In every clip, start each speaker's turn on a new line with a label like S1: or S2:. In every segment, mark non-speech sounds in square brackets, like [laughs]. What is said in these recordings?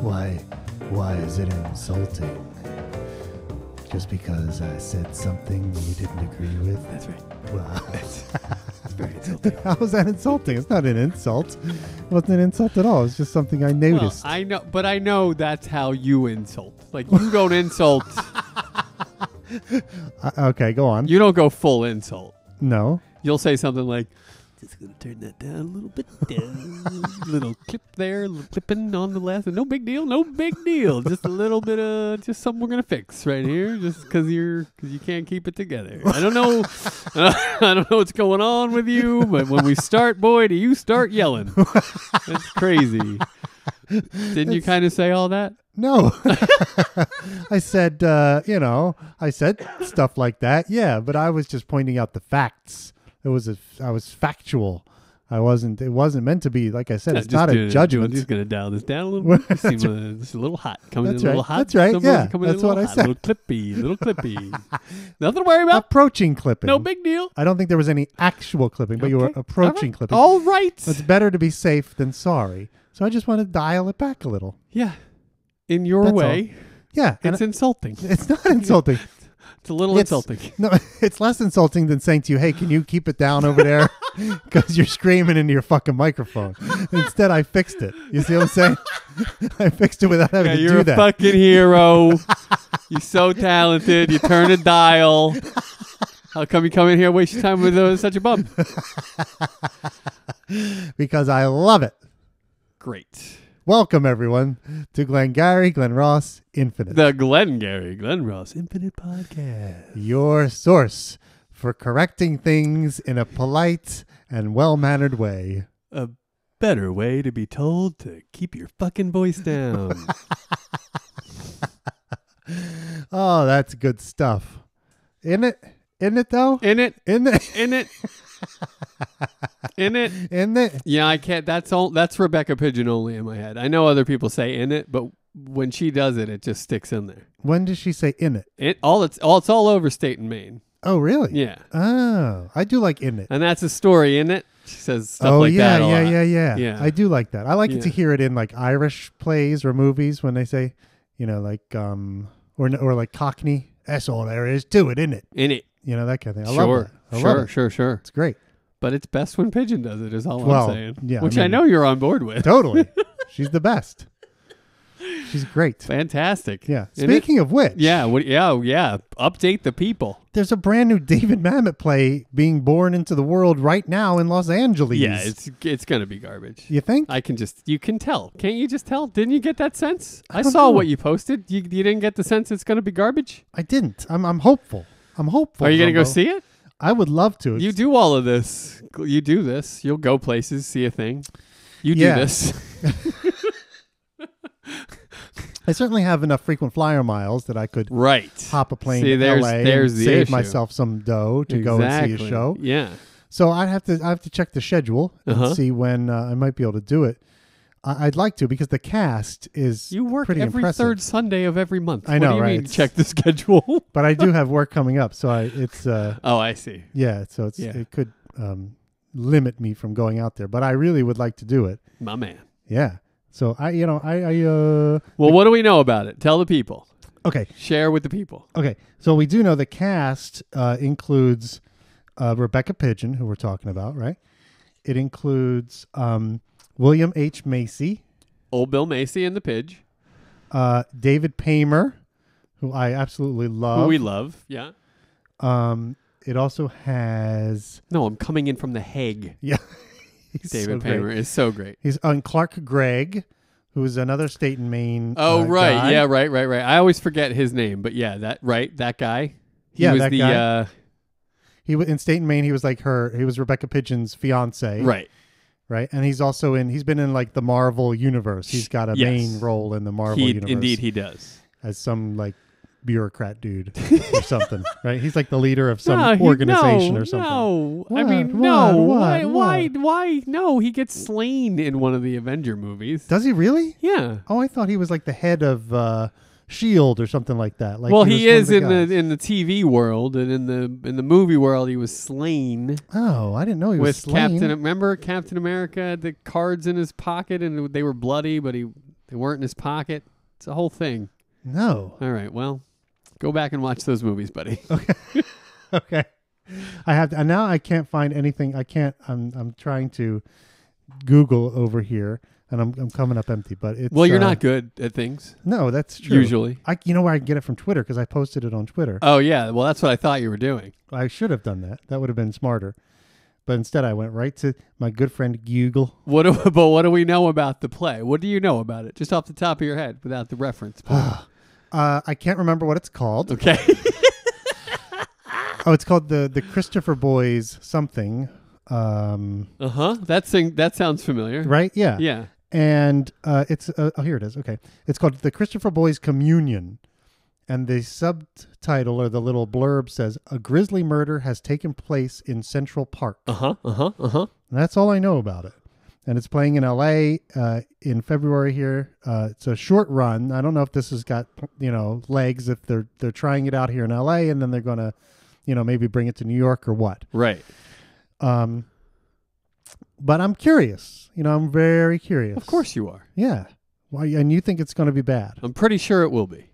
S1: why why is it insulting? Just because I said something you didn't agree with?
S2: That's right.
S1: Wow.
S2: It's very insulting.
S1: [laughs] How is that insulting? It's not an insult. It wasn't an insult at all. It's just something I
S3: [laughs] Well,
S1: noticed.
S3: I know, but I know that's how you insult. Like you don't
S2: [laughs]
S3: insult.
S1: Uh, okay, go on.
S3: You don't go full insult.
S1: no.
S3: You'll say something like
S2: Just gonna turn that down a little bit. Down.
S3: [laughs] little clip there, little clipping on the last. No big deal. No big deal. Just a little bit of just something we're gonna fix right here, just because you're because you can't keep it together. I don't know. [laughs] I don't know what's going on with you, but when we start, boy, do you start yelling? That's crazy. Didn't you kind of say all that?
S1: No. [laughs] I said, uh, you know, I said stuff like that. Yeah, but I was just pointing out the facts. It was a, I was factual. I wasn't. It wasn't meant to be. Like I said,
S3: Yeah,
S1: it's
S3: just
S1: not
S3: do
S1: a
S3: it. I'm
S1: judgment.
S3: just gonna dial this down a
S1: [laughs]
S3: little bit. You
S1: That's
S3: seem a, it's a little hot coming
S1: That's
S3: in a little
S1: right.
S3: hot.
S1: That's right.
S3: Someone's
S1: Yeah.
S3: coming in a
S1: That's what
S3: little
S1: I
S3: hot. A Little
S1: [laughs]
S3: clippy, little clippy. Nothing to worry about.
S1: approaching clipping.
S3: No big deal.
S1: I don't think there was any actual clipping, but you were
S3: Okay.
S1: approaching
S3: All right. Oh.
S1: clipping.
S3: All right.
S1: It's better to be safe than sorry. So I just want to dial it back a little.
S3: yeah. In your
S1: That's all.
S3: way,
S1: Yeah, and
S3: it's insulting.
S1: it's not insulting.
S3: It's a little
S1: It's- [laughs]
S3: insulting.
S1: No, it's less insulting than saying to you, "Hey, can you keep it down over
S3: [laughs]
S1: there?" Because you're screaming into your fucking microphone. Instead, I fixed it. You see what I'm saying? [laughs] I fixed it without having
S3: Yeah,
S1: to
S3: you're
S1: do
S3: a
S1: that.
S3: fucking hero.
S1: [laughs]
S3: you're so talented. You turn a dial. How come you come in here waste your time with uh, such
S1: [laughs]
S3: a bum?
S1: because I love it.
S3: Great.
S1: Welcome everyone to Glengarry Glen Ross Infinite,
S3: The Glengarry Glen Ross Infinite Podcast.
S1: your source for correcting things in a polite and well-mannered way.
S3: a better way to be told to keep your fucking voice down.
S1: Oh, that's good stuff. In it, in it though.
S3: [laughs] in it,
S1: In it,
S3: in it, in it.
S1: in it.
S3: Yeah, I can't. That's all. That's Rebecca Pigeon only in my head. I know other people say in it, but when she does it, it just sticks in there.
S1: When does she say in it?
S3: It all. It's all. It's all over state and Maine.
S1: Oh, really?
S3: Yeah,
S1: Oh, I do like in it.
S3: and that's a story in it. She says stuff
S1: oh
S3: like
S1: yeah,
S3: that. a
S1: yeah,
S3: lot.
S1: yeah, yeah,
S3: Yeah.
S1: I do like that. I like it to
S3: Yeah.
S1: hear it in like Irish plays or movies when they say, you know, like um or n- or like Cockney. That's all there is to it, isn't it?
S3: In it.
S1: You know that kind of thing. I love
S3: Sure.
S1: it. I
S3: sure.
S1: love it.
S3: Sure. Sure.
S1: It's great.
S3: But it's best when Pigeon does it. Is all
S1: Well,
S3: I'm saying.
S1: yeah, I
S3: Which I
S1: mean-
S3: know you're on board
S1: [laughs]
S3: with.
S1: Totally. She's the best. She's great.
S3: Fantastic.
S1: Yeah.
S3: In it?
S1: Speaking of which,
S3: Yeah, what, yeah, yeah. Update the people.
S1: there's a brand new David Mamet play being born into the world right now in Los Angeles.
S3: Yeah, it's it's gonna be garbage.
S1: you think?
S3: I can just you can tell. Can't you just tell? Didn't you get that sense? I,
S1: don't
S3: saw
S1: know.
S3: what you posted. You, you didn't get the sense it's gonna be garbage.
S1: I didn't. I'm I'm hopeful. I'm hopeful.
S3: Are you gonna go
S1: Zumbo.
S3: see it?
S1: I would love to.
S3: You do all of this. You do this. You'll go places, see a thing. You
S1: Yeah.
S3: do this. [laughs]
S1: I certainly have enough frequent flyer miles that I could
S3: right.
S1: hop a plane
S3: See,
S1: to
S3: there's-
S1: LA
S3: there's
S1: and
S3: the
S1: save
S3: issue.
S1: myself some dough to go and see a
S3: Exactly.
S1: show.
S3: Yeah.
S1: So I'd have to I have to check the schedule and
S3: Uh-huh.
S1: see when uh, I might be able to do it. I- I'd like to because the cast is
S3: You work
S1: pretty
S3: every
S1: impressive.
S3: third Sunday of every month.
S1: I
S3: What
S1: know,
S3: do you
S1: right?
S3: mean
S1: It's-
S3: check the [laughs] schedule?
S1: But I do have work coming up, so I it's uh
S3: oh, I see.
S1: yeah, so it's
S3: Yeah.
S1: it could um limit me from going out there, but I really would like to do it.
S3: My man.
S1: Yeah. So I you know, I I uh
S3: Well, what do we know about it? Tell the people.
S1: okay,
S3: Share with the people.
S1: Okay, so we do know the cast uh, includes uh, Rebecca Pigeon, who we're talking about, right? It includes um, William H. Macy,
S3: Old Bill Macy and the Pidge,
S1: uh, David Paymer, who I absolutely love.
S3: who we love. Yeah.
S1: um, it also has
S3: No, I'm coming in from The Hague.
S1: yeah, he's
S3: David
S1: so great.
S3: Paymer is so great.
S1: He's on Clark Gregg, who is another state in Maine.
S3: Oh
S1: uh,
S3: right,
S1: guy.
S3: yeah, right, right, right. I always forget his name, but yeah, that right, that guy. He
S1: Yeah,
S3: was
S1: that
S3: the
S1: guy.
S3: uh
S1: He wa- in state in Maine. He was like her. He was Rebecca Pigeon's fiance,
S3: right.
S1: right? And he's also in. He's been in like the Marvel universe. He's got a
S3: Yes.
S1: main role in the Marvel
S3: He
S1: universe.
S3: indeed he does.
S1: as some like bureaucrat
S3: [laughs]
S1: dude or something, right? He's like the leader of some
S3: no, he-
S1: organization
S3: no,
S1: or something.
S3: No, I
S1: What,
S3: mean
S1: what,
S3: no.
S1: what,
S3: why, why?
S1: what?
S3: Why? No, he gets slain in one of the Avenger movies.
S1: Does he really?
S3: yeah.
S1: Oh, I thought he was like the head of uh, Shield or something like that. Like,
S3: well, he,
S1: was
S3: is
S1: one
S3: in
S1: of
S3: the in the TV world and in the in the movie world. He was slain
S1: guys. Oh, I didn't know he was
S3: with
S1: slain.
S3: Captain. Remember Captain America? had The cards in his pocket and they were bloody, but he they weren't in his pocket. It's a whole thing.
S1: No.
S3: All right. Well, go back and watch those movies, buddy.
S1: [laughs] Okay. I have to, and now I can't find anything. I can't. I'm I'm trying to Google over here, and I'm I'm coming up empty. But it's
S3: Well, you're
S1: uh,
S3: not good at things
S1: No, that's true.
S3: usually.
S1: I you know where I can get it from Twitter because I posted it on Twitter.
S3: Oh yeah. Well, that's what I thought you were doing.
S1: I should have done that. That would have been smarter. But instead, I went right to my good friend Google.
S3: What? Do, [laughs] but what do we know about the play? What do you know about it, just off the top of your head, without the reference? point?
S1: [sighs] Uh, I can't remember what it's called.
S3: okay.
S1: Oh, it's called the the Christopher Boys something. Um,
S3: uh huh. That thing. That sounds familiar.
S1: right? Yeah.
S3: Yeah.
S1: And uh, it's uh, oh here it is. Okay, it's called the Christopher Boys Communion, and the subtitle or the little blurb says a grisly murder has taken place in Central Park.
S3: Uh huh. Uh huh. Uh huh.
S1: And that's all I know about it. And it's playing in LA uh, in February here. Uh, it's a short run. I don't know if this has got you know legs. If they're they're trying it out here in LA, and then they're gonna, you know, maybe bring it to New York or what.
S3: Right.
S1: Um, but I'm curious. You know, I'm very curious.
S3: Of course you are.
S1: Yeah. Why? And you think it's going to be bad [laughs]
S3: I'm pretty sure it will be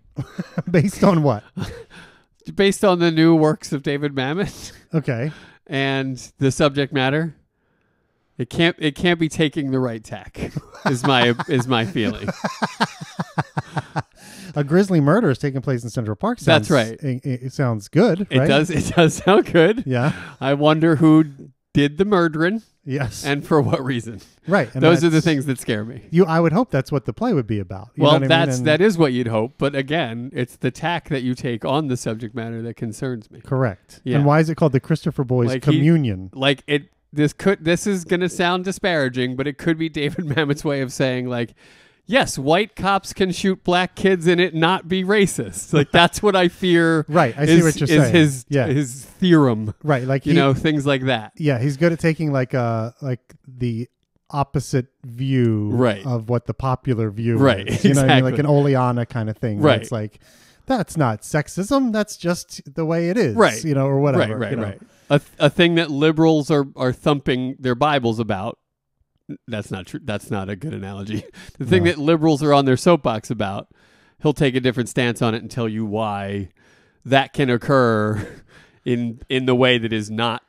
S1: based on what?
S3: based on the new works of David Mamet. [laughs]
S1: Okay.
S3: and the subject matter it can't it can't be taking the right tack is my is my
S1: [laughs]
S3: feeling
S1: A grisly murder is taking place in Central Park. Sounds,
S3: That's right.
S1: It, it sounds good.
S3: it
S1: right?
S3: does it does sound good
S1: Yeah.
S3: i wonder who did the murdering
S1: Yes.
S3: and for what reason
S1: right. And
S3: those are the
S1: that's-
S3: things that scare me
S1: You, I would hope that's what the play would be about. You know
S3: well
S1: what I mean?
S3: that's
S1: And-
S3: that is what you'd hope but again it's the tack that you take on the subject matter that concerns me
S1: correct.
S3: Yeah.
S1: And why is it called the Christopher Boys
S3: Like he-
S1: Communion?
S3: like it this could this is going to sound disparaging but it could be david [laughs] mamet's way of saying like yes white cops can shoot black kids and it not be racist like that's what i fear
S1: Right, [laughs] I see
S3: is,
S1: what you're
S3: is
S1: saying.
S3: his
S1: Yeah.
S3: his theorem
S1: right, like
S3: you
S1: he,
S3: know things like that
S1: yeah, he's good at taking like uh like the opposite view
S3: Right.
S1: of what the popular view
S3: Right,
S1: is. You know what I mean? Like an
S3: exactly.
S1: Oleana kind of thing. where
S3: Right.
S1: It's like that's not sexism. That's just the way it is.
S3: Right.
S1: You know, or whatever.
S3: right right
S1: you know.
S3: right a, th- a thing that liberals are are thumping their bibles about that's not true that's not a good analogy [laughs] the thing
S1: No.
S3: that liberals are on their soapbox about he'll take a different stance on it and tell you why that can occur [laughs] in in the way that is not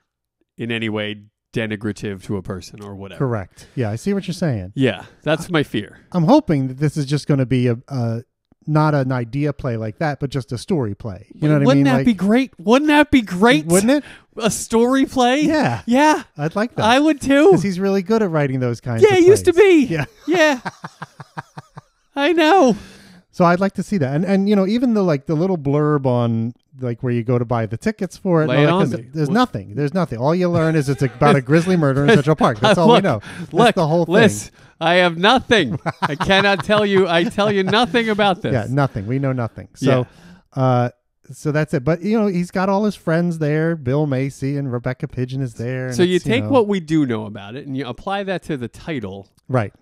S3: in any way denigrative to a person or whatever
S1: Correct. Yeah, I see what you're saying.
S3: yeah that's my fear
S1: I'm hoping that this is just going to be a, a not an idea play like that, but just a story play. You know what
S3: wouldn't
S1: I mean?
S3: that
S1: like,
S3: be great wouldn't that be great
S1: Wouldn't it?
S3: a story play
S1: Yeah.
S3: [laughs] yeah
S1: I'd like that.
S3: i would too
S1: because he's really good at writing those kinds.
S3: Yeah,
S1: of
S3: it used to
S1: plays.
S3: be.
S1: Yeah.
S3: Yeah. I know.
S1: So I'd like to see that, and and you know, even the like the little blurb on like where you go to buy the tickets for it. and
S3: Lay it
S1: all that,
S3: on
S1: 'cause
S3: me.
S1: There's
S3: What-
S1: nothing. There's nothing. All you learn is it's about a grisly murder
S3: [laughs]
S1: in Central Park. That's all we
S3: Look,
S1: know. That's
S3: Look,
S1: the whole thing.
S3: Liz, I have nothing. I cannot tell you. I tell you nothing about this.
S1: Yeah, nothing. We know nothing. So, uh, so that's it. But you know, he's got all his friends there. Bill Macy and Rebecca Pigeon is there. and
S3: so you
S1: it's,
S3: take
S1: know-
S3: what we do know about it and you apply that to the title.
S1: right?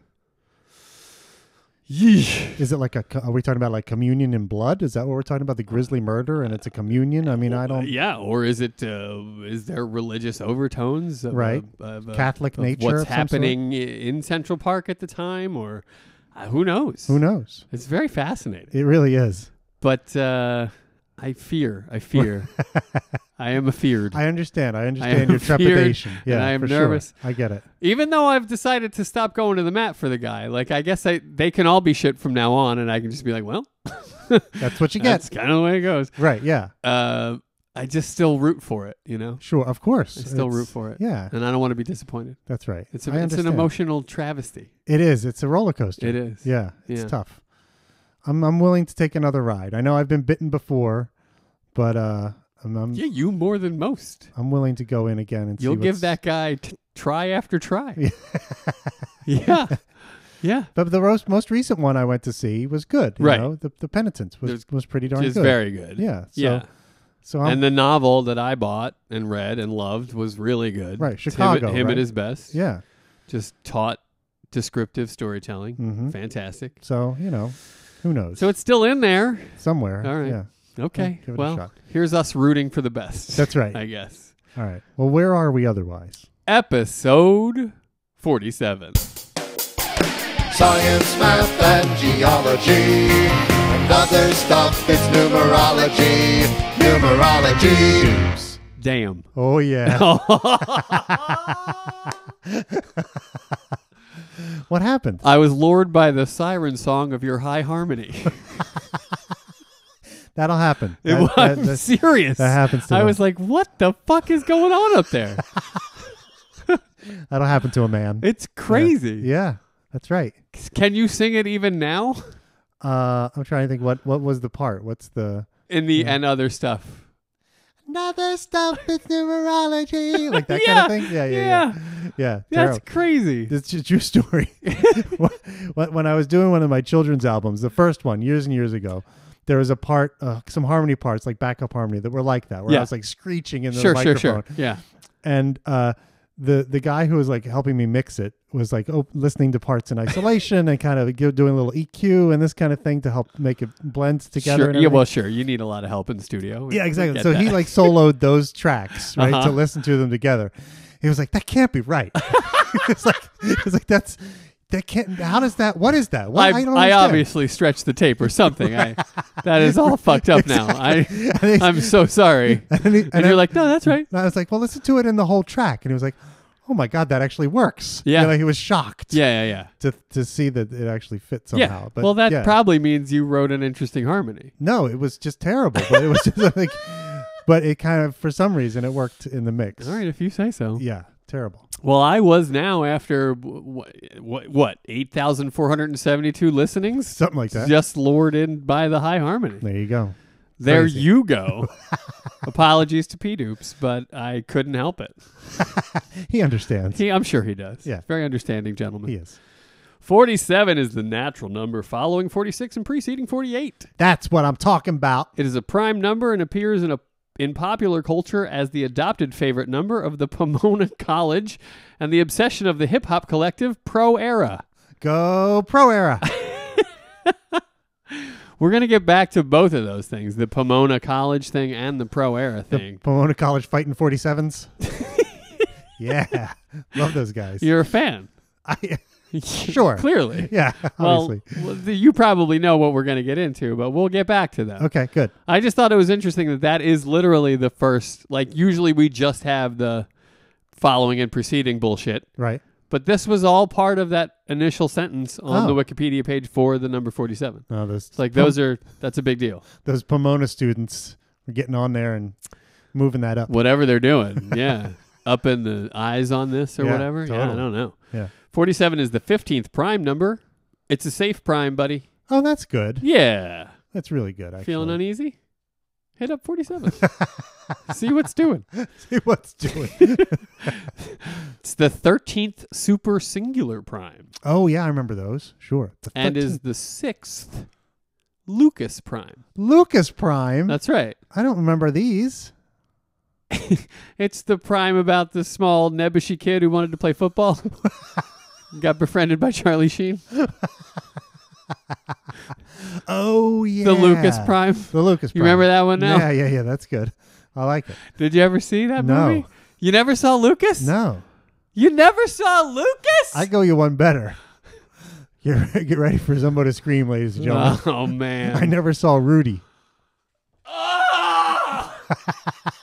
S3: Yeesh.
S1: Is it like a? co- Are we talking about like communion in blood? Is that what we're talking about? The grisly murder and it's a communion. I mean, I don't.
S3: Yeah, or is it? Uh, is there religious overtones? Of,
S1: Right.
S3: of- of-
S1: Catholic
S3: of
S1: nature
S3: What's
S1: of some
S3: happening i- in Central Park at the time, or uh, who knows?
S1: Who knows?
S3: It's very fascinating.
S1: It really is.
S3: but uh, I fear.
S1: [laughs]
S3: I fear. I am afeared.
S1: I understand. I understand
S3: am
S1: your
S3: feared,
S1: trepidation.
S3: and
S1: Yeah,
S3: I am
S1: for sure.
S3: nervous.
S1: I get it.
S3: Even though I've decided to stop going to the mat for the guy, like I guess I they can all be shit from now on, and I can just be like, well,
S1: That's what you get.
S3: that's kind of the way it goes.
S1: right. Yeah.
S3: Uh, I just still root for it, you know.
S1: Sure. Of course.
S3: I still
S1: It's-
S3: root for it,
S1: Yeah.
S3: and I don't want to be disappointed.
S1: That's right.
S3: It's a,
S1: I
S3: it's an
S1: understand.
S3: emotional travesty.
S1: It is. It's a roller coaster.
S3: It is.
S1: Yeah. It's
S3: Yeah.
S1: tough. I'm I'm willing to take another ride. I know I've been bitten before, but uh, I'm I'm,
S3: Yeah, you more than most.
S1: I'm willing to go in again and see
S3: You'll give
S1: what's-
S3: that guy t- try after
S1: [laughs]
S3: try. yeah, yeah.
S1: But the most, most recent one I went to see was good. You
S3: Right.
S1: Know? The the penitence was
S3: There's-
S1: was pretty [laughs] darn
S3: It's
S1: good.
S3: very good.
S1: yeah. So,
S3: yeah.
S1: So I'm,
S3: and the novel that I bought and read and loved was really good.
S1: Right,
S3: It's
S1: Chicago,
S3: Him, him
S1: right?
S3: at his best.
S1: yeah.
S3: Just taught descriptive storytelling.
S1: hmm
S3: Fantastic.
S1: So you know, who knows?
S3: So it's still in there.
S1: Somewhere.
S3: All right.
S1: Yeah.
S3: Okay.
S1: give it a
S3: well,
S1: shot.
S3: here's us rooting for the best.
S1: That's right.
S3: I guess.
S1: All right. Well, where are we otherwise?
S3: Episode 47.
S4: science, math, and geology. And other stuff is numerology, numerology.
S3: Damn. [laughs]
S1: Oh yeah. what happened?
S3: I was lured by the siren song of your
S1: [laughs]
S3: high harmony.
S1: That'll happen.
S3: It
S1: That-
S3: was
S1: that-
S3: I'm
S1: that-
S3: serious.
S1: that happens to
S3: I
S1: them.
S3: was like, what the fuck is going on up
S1: [laughs]
S3: there?
S1: that'll happen to a man.
S3: It's crazy.
S1: yeah, that's right.
S3: Can you sing it even now?
S1: Uh, I'm trying to think. What what was the part? What's the
S3: In the and other stuff.
S1: another stuff with numerology? Like that
S3: [laughs] Yeah,
S1: kind of thing. Yeah, yeah,
S3: yeah.
S1: yeah. Yeah,
S3: That's
S1: terrible.
S3: crazy.
S1: It's a true
S3: [laughs]
S1: story. [laughs] when when I was doing one of my children's albums, the first one years and years ago, there was a part, uh, some harmony parts, like backup harmony, that were like that, where
S3: Yeah.
S1: I was like screeching in the
S3: Sure, sure,
S1: microphone.
S3: sure. Yeah.
S1: And uh, the the guy who was like helping me mix it was like oh, listening to parts in isolation and kind of gi- doing a little EQ and this kind of thing to help make it blends together.
S3: Sure.
S1: and
S3: Yeah,
S1: everything.
S3: well, sure. You need a lot of help in the studio. We-
S1: Yeah,
S3: we
S1: exactly.
S3: get
S1: So he
S3: that.
S1: like soloed those
S3: [laughs]
S1: tracks, right,
S3: Uh-huh.
S1: to listen to them together. He was like, "That can't be
S3: [laughs]
S1: right." [laughs] it's like, it's like that's that can't. How does that? What is that? What,
S3: I,
S1: don't
S3: I
S1: understand.
S3: obviously stretched the tape or
S1: [laughs]
S3: something. I, that is all fucked up
S1: And
S3: now.
S1: he-
S3: I, I'm so sorry.
S1: [laughs] [laughs]
S3: And,
S1: And, he- and
S3: you're
S1: I-
S3: like, no,
S1: [laughs]
S3: that's right.
S1: and I was like, "Well, listen to it in the whole track," and he was like, "Oh my god, that actually works." You
S3: Yeah.
S1: know, he was shocked.
S3: Yeah, yeah, yeah.
S1: To, to see that it actually fit somehow.
S3: Yeah.
S1: But
S3: well, that
S1: yeah.
S3: probably means you wrote an interesting harmony.
S1: no, it was just terrible. But it was just [laughs] like, but it kind of for some reason it worked in the mix.
S3: All right, if you say so.
S1: Yeah, terrible.
S3: Well, I was now after what, what, what eight thousand four hundred and seventy-two listenings,
S1: Something like that.
S3: just lured in by the high harmony.
S1: There you go.
S3: There
S1: Crazy.
S3: you
S1: [laughs]
S3: go. Apologies to P Doops, but I couldn't help it.
S1: He understands.
S3: He, I'm sure he does.
S1: Yeah.
S3: very understanding gentleman.
S1: he is.
S3: 47 is the natural number following 46 and preceding 48.
S1: That's what I'm talking about.
S3: It is a prime number and appears in a in popular culture as the adopted favorite number of the [laughs] Pomona College and the obsession of the hip hop collective Pro Era.
S1: Go pro
S3: [laughs]
S1: era.
S3: We're going to get back to both of those things, the Pomona College thing and the Pro Era thing.
S1: Pomona College fighting
S3: [laughs]
S1: 47s. yeah. Love those guys.
S3: You're a fan.
S1: [laughs] I, sure.
S3: [laughs] Clearly.
S1: Yeah,
S3: Well,
S1: obviously.
S3: well, the- you probably know what we're going to get into, but we'll get back to that.
S1: okay, good.
S3: I just thought it was interesting that that is literally the first. Like usually we just have the following and preceding bullshit,
S1: Right.
S3: but this was all part of that initial sentence on
S1: Oh.
S3: the Wikipedia page for the number forty-seven.
S1: No, Oh, those
S3: It's like those are that's a big deal.
S1: those Pomona students were getting on there and moving that up.
S3: Whatever
S1: [laughs]
S3: they're doing, yeah, up in the eyes on this or
S1: Yeah,
S3: whatever. Yeah, I
S1: totally.
S3: don't know.
S1: Yeah.
S3: Forty-seven is the fifteenth prime number. It's a safe prime, buddy.
S1: Oh, that's good.
S3: Yeah,
S1: That's really good. Actually.
S3: feeling uneasy? Hit up forty-seven. See what's doing.
S1: [laughs] See what's
S3: [laughs]
S1: doing.
S3: It's the 13th super singular prime
S1: oh yeah, I remember those. Sure. The
S3: and
S1: 13
S3: is the sixth Lucas prime.
S1: Lucas Prime.
S3: That's right.
S1: I don't remember these.
S3: It's the prime about the small nebbishy kid who wanted to
S1: [laughs]
S3: play football. Got befriended by Charlie Sheen.
S1: Oh yeah.
S3: The Lucas Prime.
S1: The Lucas
S3: You
S1: Prime.
S3: remember that one now?
S1: Yeah, yeah, yeah. That's good. I like it.
S3: Did you ever see that
S1: No.
S3: movie? You never saw Lucas?
S1: No.
S3: You never saw Lucas?
S1: I go you one better. [laughs] Get, re- get ready for somebody to scream, ladies and
S3: [laughs]
S1: gentlemen.
S3: Oh
S1: I
S3: man.
S1: never saw Rudy.
S3: [laughs]
S1: [laughs]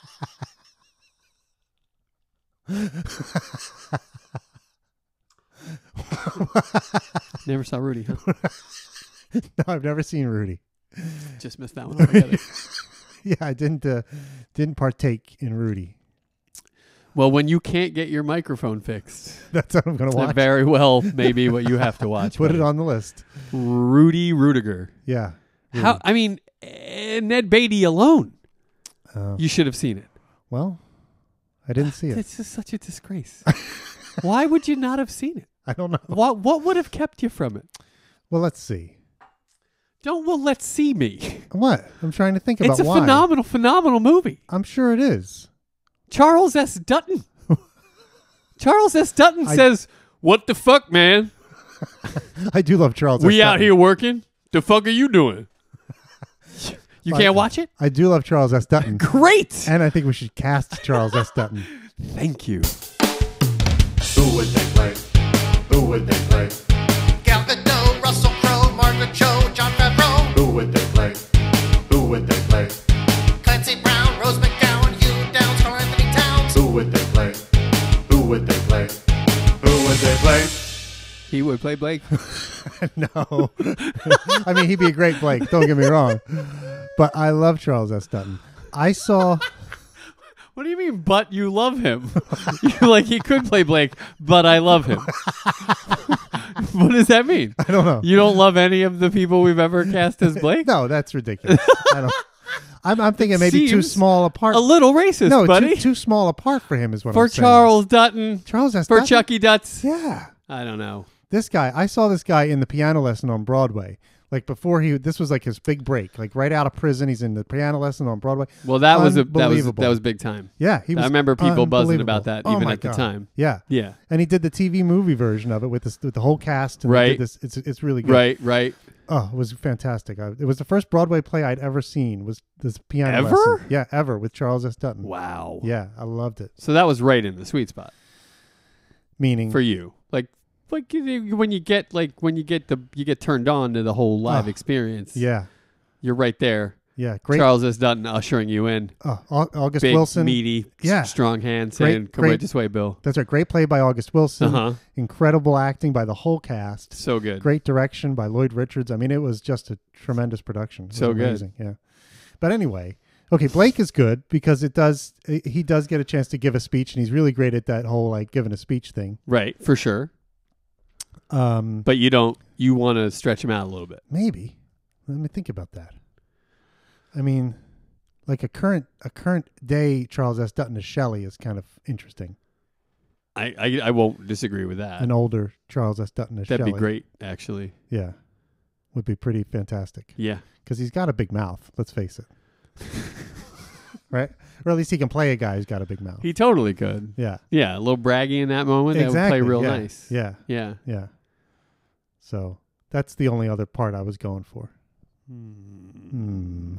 S3: never saw Rudy, huh?
S1: No, I've never seen Rudy. [laughs]
S3: Just missed that one altogether.
S1: Yeah, I didn't uh, didn't partake in Rudy. [laughs]
S3: well, when you can't get your microphone fixed,
S1: That's what I'm gonna
S3: that
S1: watch.
S3: very well may be what
S1: [laughs]
S3: you have to watch.
S1: Put
S3: buddy.
S1: it on the list.
S3: Rudy Rudiger.
S1: Yeah.
S3: How? I mean, eh, Ned Beatty alone.
S1: Oh.
S3: You should have seen it.
S1: Well, I didn't see
S3: [laughs]
S1: it.
S3: It's just such a disgrace. [laughs] Why would you not have seen it?
S1: I don't know.
S3: What What would have kept you from it?
S1: Well, let's see.
S3: Don't well let's see me.
S1: What? I'm trying to think about
S3: It's a
S1: why.
S3: phenomenal, phenomenal movie.
S1: I'm sure it is.
S3: Charles
S1: [laughs]
S3: S. Dutton. Charles S. Dutton
S1: I-
S3: says, "What the fuck, man?
S1: I do love Charles.
S3: We
S1: S.
S3: out
S1: Dutton.
S3: here working. The fuck are
S1: [laughs]
S3: you doing? You
S1: Like-
S3: can't watch it.
S1: I do love Charles S.
S3: [laughs]
S1: Dutton,
S3: Great.
S1: and I think we should cast Charles S.
S3: [laughs]
S1: Dutton.
S3: Thank you."
S4: Who would they play? Who would they play? Gal Gadot.
S5: Margaret Cho, John Favreau,
S4: Who would they play? Who would they play?
S5: Clancy Brown, Rose McGowan, Hugh Downs, Carl Anthony Towns.
S4: Who would they play? Who would they play? Who would they play?
S3: He would play Blake.
S1: no. [laughs] I mean, he'd be a great Blake. Don't get me wrong. But I love Charles S. Dutton. I
S3: [laughs]
S1: saw.
S3: [laughs] What do you mean? But you love him? [laughs] You're like he could play Blake, but I love him. [laughs] what does that mean?
S1: I don't know.
S3: You don't love any of the people we've ever
S1: [laughs]
S3: cast as Blake?
S1: No, that's ridiculous. I
S3: [laughs]
S1: don't. I'm, I'm thinking maybe too
S3: Seems
S1: small a part.
S3: A little racist,
S1: no,
S3: buddy.
S1: Too, too small a part for him is what
S3: for
S1: I'm saying.
S3: Charles Dutton.
S1: Charles S.
S3: For
S1: Dutton?
S3: Chucky Dutts.
S1: Yeah.
S3: I don't know.
S1: this guy i saw this guy in the piano lesson on broadway like before he this was like his big break like right out of prison he's in the piano lesson on broadway
S3: Well, that was a that was
S1: Unbelievable.
S3: that was big time.
S1: yeah he
S3: I
S1: was
S3: remember people buzzing
S1: unbelievable.
S3: about that
S1: Oh
S3: even
S1: my
S3: at the
S1: God.
S3: time.
S1: yeah
S3: Yeah.
S1: and he did the tv movie version of it with this with the whole cast and they
S3: Right.
S1: did this it's, it's really good
S3: Right, right.
S1: oh it was fantastic I, it was the first broadway play i'd ever seen was this piano
S3: Ever?
S1: lesson. yeah ever with charles s dutton
S3: Wow.
S1: yeah i loved it
S3: So that was right in the sweet spot
S1: meaning
S3: for you. Like like you- you- when you get like when you get the you get turned on to the whole live
S1: Oh,
S3: experience.
S1: yeah
S3: You're right there.
S1: yeah great
S3: Charles S. Dutton ushering you in.
S1: oh, Au- august
S3: Big
S1: wilson
S3: meaty
S1: Yeah.
S3: s- strong hand
S1: Great-
S3: saying, Come
S1: great-
S3: right this way, Bill.
S1: that's a great play by august wilson
S3: Uh-huh.
S1: incredible acting by the whole cast
S3: So good.
S1: great direction by lloyd richards i mean it was just a tremendous production It was
S3: So good.
S1: amazing. yeah but anyway okay blake is good because it does eh, he does get a chance to give a speech and he's really great at that whole like giving a speech thing
S3: Right, for sure.
S1: um
S3: But you don't you wanna stretch him out a little bit.
S1: maybe let me think about that i mean like a current a current day charles s dutton as shelley is kind of interesting
S3: I, I, I won't disagree with that.
S1: an older charles s dutton as
S3: Uh, That'd
S1: shelley
S3: be great, actually.
S1: yeah would be pretty fantastic
S3: Yeah.
S1: because he's got a big mouth. Let's face it, [laughs] right? Or at least he can play a guy who's got a big mouth.
S3: He totally could.
S1: yeah,
S3: Yeah, a little braggy in that moment. That would
S1: exactly.
S3: play real
S1: yeah.
S3: nice.
S1: Yeah,
S3: Yeah.
S1: yeah. So that's the only other part I was going for. Hmm.
S3: Hmm.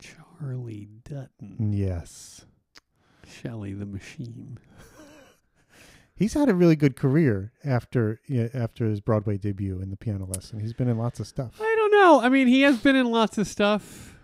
S3: Charlie Dutton.
S1: Hmm. Yes,
S3: Shelly the Machine.
S1: he's had a really good career after yeah, after his Broadway debut in the piano lesson. He's been in lots of stuff,
S3: I don't know. I mean, he has been in lots of stuff.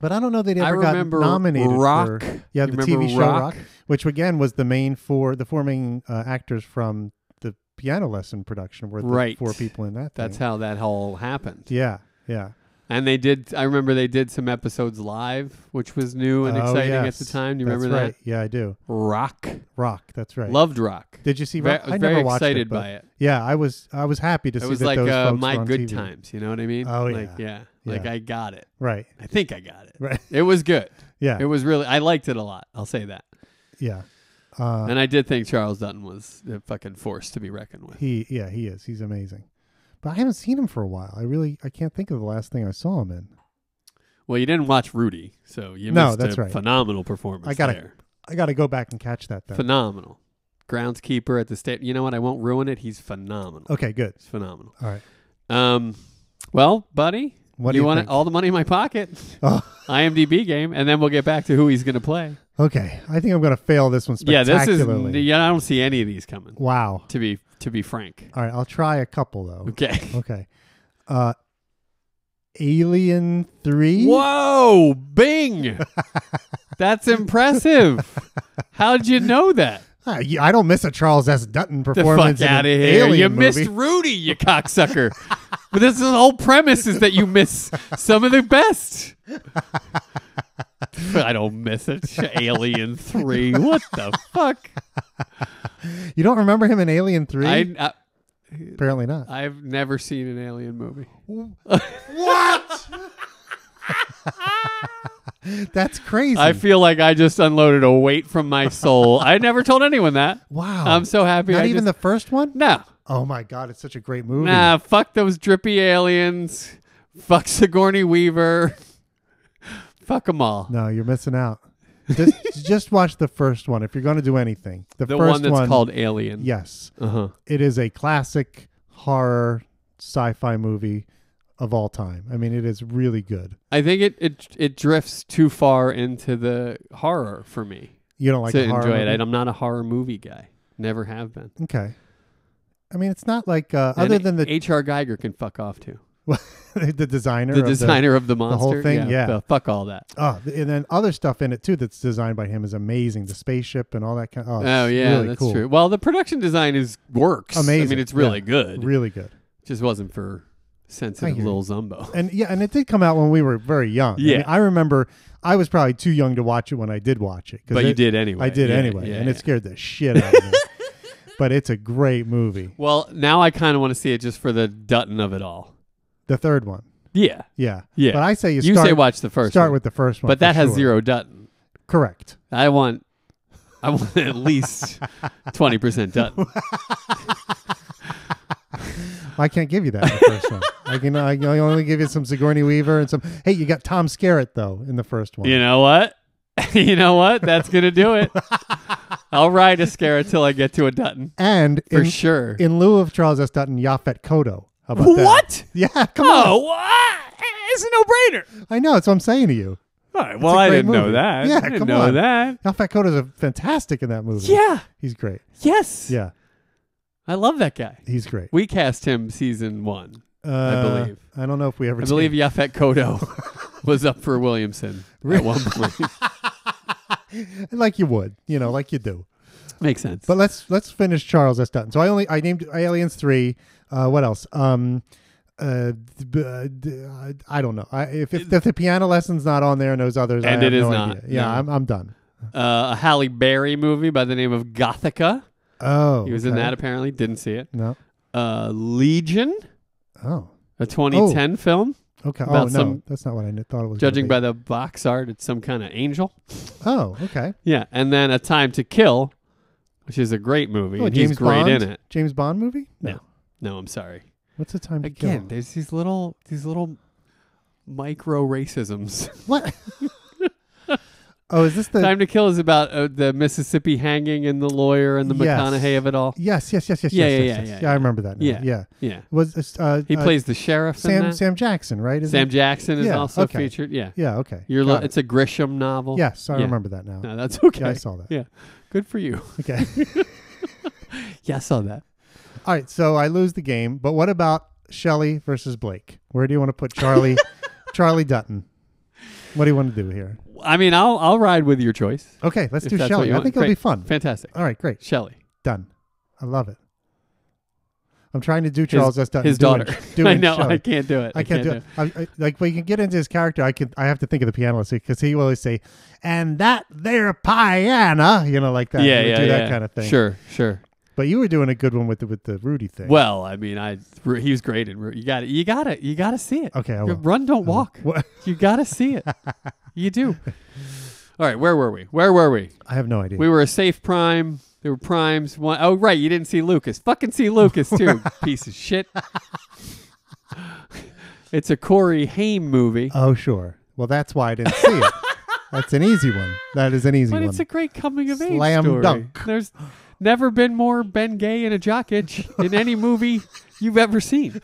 S1: but I don't know that he
S3: I
S1: ever got
S3: remember
S1: nominated
S3: Rock.
S1: for yeah
S3: You
S1: the
S3: remember
S1: TV show
S3: Rock?
S1: Rock, which again was the main four the four main uh, actors from the piano lesson production were the
S3: Right.
S1: four people in that.
S3: That's
S1: thing.
S3: how that all happened.
S1: Yeah, yeah.
S3: And they did, I remember they did some episodes live, which was new and
S1: Oh,
S3: exciting
S1: yes.
S3: at the time. Do you
S1: That's
S3: remember
S1: right. Yeah, I do.
S3: that? Rock.
S1: Rock. That's right.
S3: Loved Rock.
S1: Did you see
S3: Ve-
S1: Rock?
S3: I was
S1: I
S3: very
S1: never watched
S3: excited
S1: but-
S3: by it.
S1: Yeah, I was. I was happy to
S3: It
S1: see
S3: was
S1: that
S3: like
S1: those
S3: uh,
S1: folks were
S3: my
S1: on
S3: good
S1: TV.
S3: times. You know what I mean?
S1: Oh,
S3: Like, yeah.
S1: yeah.
S3: Like
S1: Yeah.
S3: I got
S1: [laughs]
S3: it.
S1: Right.
S3: I think I got it.
S1: Right.
S3: It was good.
S1: Yeah.
S3: It was really, I liked it a lot. I'll say that.
S1: yeah. Uh,
S3: and I did think Charles Dutton was a fucking force to be reckoned with.
S1: he. Yeah, he is. He's amazing. But I haven't seen him for a while. I really. I can't think of the last thing I saw him in.
S3: Well, you didn't watch Rudy, so you
S1: No,
S3: missed
S1: that's
S3: a
S1: right.
S3: phenomenal performance.
S1: I gotta-
S3: there.
S1: I got to go back and catch that then.
S3: phenomenal groundskeeper at the state. You know what? I won't ruin it. He's phenomenal.
S1: okay. Good.
S3: He's phenomenal.
S1: Oh. All right.
S3: Um, well, buddy,
S1: What do
S3: you
S1: you
S3: want
S1: think?
S3: all the money in my pocket?
S1: Oh,
S3: IMDb game, and then we'll get back to who he's going to play.
S1: okay. I think I'm gonna fail this one
S3: Yeah, this is.
S1: spectacularly.
S3: Yeah, I don't see any of these coming.
S1: Wow.
S3: To be to be frank.
S1: All right. I'll try a couple though.
S3: Okay.
S1: Okay. Uh, Alien Three.
S3: Whoa, Bing!
S1: [laughs]
S3: That's impressive. How'd you know that?
S1: Ah, you- I don't miss a Charles S. Dutton
S3: The
S1: performance
S3: fuck
S1: in
S3: out
S1: an
S3: of here!
S1: Alien
S3: You
S1: movie.
S3: missed Rudy, you cocksucker. but this is the whole premise is that you miss some of the best. I don't miss it. Alien Three. What the fuck?
S1: You don't remember him in Alien Three?
S3: I, I
S1: Apparently not.
S3: I've never seen an Alien movie.
S1: That's crazy.
S3: I feel like I just unloaded a weight from my soul. I never told anyone that.
S1: wow.
S3: I'm so happy.
S1: Not
S3: I
S1: even
S3: just-
S1: the first one.
S3: no.
S1: Oh my god, it's such a great movie.
S3: Nah, fuck those drippy aliens. Fuck Sigourney Weaver. [laughs] fuck them all.
S1: No, you're missing out. Just
S3: [laughs]
S1: just watch the first one if you're going to do anything. The,
S3: the
S1: first
S3: one that's called Alien.
S1: Yes,
S3: Uh huh.
S1: it is a classic horror sci-fi movie of all time. I mean, it is really good.
S3: I think it, it it drifts too far into the horror for me
S1: You don't like
S3: to
S1: the horror
S3: enjoy it.
S1: movie?
S3: I'm not a horror movie guy. Never have been.
S1: Okay. I mean, it's not like uh, other than
S3: [laughs]
S1: the [laughs]
S3: H.R. Geiger can fuck off too.
S1: the designer,
S3: The
S1: of
S3: designer of the monster.
S1: whole thing, yeah.
S3: fu- Fuck all that.
S1: Oh, and then other stuff in it too that's designed by him is amazing. The spaceship and all that kind. Of, oh,
S3: Oh
S1: it's
S3: yeah,
S1: really
S3: that's
S1: cool.
S3: true. Well, the production design is works. I
S1: Amazing.
S3: mean, it's really
S1: Yeah.
S3: good.
S1: Really good.
S3: Just wasn't for sensitive
S1: hear you.
S3: little Zumbo.
S1: And yeah, and it did come out when we were very young. I mean,
S3: Yeah.
S1: I, remember I was probably too young to watch it when I did watch it. 'cause
S3: But you
S1: it-
S3: did anyway.
S1: I did
S3: Yeah,
S1: anyway,
S3: yeah,
S1: and it
S3: yeah.
S1: scared the shit out
S3: [laughs]
S1: of me. but it's a great movie.
S3: Well, now I kind of want to see it just for the Dutton of it all.
S1: The third one,
S3: Yeah,
S1: yeah,
S3: Yeah.
S1: But I say you,
S3: you
S1: start,
S3: say watch the first.
S1: start
S3: one,
S1: with the first one,
S3: but
S1: for
S3: that has
S1: sure.
S3: zero Dutton.
S1: Correct.
S3: I want, I want [laughs] at least twenty
S1: [laughs]
S3: percent Dutton.
S1: I can't give you that in the first one. I can I can only give you some Sigourney Weaver and some. Hey, you got Tom Skerritt though in the first one.
S3: You know what? [laughs] you know what? That's gonna
S1: [laughs]
S3: do it. I'll ride a scare till I get to a Dutton
S1: and
S3: for
S1: in,
S3: sure.
S1: in lieu of Charles S. Dutton, Yaphet Kodo. How about that?
S3: What?
S1: Yeah, come on.
S3: Oh, ah, it's a no-brainer.
S1: I know. That's what I'm saying to you.
S3: All right. Well,
S1: a
S3: I
S1: great
S3: didn't know
S1: movie.
S3: that.
S1: Yeah,
S3: I didn't
S1: come
S3: know
S1: on.
S3: that.
S1: Yaphet Kodo's a fantastic in that movie.
S3: Yeah.
S1: He's great.
S3: Yes.
S1: Yeah,
S3: I love that guy.
S1: he's great.
S3: We cast him season one.
S1: Uh,
S3: believe.
S1: I don't know if we ever.
S3: I believe
S1: [laughs]
S3: Yaphet Kodo was up for Williamson at one point.
S1: did. like you would, you know, like you do.
S3: Makes sense.
S1: But let's let's finish Charles S. Dutton. So I only I named Aliens three. Uh, what else? Um, uh, d- uh, d- uh, I don't know. I, if, if, if the piano lesson's not on there and those others,
S3: And
S1: I have
S3: it is
S1: no
S3: not.
S1: idea. Yeah,
S3: No.
S1: I'm I'm done.
S3: uh, a Halle Berry movie by the name of Gothica.
S1: Oh,
S3: He was in
S1: okay.
S3: that apparently. Didn't see it.
S1: No.
S3: Uh, Legion,
S1: Oh,
S3: a 2010 film.
S1: okay. Oh
S3: About
S1: no,
S3: some-
S1: that's not what I kn- thought it was. gonna
S3: Judging
S1: be.
S3: by the box art, it's some kind of angel.
S1: Oh, okay.
S3: Yeah, and then A Time to Kill, which is a great movie.
S1: Oh,
S3: and
S1: James
S3: he's great
S1: Bond
S3: in it.
S1: James Bond movie?
S3: No. No, I'm sorry.
S1: What's the time to kill?
S3: Again, there's these little these little micro racisms.
S1: What? [laughs] oh, is this [laughs] the?
S3: Time to Kill is about uh, the Mississippi hanging and the lawyer and the
S1: Yes.
S3: McConaughey of it all.
S1: Yes, yes, yes, yes,
S3: Yeah,
S1: yes,
S3: yeah,
S1: yes,
S3: yeah,
S1: yes.
S3: yeah,
S1: I
S3: yeah.
S1: remember that. Now. Yeah,
S3: Yeah.
S1: yeah.
S3: Yeah,
S1: Was this, uh,
S3: he
S1: uh,
S3: plays the sheriff. in
S1: Sam
S3: that.
S1: Sam Jackson, right? Isn't
S3: Sam
S1: it?
S3: Jackson is
S1: Yeah,
S3: also
S1: okay.
S3: featured. Yeah,
S1: Yeah. Okay.
S3: You're.
S1: Got
S3: Lo-
S1: it.
S3: it's a Grisham novel.
S1: yes, I
S3: Yeah.
S1: remember that now.
S3: No, that's [laughs] okay.
S1: Yeah, I saw that.
S3: Yeah, good
S1: [laughs]
S3: for you.
S1: Okay.
S3: Yeah, I saw that.
S1: All right. So I lose the game, but what about Shelley versus Blake? Where do you want to put
S3: [laughs]
S1: Charlie? Charlie Dutton. What do you want to do here?
S3: I mean, I'll I'll ride with your choice.
S1: Okay, let's
S3: If
S1: do
S3: that's what
S1: Shelley.
S3: you
S1: I
S3: want.
S1: think it'll be
S3: Great.
S1: fun.
S3: Fantastic,
S1: All right, great.
S3: Shelley. [laughs]
S1: Done. I love it. I'm trying to do Charles S. Dutton.
S3: his
S1: doing-
S3: daughter. [laughs]
S1: Doing
S3: I know
S1: Shelley.
S3: I can't do it.
S1: I can't, do it. I, I, like we can get into his character. I can. I have to think of the pianist because he will always say, "And that there piano," you know, like that.
S3: Yeah,
S1: He would
S3: yeah,
S1: do that
S3: yeah.
S1: kind of thing.
S3: Sure, sure.
S1: But you were doing a good one with the, with the Rudy thing.
S3: Well, I mean, I he was great in Ru- you got to you got to you got to see it.
S1: Okay, I
S3: Your
S1: will.
S3: [laughs] Run, don't walk.
S1: What-
S3: You got to see [laughs] it. you do. All right, where were we? Where were we?
S1: I have no idea.
S3: We were a safe prime. There were primes. One, oh, right, you didn't see Lucas. Fucking see Lucas [laughs] too, piece of shit. it's a Corey Haim movie,
S1: oh, sure. Well, that's why I didn't see it. That's an easy one. That is an easy
S3: but
S1: one.
S3: it's a great coming of age
S1: Slam
S3: story.
S1: dunk.
S3: There's never been more Ben Gay in a jock itch in any movie you've ever seen.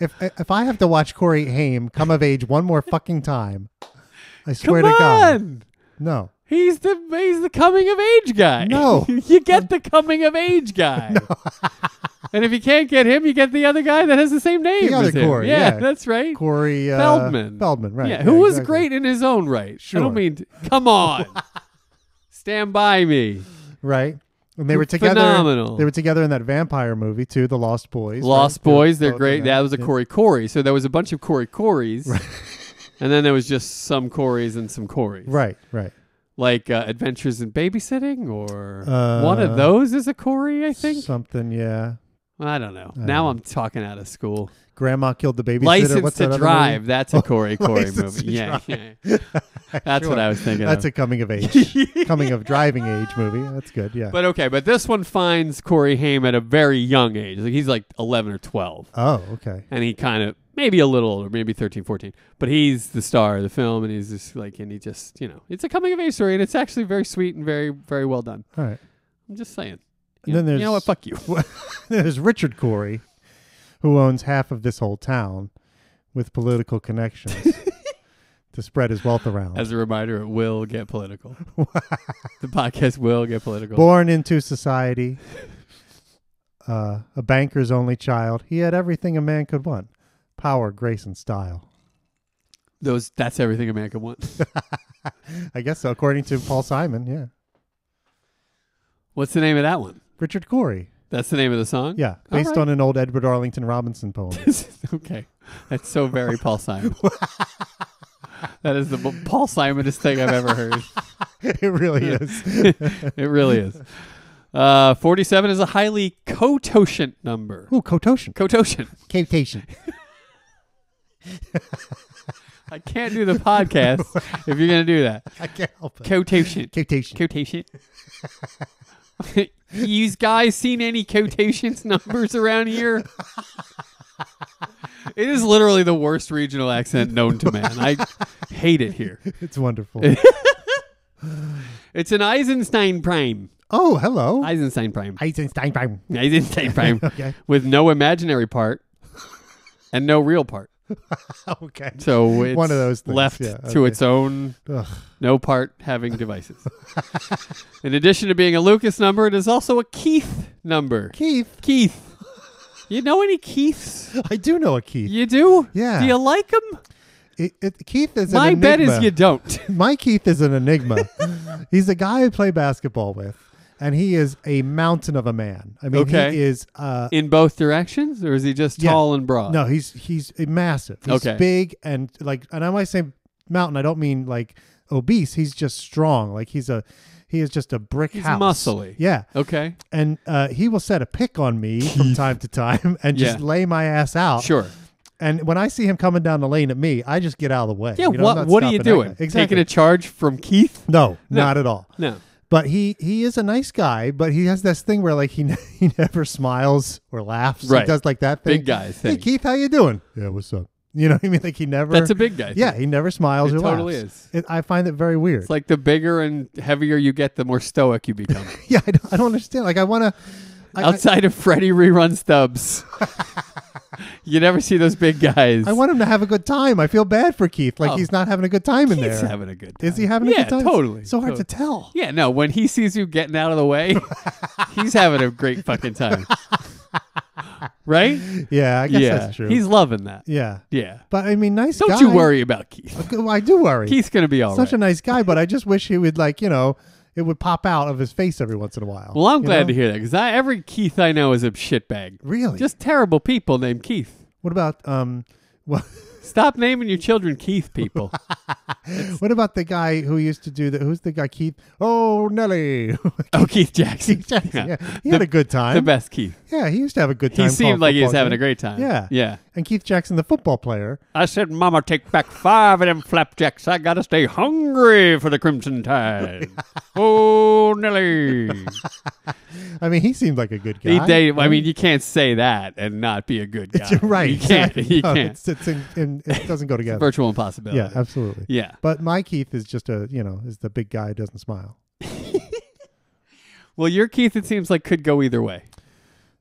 S1: if if I have to watch Corey Haim come of age one more fucking time, I swear
S3: Come
S1: to God,
S3: on.
S1: no.
S3: He's the he's the coming of age guy.
S1: No.
S3: [laughs] you get the coming of
S1: [laughs]
S3: age guy. and if you can't get him, you get the other guy that has the same name.
S1: other
S3: as him.
S1: Corey,
S3: yeah,
S1: yeah.
S3: that's right.
S1: Corey uh,
S3: Feldman.
S1: Feldman, right?
S3: Yeah, who was
S1: exactly.
S3: great in his own right. I
S1: Sure.
S3: don't mean to- come
S1: [laughs]
S3: on. Stand by me.
S1: right? And they were together.
S3: Phenomenal.
S1: They were together in that vampire movie too, The Lost Boys.
S3: Lost
S1: right?
S3: Boys,
S1: They
S3: they're
S1: were both
S3: great.
S1: in
S3: That was a
S1: Yeah.
S3: Corey Corey. So there was a bunch of Corey Coreys. [laughs] and then there was just some Coreys and some Coreys.
S1: Right, right.
S3: Like uh, Adventures in Babysitting or
S1: Uh,
S3: one of those is a Corey, I think.
S1: Something, yeah.
S3: I don't know.
S1: don't
S3: now
S1: know.
S3: I'm talking out of school.
S1: Grandma killed the babysitter.
S3: License
S1: What's that
S3: to
S1: other
S3: Drive.
S1: movie? Oh,
S3: That's a Corey Corey
S1: License
S3: movie.
S1: to
S3: [laughs] Yeah,
S1: Drive. [laughs]
S3: yeah. That's
S1: Sure.
S3: what I was
S1: [laughs]
S3: thinking.
S1: That's
S3: of.
S1: a coming of age,
S3: [laughs]
S1: coming of driving age movie. That's good. Yeah.
S3: But okay, but this one finds Corey Haim at a very young age. Like he's like 11 or 12.
S1: oh, okay.
S3: And he kind of, maybe a little older, maybe 13, 14. But he's the star of the film. And he's just like, and he just, you know, it's a coming of age story. And it's actually very sweet and very, very well done.
S1: All right. [laughs]
S3: I'm just saying.
S1: And
S3: You,
S1: then
S3: know, you
S1: there's-
S3: know what? Fuck you.
S1: There's Richard Corey, who owns half of this whole town, with political
S3: [laughs]
S1: connections to spread his wealth around.
S3: As a reminder, it will
S1: [laughs]
S3: get political. the podcast will get political.
S1: Born into society. uh, a banker's only child. He had everything a man could want: power, grace, and style.
S3: Those that's everything a man could want.
S1: I guess so, according to Paul Simon. Yeah,
S3: What's the name of that one?
S1: Richard Corey.
S3: That's the name of the song.
S1: Yeah,
S3: All
S1: based
S3: right.
S1: on an old Edward Arlington Robinson poem.
S3: [laughs]
S1: [laughs]
S3: okay, that's so very Paul Simon. that is the mo- Paul Simonest thing I've ever heard.
S1: it really is.
S3: It really is. Uh, Forty-seven is a highly cototient number.
S1: Ooh, Cototion.
S3: Cototient.
S1: Cotation.
S3: I can't do the podcast if you're gonna do that.
S1: I can't help it.
S3: Cototient.
S1: Cotation.
S3: Quotation. [laughs] you guys seen any quotations numbers around here? It is literally the worst regional accent known to man. I hate it here.
S1: It's
S3: [laughs]
S1: wonderful.
S3: It's an Eisenstein prime.
S1: oh, hello.
S3: Eisenstein prime.
S1: Eisenstein Prime.
S3: Eisenstein prime.
S1: Okay.
S3: With no imaginary part and no real part.
S1: [laughs] Okay.
S3: So it's
S1: One of those things,
S3: left
S1: yeah,
S3: to
S1: okay.
S3: its own
S1: Ugh.
S3: no part having devices. In addition to being a Lucas number, it is also a Keith number.
S1: Keith.
S3: Keith. You know any Keiths?
S1: I do know a Keith.
S3: You do?
S1: Yeah.
S3: Do you like them?
S1: It, it, Keith is
S3: My
S1: an
S3: bet
S1: enigma.
S3: is you don't. [laughs]
S1: My Keith is an enigma. [laughs] He's a guy I play basketball with, and he is a mountain of a man. I mean,
S3: Okay.
S1: he is. Uh,
S3: In both directions? Or is he just
S1: Yeah.
S3: tall and broad?
S1: no, he's he's massive. He's
S3: Okay.
S1: big and like, and when I say mountain, I don't mean like obese. He's just strong. Like he's a, he is just a brick
S3: He's
S1: house.
S3: muscly.
S1: Yeah.
S3: Okay.
S1: And uh, he will set a pick on me
S3: [laughs]
S1: from time to time and just
S3: Yeah.
S1: lay my ass out.
S3: Sure.
S1: And when I see him coming down the lane at me, I just get out of the way.
S3: Yeah,
S1: You know, I'm
S3: what
S1: not
S3: what are
S1: stopping
S3: you
S1: that
S3: doing?
S1: guy. Exactly.
S3: Taking a charge from Keith?
S1: no,
S3: No.
S1: not at all.
S3: No.
S1: But he he is a nice guy, but he has this thing where like he [laughs] ne- he never smiles or laughs.
S3: Right.
S1: He does like that thing.
S3: Big guy
S1: Hey
S3: thing.
S1: Keith, how you doing? Yeah, what's up? You know what I mean? Like he never.
S3: That's a big guy. thing.
S1: Yeah, he never smiles
S3: It
S1: or
S3: totally
S1: laughs. It, I find it very weird.
S3: It's like the bigger and heavier you get, the more stoic you become.
S1: yeah, [laughs] I don't, I don't understand. Like I want to. I,
S3: Outside of Freddy
S1: [laughs]
S3: rerun stubs, you never see those big guys.
S1: I want him to have a good time. I feel bad for Keith. Like
S3: Oh.
S1: he's not having a good time in
S3: He's
S1: there.
S3: having a good time.
S1: Is he having a
S3: Yeah,
S1: good time?
S3: totally.
S1: So hard
S3: Totally.
S1: to tell.
S3: [laughs] Yeah, no, when he sees you getting out of
S1: [laughs]
S3: the way, he's having a great fucking time. right?
S1: Yeah, I guess
S3: yeah.
S1: that's true.
S3: He's loving that.
S1: yeah,
S3: Yeah.
S1: but I mean, nice
S3: Don't
S1: guy.
S3: you worry about Keith.
S1: Okay, well, I do worry.
S3: Keith's going to be all right.
S1: such a nice guy, but I just wish he would like you know it would pop out of his face every once in a while.
S3: well, I'm
S1: you
S3: glad
S1: know?
S3: to hear that because every Keith I know is a shitbag.
S1: Really?
S3: Just terrible people named Keith.
S1: what about um, [laughs] what,
S3: Stop naming your children Keith
S1: [laughs]
S3: people.
S1: what about the guy who used to do the Who's the guy Keith? Oh, [laughs] Nelly.
S3: oh, Keith Jackson.
S1: Jackson, yeah. He
S3: The-
S1: had a good
S3: The
S1: time.
S3: best Keith.
S1: Yeah, he used to have a good time.
S3: He seemed
S1: calling
S3: like he was
S1: football
S3: having a
S1: games.
S3: great time.
S1: Yeah.
S3: Yeah.
S1: And Keith Jackson, the football player,
S3: I said, Mama, take back five of them flapjacks. I gotta stay hungry for the
S1: [laughs]
S3: Crimson Tide. oh, Nelly.
S1: I mean, he seemed like a good guy.
S3: He dated, I mean, you can't say that and not be a good guy.
S1: [laughs] You're [laughs] right.
S3: You can't.
S1: exactly.
S3: You
S1: No,
S3: can't.
S1: It's, it's in, in, it doesn't
S3: [laughs]
S1: go together.
S3: Virtual impossibility.
S1: Yeah, absolutely.
S3: Yeah.
S1: But my Keith is just a, you know, is the big guy who doesn't smile.
S3: Well, your Keith, it seems like, could go either way.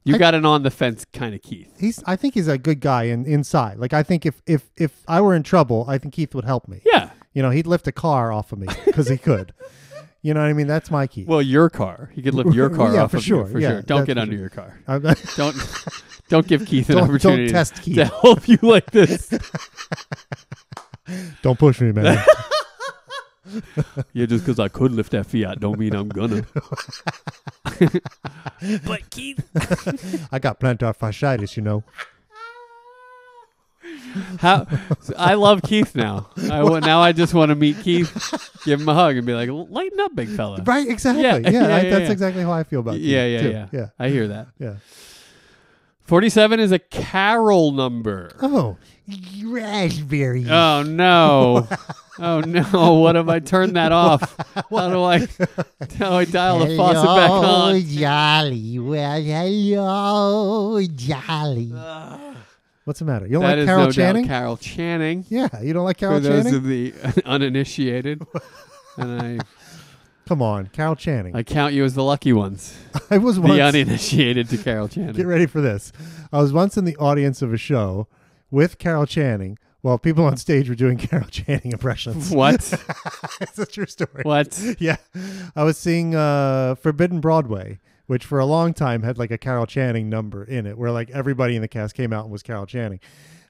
S3: You
S1: I-
S3: got an on the fence kind of Keith.
S1: he's I think he's a good guy in, inside. Like I think if if if I were in trouble, I think Keith would help me.
S3: Yeah.
S1: You know, he'd lift a car off of me because he
S3: [laughs]
S1: could. You know what I mean? That's my Keith.
S3: Well, your car. He
S1: [laughs]
S3: could lift your car
S1: Yeah,
S3: off
S1: for
S3: of
S1: sure.
S3: you, for
S1: Yeah,
S3: sure. Don't
S1: that's
S3: get
S1: for
S3: under
S1: sure.
S3: your car.
S1: I'm-
S3: Don't [laughs] don't give Keith an
S1: Don't- don't
S3: opportunity
S1: test
S3: to
S1: Keith.
S3: help you
S1: [laughs]
S3: like this.
S1: [laughs] don't push me,
S3: [laughs]
S1: man.
S3: Yeah, just because I could lift that Fiat don't mean I'm gonna.
S2: But Keith,
S1: I got plantar fasciitis. You know,
S3: How I love Keith now. I wa- now I just want to meet Keith, give him a hug, and be like, "Lighten up, big fella."
S1: right? Exactly.
S3: Yeah,
S1: Yeah,
S3: yeah,
S1: I-
S3: yeah,
S1: that's
S3: yeah.
S1: exactly how I feel about.
S3: Yeah, yeah,
S1: Keith,
S3: yeah,
S1: too. yeah,
S3: I hear that.
S1: yeah.
S3: Forty-seven is a carol number.
S1: Oh, raspberry.
S3: Oh no! Oh no! What if I turn that off? How do I? How do I dial the faucet back on?
S1: jolly. Well, hello, jolly. What's the matter? You don't
S3: Uh, That
S1: like
S3: is
S1: Carol
S3: no
S1: Channing?
S3: doubt Carol Channing.
S1: yeah, you don't like
S3: For
S1: Carol
S3: those
S1: Channing?
S3: of the [laughs] uninitiated, and
S1: Come on, Carol Channing.
S3: I, I count you as the lucky ones,
S1: [laughs] I was
S3: the
S1: once.
S3: uninitiated to Carol Channing.
S1: Get ready for this. I was once in the audience of a show with Carol Channing while people on stage were doing [laughs] Carol Channing impressions. [laughs]
S3: What?
S1: it's a true story.
S3: What?
S1: [laughs] Yeah. I was seeing uh, Forbidden Broadway which for a long time had like a Carol Channing number in it, where like everybody in the cast came out and was Carol Channing.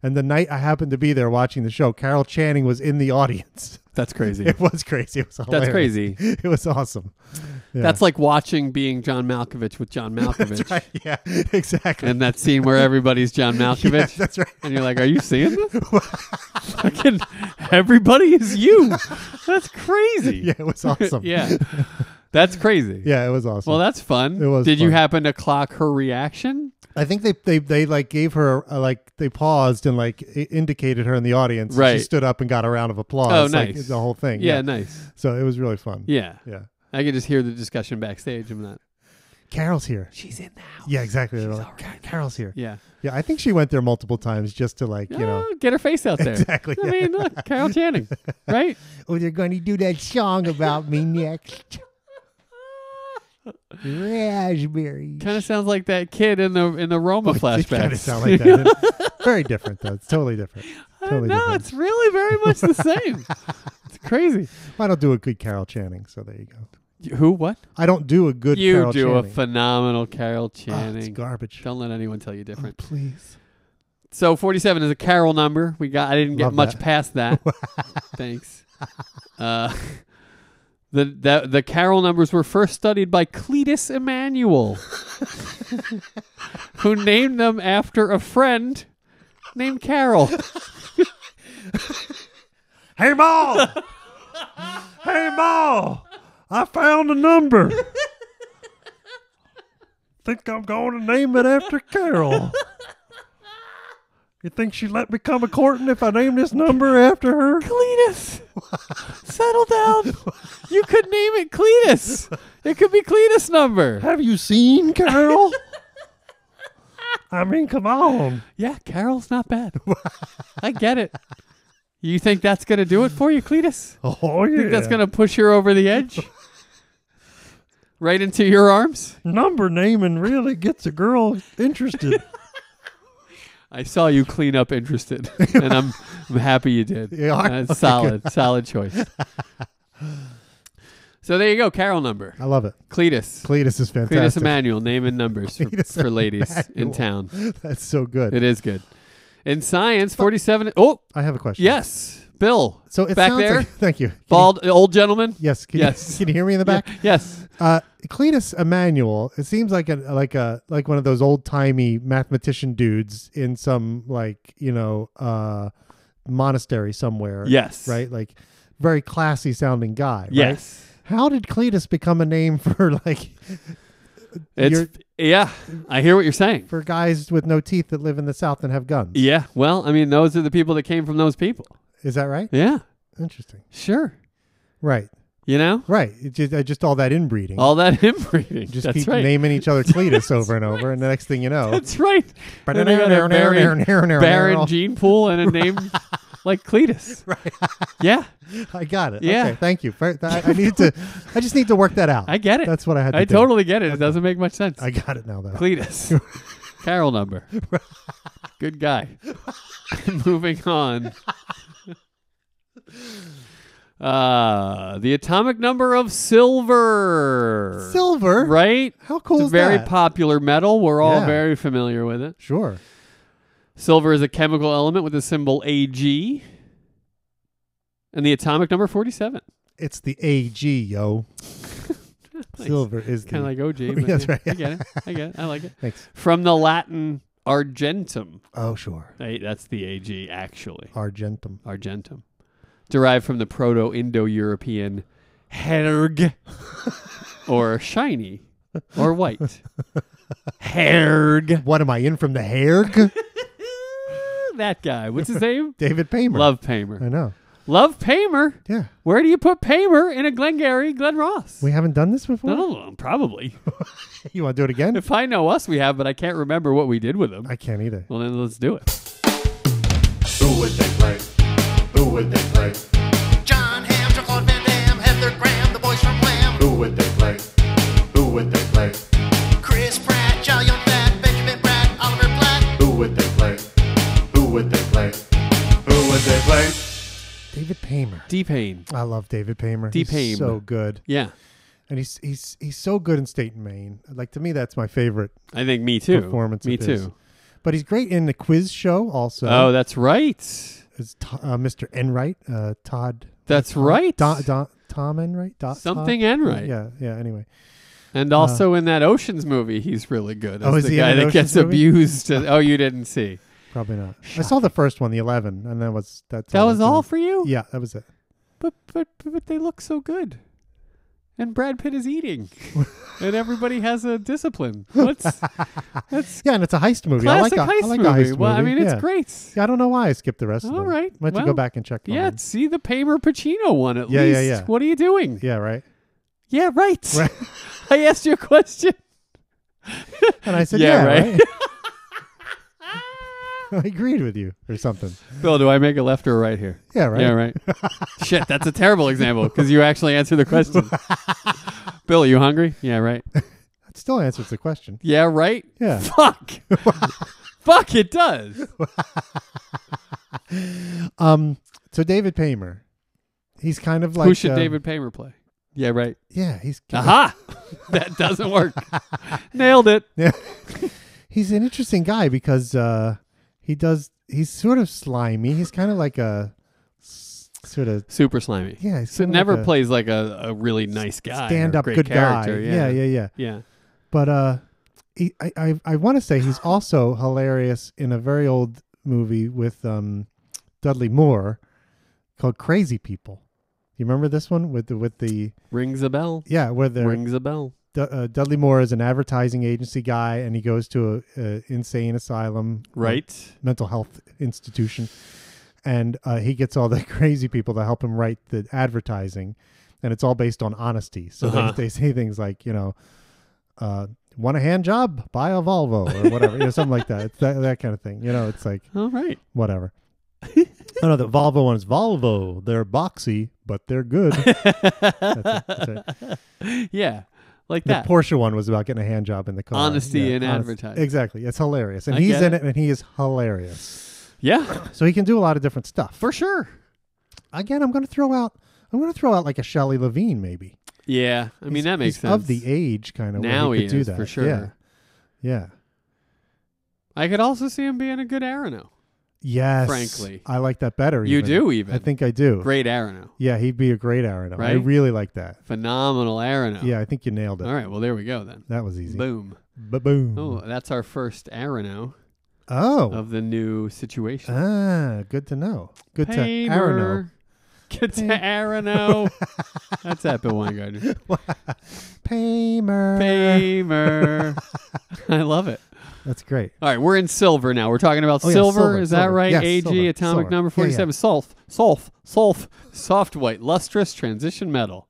S1: And the night I happened to be there watching the show, Carol Channing was in the audience. [laughs]
S3: That's crazy.
S1: It was crazy. It was
S3: That's
S1: hilarious.
S3: crazy.
S1: [laughs] It was awesome. [laughs] Yeah.
S3: That's like watching being John Malkovich
S1: [laughs]
S3: with John Malkovich,
S1: yeah, [laughs] exactly.
S3: and that scene where everybody's John Malkovich.
S1: [laughs] yeah, that's right.
S3: And you're like, are you
S1: [laughs]
S3: seeing this? Fucking everybody
S1: [laughs]
S3: is you. That's crazy.
S1: Yeah, it
S3: [laughs]
S1: was awesome. [laughs]
S3: yeah. That's crazy.
S1: yeah, it was awesome.
S3: Well, that's fun.
S1: It was
S3: Did you
S1: fun.
S3: happen to clock her reaction?
S1: I think they they they like gave her a, like they paused and like i- indicated her in the audience.
S3: Right.
S1: She stood up and got a round of applause.
S3: Oh,
S1: like,
S3: nice.
S1: the whole thing.
S3: Yeah, nice.
S1: So it was really fun.
S3: Yeah.
S1: Yeah.
S3: I could just hear the discussion backstage. I'm not.
S1: Carol's here.
S3: She's in now.
S1: Yeah, exactly. They were like, "Car- Carol's here.
S3: Yeah.
S1: Yeah, I think she went there multiple times just to like, you know,
S3: Oh, get her face out there.
S1: Exactly,
S3: I
S1: yeah.
S3: mean, look,
S1: [laughs]
S3: Carol Channing, right?
S1: oh, they're going to do that song about me next. Raspberry.
S3: Kind of sounds like that kid in the in the Roma
S1: Oh, It
S3: flashback.
S1: kind of sound
S3: [laughs]
S1: like that. Very different though. It's totally different. Totally
S3: no,
S1: different.
S3: it's really very much
S1: [laughs]
S3: the same. it's crazy.
S1: I don't do a good Carol Channing, so there you go.
S3: Who? What?
S1: I don't do a good
S3: you
S1: Carol
S3: do
S1: Channing.
S3: a phenomenal Carol
S1: Ah, it's
S3: Channing.
S1: garbage. Oh,
S3: Don't let anyone tell you different.
S1: Please.
S3: So 47 is a Carol number. We got. I didn't get
S1: Love
S3: much
S1: that. [laughs]
S3: past that. Thanks. Uh, [laughs] the, the the Carol numbers were first studied by Cletus Emanuel, who named them after a friend named Carol.
S1: Hey, Ma! hey, Ma! I found a number. think I'm going to name it after Carol. You think she'd let me come a courting if I name this number after her?
S3: Cletus, [laughs] settle down. You could name it Cletus. It could be Cletus number.
S1: Have you seen Carol? I mean, come on.
S3: Yeah, Carol's
S1: [laughs]
S3: not bad. I get it. You think that's gonna do it for you, Cletus?
S1: Oh, yeah.
S3: think that's going to push her over
S1: [laughs]
S3: the edge? right into your arms?
S1: Number naming really gets a girl interested.
S3: I saw you clean
S1: [laughs]
S3: up interested, and I'm, I'm happy you did.
S1: You are?
S3: That's solid,
S1: [laughs]
S3: solid choice. so there you go, Carol number.
S1: [laughs] I love it.
S3: Cletus.
S1: Cletus is
S3: Cletus
S1: fantastic.
S3: Emanuel, name and numbers for,
S1: Cletus
S3: for ladies in
S1: Emanuel.
S3: town.
S1: That's so good.
S3: It is good. In science, 47. Oh,
S1: I have a question.
S3: yes. Bill.
S1: So it
S3: back
S1: sounds
S3: there.
S1: like- [laughs] thank you. Can you-
S3: Bald old gentleman.
S1: yes. Can
S3: Yes.
S1: You, can you hear me in the back?
S3: Yes.
S1: Uh, Cletus Emanuel. It seems like a like a like one of those old timey mathematician dudes in some like you know uh, monastery somewhere.
S3: Yes.
S1: Right. Like very classy sounding guy. right?
S3: Yes.
S1: How did Cletus become a name [laughs] for like
S3: It's yeah. I hear what you're saying.
S1: for guys with no teeth that live in the South and have guns?
S3: Yeah. Well, I mean, those are the people that came from those people.
S1: Is that right?
S3: Yeah.
S1: Interesting.
S3: Sure.
S1: Right.
S3: You know,
S1: Right. It just, uh, just all that inbreeding.
S3: all that [laughs] inbreeding.
S1: just
S3: That's
S1: keep
S3: right.
S1: naming each other Cletus over and over, and the next thing you know,
S3: [laughs] That's right. And they got
S1: [laughs]
S3: a barren, barren gene pool and a name
S1: [laughs]
S3: like Cletus. Right. Yeah.
S1: I got it.
S3: Yeah.
S1: Okay, thank you. For, I, I need
S3: [laughs]
S1: to. I just need to work that out.
S3: I get it.
S1: That's what I had. To
S3: I
S1: do.
S3: totally get it. It doesn't make much sense.
S1: I got it now though.
S3: [laughs]
S1: [laughs]
S3: Cletus. Carol number. Good guy. [laughs] Moving on. [laughs] Uh, the atomic number of silver.
S1: Silver.
S3: Right?
S1: How cool
S3: It's a
S1: is
S3: very
S1: that?
S3: popular metal. We're all
S1: Yeah.
S3: very familiar with it.
S1: Sure.
S3: Silver is a chemical element with the symbol Ag. And the atomic number 47.
S1: It's the AG, yo. Silver is
S3: Kind
S1: the.
S3: of
S1: [laughs]
S3: like OG. But
S1: That's
S3: yeah,
S1: right,
S3: I get it. I get it. I like it.
S1: thanks.
S3: From the Latin argentum.
S1: Oh, sure.
S3: Hey, that's the AG, actually.
S1: Argentum.
S3: Argentum. Derived from the Proto Indo European herg, or shiny,
S1: [laughs]
S3: or white. Herg.
S1: What am I in from the
S3: [laughs]
S1: Hague?
S3: That guy. What's his name?
S1: David Paymer.
S3: Love
S1: I
S3: Paymer.
S1: know.
S3: Love Paymer?
S1: Yeah.
S3: Where do you put Paymer in a Glengarry Glen Ross?
S1: We haven't done this before.
S3: I don't know,
S1: [laughs]
S3: probably.
S1: You want to do it again?
S3: if I know us, we have, but I can't remember what we did with him.
S1: I can't either.
S3: Well, then let's do it.
S4: Who would they play? Who would they play?
S5: John Hamm, Jean-Claude Van Damme, Heather Graham, the boys from Wham,
S4: Who would they play? Who would they play?
S5: Chris Pratt, Chow Yun Fat, Benjamin Bratt, Oliver Platt,
S4: Who would they play? Who would they play? Who would they play?
S1: David Paymer.
S3: D Payne.
S1: I love David Paymer.
S3: Deep
S1: He's
S3: Aim.
S1: so good.
S3: Yeah.
S1: and he's he's he's so good in State and Maine. Like to me, that's my favorite
S3: I think me too.
S1: performance.
S3: Me
S1: of his. uh,
S3: too.
S1: But he's great in the quiz show also.
S3: Oh, that's right.
S1: is to, uh, Mr. Enright, uh, Todd.
S3: That's
S1: Tom-
S3: right.
S1: Don, Don, Tom Enright. Dot,
S3: Something
S1: Todd?
S3: Enright.
S1: Yeah, yeah. Anyway,
S3: And also in that Ocean's movie, he's really good.
S1: Oh,
S3: as
S1: is
S3: the
S1: he in
S3: guy
S1: an
S3: that
S1: Ocean's
S3: gets
S1: movie?
S3: abused? oh, you didn't see.
S1: probably not. I saw the first one, the eleven, and that was that's
S3: That was
S1: I
S3: all
S1: did.
S3: for you.
S1: Yeah, that was it.
S3: But but but they look so good. And Brad Pitt
S1: [laughs]
S3: is eating, and everybody has a discipline. What's that's
S1: Yeah, and it's a heist movie. I like
S3: classic
S1: a,
S3: heist
S1: I like
S3: movie.
S1: a heist
S3: Well, I
S1: movie.
S3: mean, it's
S1: Yeah.
S3: great.
S1: Yeah, I don't know why I skipped the rest of
S3: All
S1: them.
S3: right,
S1: Might have to go
S3: well,
S1: back and check. them
S3: Yeah,
S1: in.
S3: see the Paymer Pacino one at
S1: Yeah, yeah,
S3: least.
S1: yeah.
S3: What are you doing?
S1: Yeah, right.
S3: Yeah, right.
S1: Right.
S3: [laughs] I asked you a question.
S1: And I said,
S3: Yeah,
S1: yeah,
S3: right. [laughs]
S1: right. [laughs] I agreed with you or something.
S3: Bill, do I make a left or a right here?
S1: Yeah, right.
S3: Yeah, right. [laughs] Shit, that's a terrible example because you actually answered
S1: [laughs]
S3: the question. Bill, you hungry? Yeah, right.
S1: That still answers the question.
S3: Yeah, right.
S1: Yeah. [laughs]
S3: Fuck. Fuck, it does.
S1: Um. So David Paymer, he's kind of like
S3: Who should
S1: um,
S3: David Uh-huh. Paymer play? Yeah, right.
S1: Yeah, he's
S3: Aha! [laughs] that doesn't work. [laughs] Nailed it.
S1: he's an interesting guy because uh, he does he's sort of slimy. He's kind of like a s- sort of
S3: Super slimy.
S1: yeah. He's
S3: So
S1: kinda
S3: never
S1: like a
S3: plays like a, a really nice guy. or
S1: stand-up
S3: great
S1: good
S3: character.
S1: guy. Yeah, yeah, yeah.
S3: yeah.
S1: But uh, he, I I, I want to say
S3: [sighs]
S1: he's also hilarious in a very old movie with um, Dudley Moore called Crazy People. You remember this one with the with the
S3: Rings a bell.
S1: yeah where they're
S3: Rings a bell.
S1: Du- uh, Dudley Moore is an advertising agency guy, and he goes to a, a insane asylum,
S3: Right.
S1: mental health institution, and uh, he gets all the [laughs] crazy people to help him write the advertising, and it's all based on honesty. So
S3: Uh-huh.
S1: they, they say things like, you know, uh, want a hand job? Buy a Volvo or whatever, you know, something like that. It's that that kind of thing. You know, it's like
S3: All right. [laughs]
S1: whatever. oh no, the Volvo one is Volvo. They're boxy, but they're good. [laughs]
S3: [laughs]
S1: That's it. That's it.
S3: Yeah. Like
S1: The
S3: that.
S1: Porsche one was about getting a hand job in the car.
S3: Honesty in
S1: honest-
S3: advertising.
S1: Exactly. It's hilarious. And
S3: I
S1: he's
S3: get
S1: in it. and he is hilarious.
S3: yeah.
S1: So he can do a lot of different stuff.
S3: For sure.
S1: Again, I'm gonna throw out I'm gonna throw out like a Shelley Levine, maybe.
S3: Yeah. I mean,
S1: He's-
S3: that makes
S1: he's
S3: sense.
S1: Of the age kind of
S3: Now
S1: where he,
S3: he
S1: could
S3: is,
S1: do that.
S3: for sure.
S1: Yeah. Yeah.
S3: I could also see him being a good Arano.
S1: Yes.
S3: Frankly.
S1: I like that better.
S3: You
S1: even.
S3: do even.
S1: I think I do.
S3: Great Arano.
S1: Yeah, he'd be a great Aaron. I
S3: Right?
S1: really like that.
S3: Phenomenal Arano.
S1: Yeah, I think you nailed it.
S3: All right. Well, there we go then.
S1: That was easy.
S3: Boom.
S1: Ba boom.
S3: Oh, that's our first Arano
S1: Oh.
S3: of the new situation.
S1: ah, good to know. Good
S3: Paymer.
S1: to Aaron.
S3: Good to
S1: Pay-
S3: Arano.
S1: [laughs]
S3: that's that Bill Weingarten.
S1: Paymer. [laughs]
S3: Paymer. I love it.
S1: That's great.
S3: All right, we're in silver now. We're talking about
S1: Oh, yeah,
S3: silver,
S1: silver,
S3: Is that
S1: silver.
S3: right?
S1: Yes,
S3: AG,
S1: silver,
S3: atomic
S1: silver.
S3: number
S1: Yeah, yeah.
S3: 47. Sulf, sulf, sulf, soft white, lustrous transition metal.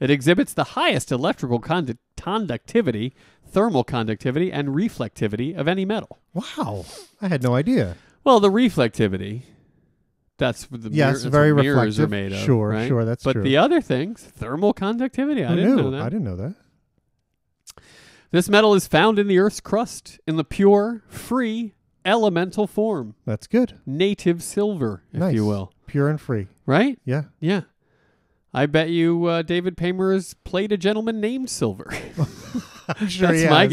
S3: It exhibits the highest electrical condu- conductivity, thermal conductivity, and reflectivity of any metal.
S1: Wow, I had no idea.
S3: Well, the reflectivity. That's what the
S1: Yeah,
S3: mirror-
S1: it's
S3: that's
S1: very
S3: what mirrors are
S1: reflective.
S3: made of.
S1: Sure,
S3: right?
S1: sure, that's
S3: but
S1: true.
S3: the other things, thermal conductivity. I
S1: Who
S3: didn't
S1: knew?
S3: know that.
S1: I didn't know that.
S3: This metal is found in the Earth's crust in the pure, free, elemental form.
S1: That's good.
S3: native silver, if
S1: nice.
S3: you will.
S1: Pure and free.
S3: Right? [laughs]
S1: Yeah.
S3: Yeah. I bet you uh, David Paymer has played a gentleman named Silver [laughs]
S1: I'm sure
S3: That's
S1: he
S3: my
S1: has.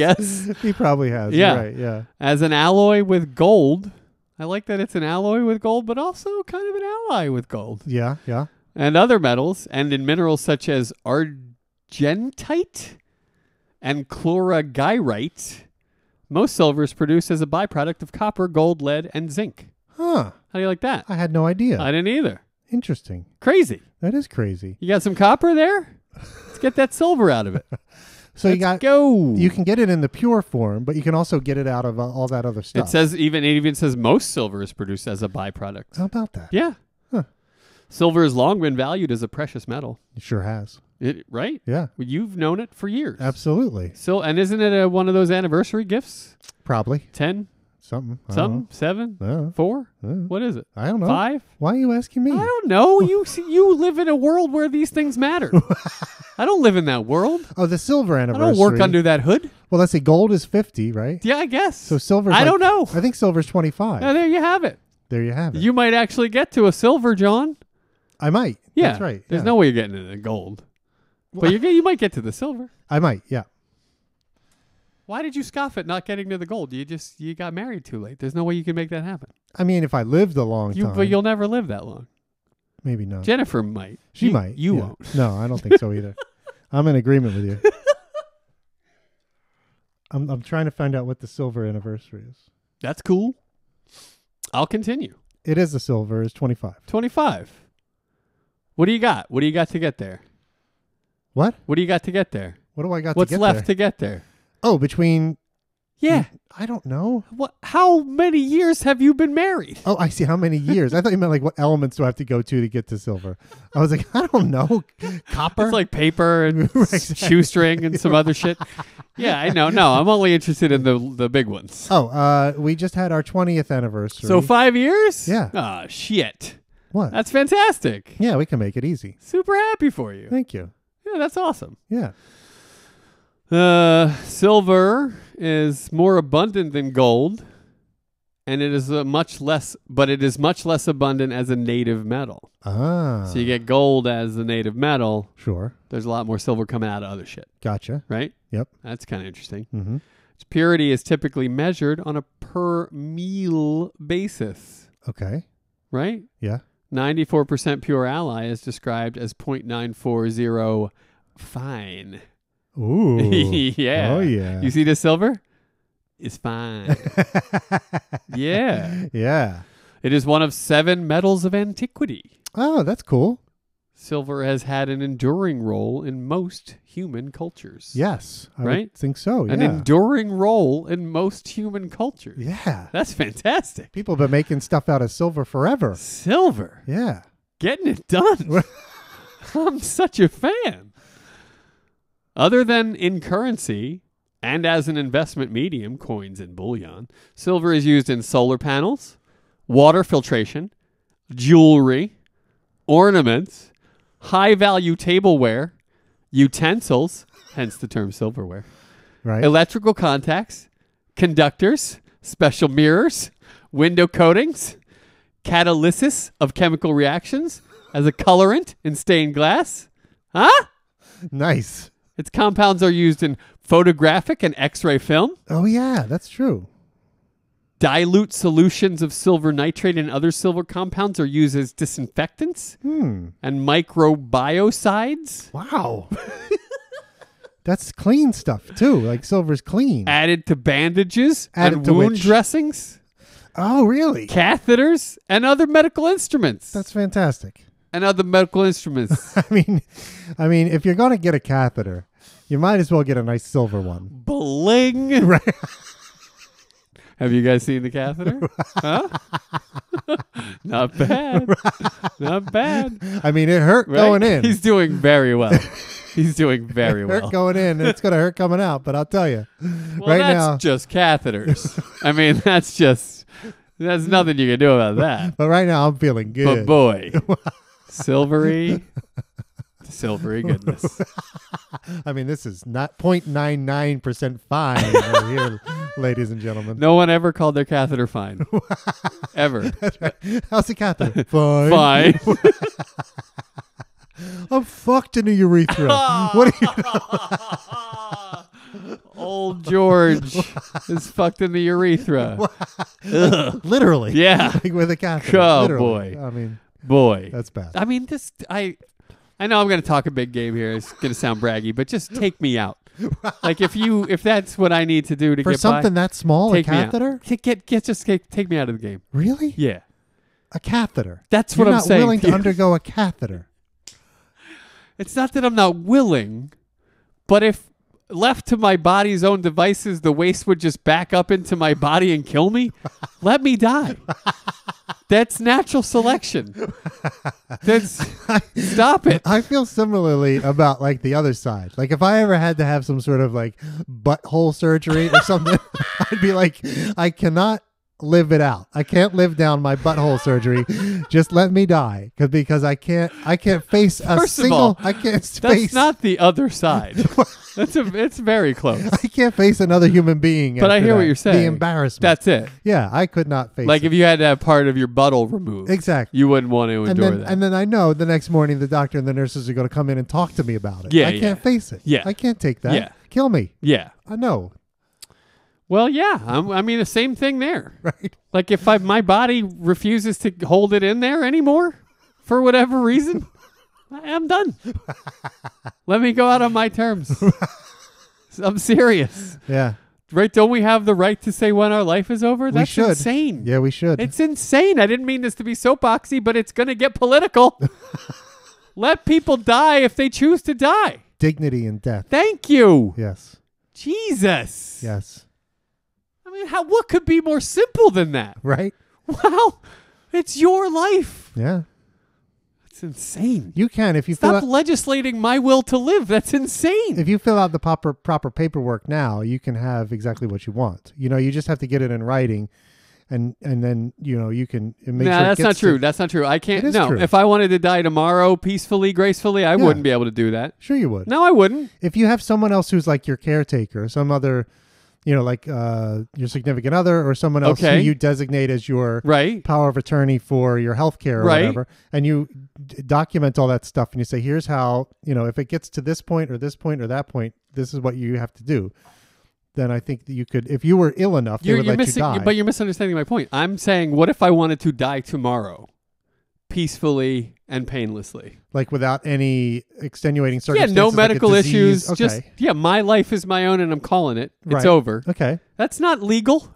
S3: guess.
S1: [laughs] He probably has.
S3: Yeah.
S1: Yeah. Right. Yeah.
S3: as an alloy with gold. I like that it's an alloy with gold, but also kind of an ally with gold
S1: Yeah. Yeah.
S3: and other metals, and in minerals such as argentite and chlorogyrite. Most silver is produced as a byproduct of copper, gold, lead, and zinc.
S1: Huh.
S3: How do you like that?
S1: I had no idea.
S3: I didn't either.
S1: Interesting.
S3: Crazy.
S1: That is crazy.
S3: You got some copper there? Let's get that silver out of it.
S1: So [laughs] you got
S3: go.
S1: you can get it in the pure form, but you can also get it out of uh, all that other
S3: it
S1: stuff.
S3: says even it even says most silver is produced as a byproduct.
S1: How about that?
S3: Yeah.
S1: Huh.
S3: Silver has long been valued as a precious metal.
S1: It sure has.
S3: It, right?
S1: Yeah.
S3: Well, You've known it for years.
S1: Absolutely.
S3: So, and isn't it a, one of those anniversary gifts?
S1: Probably
S3: 10,
S1: something. I
S3: something,
S1: don't
S3: 7,
S1: know. I don't know.
S3: 4?
S1: I don't know.
S3: What is it?
S1: I don't know.
S3: 5?
S1: Why are you asking me?
S3: I
S1: [laughs]
S3: don't know. You see, you live in a world where these things matter. I don't live in that world.
S1: Oh, the silver
S3: I
S1: anniversary.
S3: don't work under that hood.
S1: Well, let's see. Gold is fifty, right?
S3: Yeah, I guess.
S1: So silver's
S3: I
S1: like-
S3: don't know.
S1: I think silver's twenty five.
S3: Now, there you have it.
S1: There you have it.
S3: You might actually get to a silver, John.
S1: I might.
S3: Yeah,
S1: That's right.
S3: There's
S1: yeah.
S3: no way you're getting it in gold.
S1: [laughs]
S3: But you're, gonna- you might get to the silver.
S1: I might, yeah.
S3: Why did you scoff at not getting to the gold? You just you got married too late. There's no way you can make that happen.
S1: I mean, if I lived a long
S3: You,
S1: time,
S3: but you'll never live that long.
S1: maybe not.
S3: Jennifer might.
S1: she
S3: You-
S1: might.
S3: You
S1: yeah.
S3: won't.
S1: No, I don't think so
S3: [laughs]
S1: either. I'm in agreement with you. I'm I'm trying to find out what the silver anniversary is.
S3: That's cool. I'll continue.
S1: It is a silver. It's 25.
S3: 25. What do you got? What do you got to get there?
S1: What?
S3: What do you got to get there?
S1: What do I got
S3: What's
S1: to get
S3: left
S1: there? Hmm.
S3: to get there?
S1: oh, between
S3: Yeah.
S1: I don't know.
S3: What? How many years have you been married?
S1: Oh, I see. How many years? I thought you meant like what elements do I have to go to to get to silver? I was like, [laughs] I don't know. Copper.
S3: It's like paper
S1: [laughs]
S3: and shoestring and some other shit. Yeah, I know. No, I'm only interested in the the big ones.
S1: oh, uh, we just had our 20th anniversary.
S3: So five years?
S1: Yeah.
S3: Ah, shit.
S1: what?
S3: That's fantastic.
S1: yeah, we can make it easy.
S3: Super happy for you.
S1: Thank you.
S3: Yeah, that's awesome.
S1: Yeah.
S3: Uh, silver is more abundant than gold, and it is a much less, but it is much less abundant as a native metal.
S1: Ah.
S3: So you get gold as the native metal.
S1: sure.
S3: There's a lot more silver coming out of other shit,
S1: Gotcha.
S3: right?
S1: Yep.
S3: That's kind of interesting.
S1: Mm-hmm.
S3: Its purity is typically measured on a per meal basis,
S1: Okay.
S3: right? [laughs]
S1: Yeah.
S3: 94% pure alloy is described as 0.940 fine. [laughs]
S1: Ooh. [laughs]
S3: yeah.
S1: Oh yeah.
S3: You see this silver? It's fine. yeah.
S1: yeah.
S3: It is one of seven metals of antiquity.
S1: Oh, that's cool.
S3: Silver has had an enduring role in most human cultures.
S1: Yes. I would
S3: Right?
S1: think so. Yeah.
S3: An enduring role in most human cultures.
S1: yeah.
S3: That's fantastic.
S1: People have been making stuff out of silver forever.
S3: Silver.
S1: Yeah.
S3: Getting it done. I'm such a fan. Other than in currency and as an investment medium, coins and bullion, silver is used in solar panels, water filtration, jewelry, ornaments, high value tableware, utensils, hence the term silverware,
S1: Right.
S3: electrical contacts, conductors, special mirrors, window coatings, catalysis of chemical reactions as a colorant in stained glass. Huh?
S1: nice.
S3: Its compounds are used in photographic and x ray film,
S1: Oh yeah, that's true.
S3: dilute solutions of silver nitrate and other silver compounds are used as disinfectants
S1: Hmm.
S3: and microbiocides.
S1: Wow. [laughs] that's clean stuff too. Like silver's clean.
S3: Added to bandages
S1: Added
S3: and
S1: to
S3: wound
S1: which?
S3: dressings,
S1: oh really?
S3: catheters, and other medical instruments.
S1: That's fantastic.
S3: and other
S1: [laughs]
S3: medical instruments.
S1: I mean, I mean, if you're gonna get a catheter, you might as well get a nice silver one. [laughs]
S3: Bling. Have you guys seen
S1: [laughs]
S3: the catheter? Huh? Not bad. Not bad.
S1: I mean, it hurt
S3: Right?
S1: going in.
S3: He's doing very
S1: [laughs]
S3: well. He's doing very well.
S1: hurt going in, and it's gonna hurt coming out. But I'll tell you,
S3: well,
S1: right
S3: that's
S1: now. [laughs]
S3: just catheters. I mean, that's just that's nothing you can do about that.
S1: but right now, I'm feeling good. [laughs]
S3: But boy, silvery, silvery goodness.
S1: I mean, this is not 0.99 percent fine over here, [laughs] ladies and gentlemen.
S3: No one ever called their
S1: [laughs]
S3: catheter fine, ever.
S1: How's the
S3: [laughs]
S1: catheter? Fine. [laughs]
S3: Fine.
S1: I'm fucked in the
S3: [laughs]
S1: urethra. what are you?
S3: Ah. Old George is fucked in
S1: [laughs]
S3: the urethra.
S1: Literally.
S3: Yeah,
S1: Like with a catheter.
S3: Oh,
S1: literally.
S3: boy.
S1: I mean,
S3: boy.
S1: that's bad.
S3: I mean, this. I. I know I'm going to talk a big game here. It's going to sound braggy, but just take me out. Like if you, if that's what I need to do to
S1: For
S3: get
S1: something that small,
S3: by, take
S1: a
S3: me
S1: catheter?
S3: out. Get, get, get- just get, take me out of the game.
S1: Really?
S3: Yeah,
S1: A catheter.
S3: that's
S1: You're
S3: what I'm
S1: not
S3: saying.
S1: willing to
S3: you. [laughs]
S1: undergo a catheter.
S3: It's not that I'm not willing, but if left to my body's own devices, the waste would just back up into my body and kill me. Let me die.
S1: [laughs]
S3: That's natural selection. That's stop it.
S1: I feel similarly about like the other side. Like if I ever had to [laughs] have some sort of like butthole surgery or something, I'd be like, I cannot live it out. I can't live down my butthole surgery. Just let me die, 'Cause- because I can't. I can't face a
S3: First of
S1: single.
S3: all,
S1: I can't
S3: That's
S1: face.
S3: not the other side. That's a, it's
S1: [laughs]
S3: very close.
S1: I can't face another human being.
S3: But I
S1: after
S3: hear what
S1: that.
S3: you're saying.
S1: The embarrassment.
S3: That's it.
S1: yeah. I could not face.
S3: Like
S1: it.
S3: if you had to have part of your buttle removed,
S1: Exactly.
S3: you wouldn't want to
S1: and
S3: endure
S1: then
S3: that.
S1: and then I know the next morning the doctor and the nurses are going to come in and talk to me about it.
S3: Yeah,
S1: I
S3: yeah.
S1: can't face it.
S3: Yeah.
S1: I can't take that.
S3: Yeah.
S1: Kill me.
S3: yeah.
S1: I know.
S3: Well, yeah. I'm, I mean, the same thing there.
S1: Right.
S3: Like if I, my body refuses to hold it in there anymore for whatever reason, I-
S1: [laughs]
S3: I'm done. Let me go out on my terms. I'm serious.
S1: [laughs] Yeah.
S3: Right? Don't we have the right to say when our life is over? That's
S1: we should.
S3: insane.
S1: Yeah, we should.
S3: It's insane. I didn't mean this to be soapboxy, but it's going to
S1: [laughs]
S3: get political. Let people die if they choose to die.
S1: Dignity in death.
S3: Thank you.
S1: Yes.
S3: Jesus.
S1: Yes.
S3: I mean, how what could be more simple than that? [laughs]
S1: Right?
S3: Wow. It's your life.
S1: Yeah.
S3: It's insane.
S1: You can if you fill
S3: Stop
S1: out,
S3: legislating my will to live. That's insane.
S1: if you fill out the proper proper paperwork now, you can have exactly what you want. You know, you just have to get it in writing and and then, you know, you can and
S3: No,
S1: make sure it
S3: that's
S1: gets
S3: not true.
S1: to-
S3: that's not true. I can't.
S1: It is
S3: No,
S1: true.
S3: if I wanted to die tomorrow peacefully, gracefully, I
S1: Yeah.
S3: wouldn't be able to do that.
S1: sure you would.
S3: No, I wouldn't.
S1: if you have someone else who's like your caretaker, some other, you know, like uh, your significant other or someone else
S3: Okay.
S1: who you designate as your
S3: Right.
S1: power of attorney for your health care or
S3: Right.
S1: whatever, and you d- document all that stuff and you say, here's how, you know, if it gets to this point or this point or that point, this is what you have to do. Then I think that you could, if you were ill enough, they
S3: You're,
S1: would
S3: you're
S1: let
S3: missing,
S1: you die.
S3: but you're misunderstanding my point. I'm saying, what if I wanted to die tomorrow, peacefully and painlessly?
S1: like without any extenuating
S3: Yeah,
S1: circumstances.
S3: no
S1: like a
S3: medical
S1: disease.
S3: issues.
S1: Okay.
S3: Just yeah, my life is my own, and I'm calling it. It's
S1: Right.
S3: over.
S1: okay,
S3: That's not legal.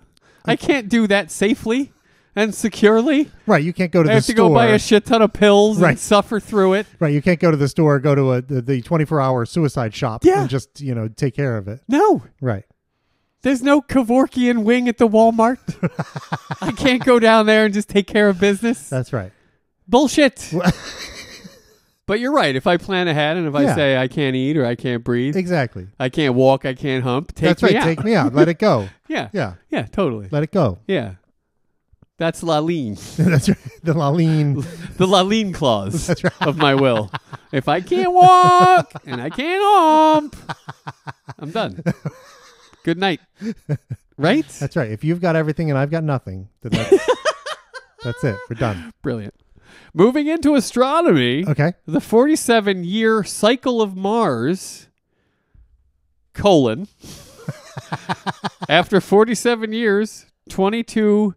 S3: I can't do that safely and securely.
S1: right. You can't go to
S3: I
S1: the
S3: have to
S1: store.
S3: go buy a shit ton of pills
S1: Right.
S3: and suffer through it.
S1: Right, you can't go to the store, go to a the twenty four hour suicide shop,
S3: Yeah.
S1: and just you know take care of it.
S3: No,
S1: Right,
S3: there's no Kevorkian wing at the Walmart. [laughs] I can't go down there and just take care of business.
S1: that's right.
S3: [laughs] Bullshit. but you're right. If I plan ahead and if I
S1: Yeah.
S3: say I can't eat or I can't breathe,
S1: Exactly.
S3: I can't walk, I can't hump, take
S1: that's
S3: me
S1: right.
S3: out.
S1: Take me out. Let it go.
S3: yeah. yeah,
S1: Yeah,
S3: totally.
S1: let it go.
S3: yeah, that's Laline,
S1: [laughs] that's right. The
S3: [laughs]
S1: Laline.
S3: the Laline clause of my will. If I can't walk and I can't hump, I'm done. Good night. Right?
S1: That's right. If you've got everything and I've got nothing, then
S3: [laughs]
S1: that's, that's it. We're done.
S3: Brilliant. Moving into astronomy.
S1: Okay.
S3: the 47 year cycle of Mars, colon, after 47 years, 22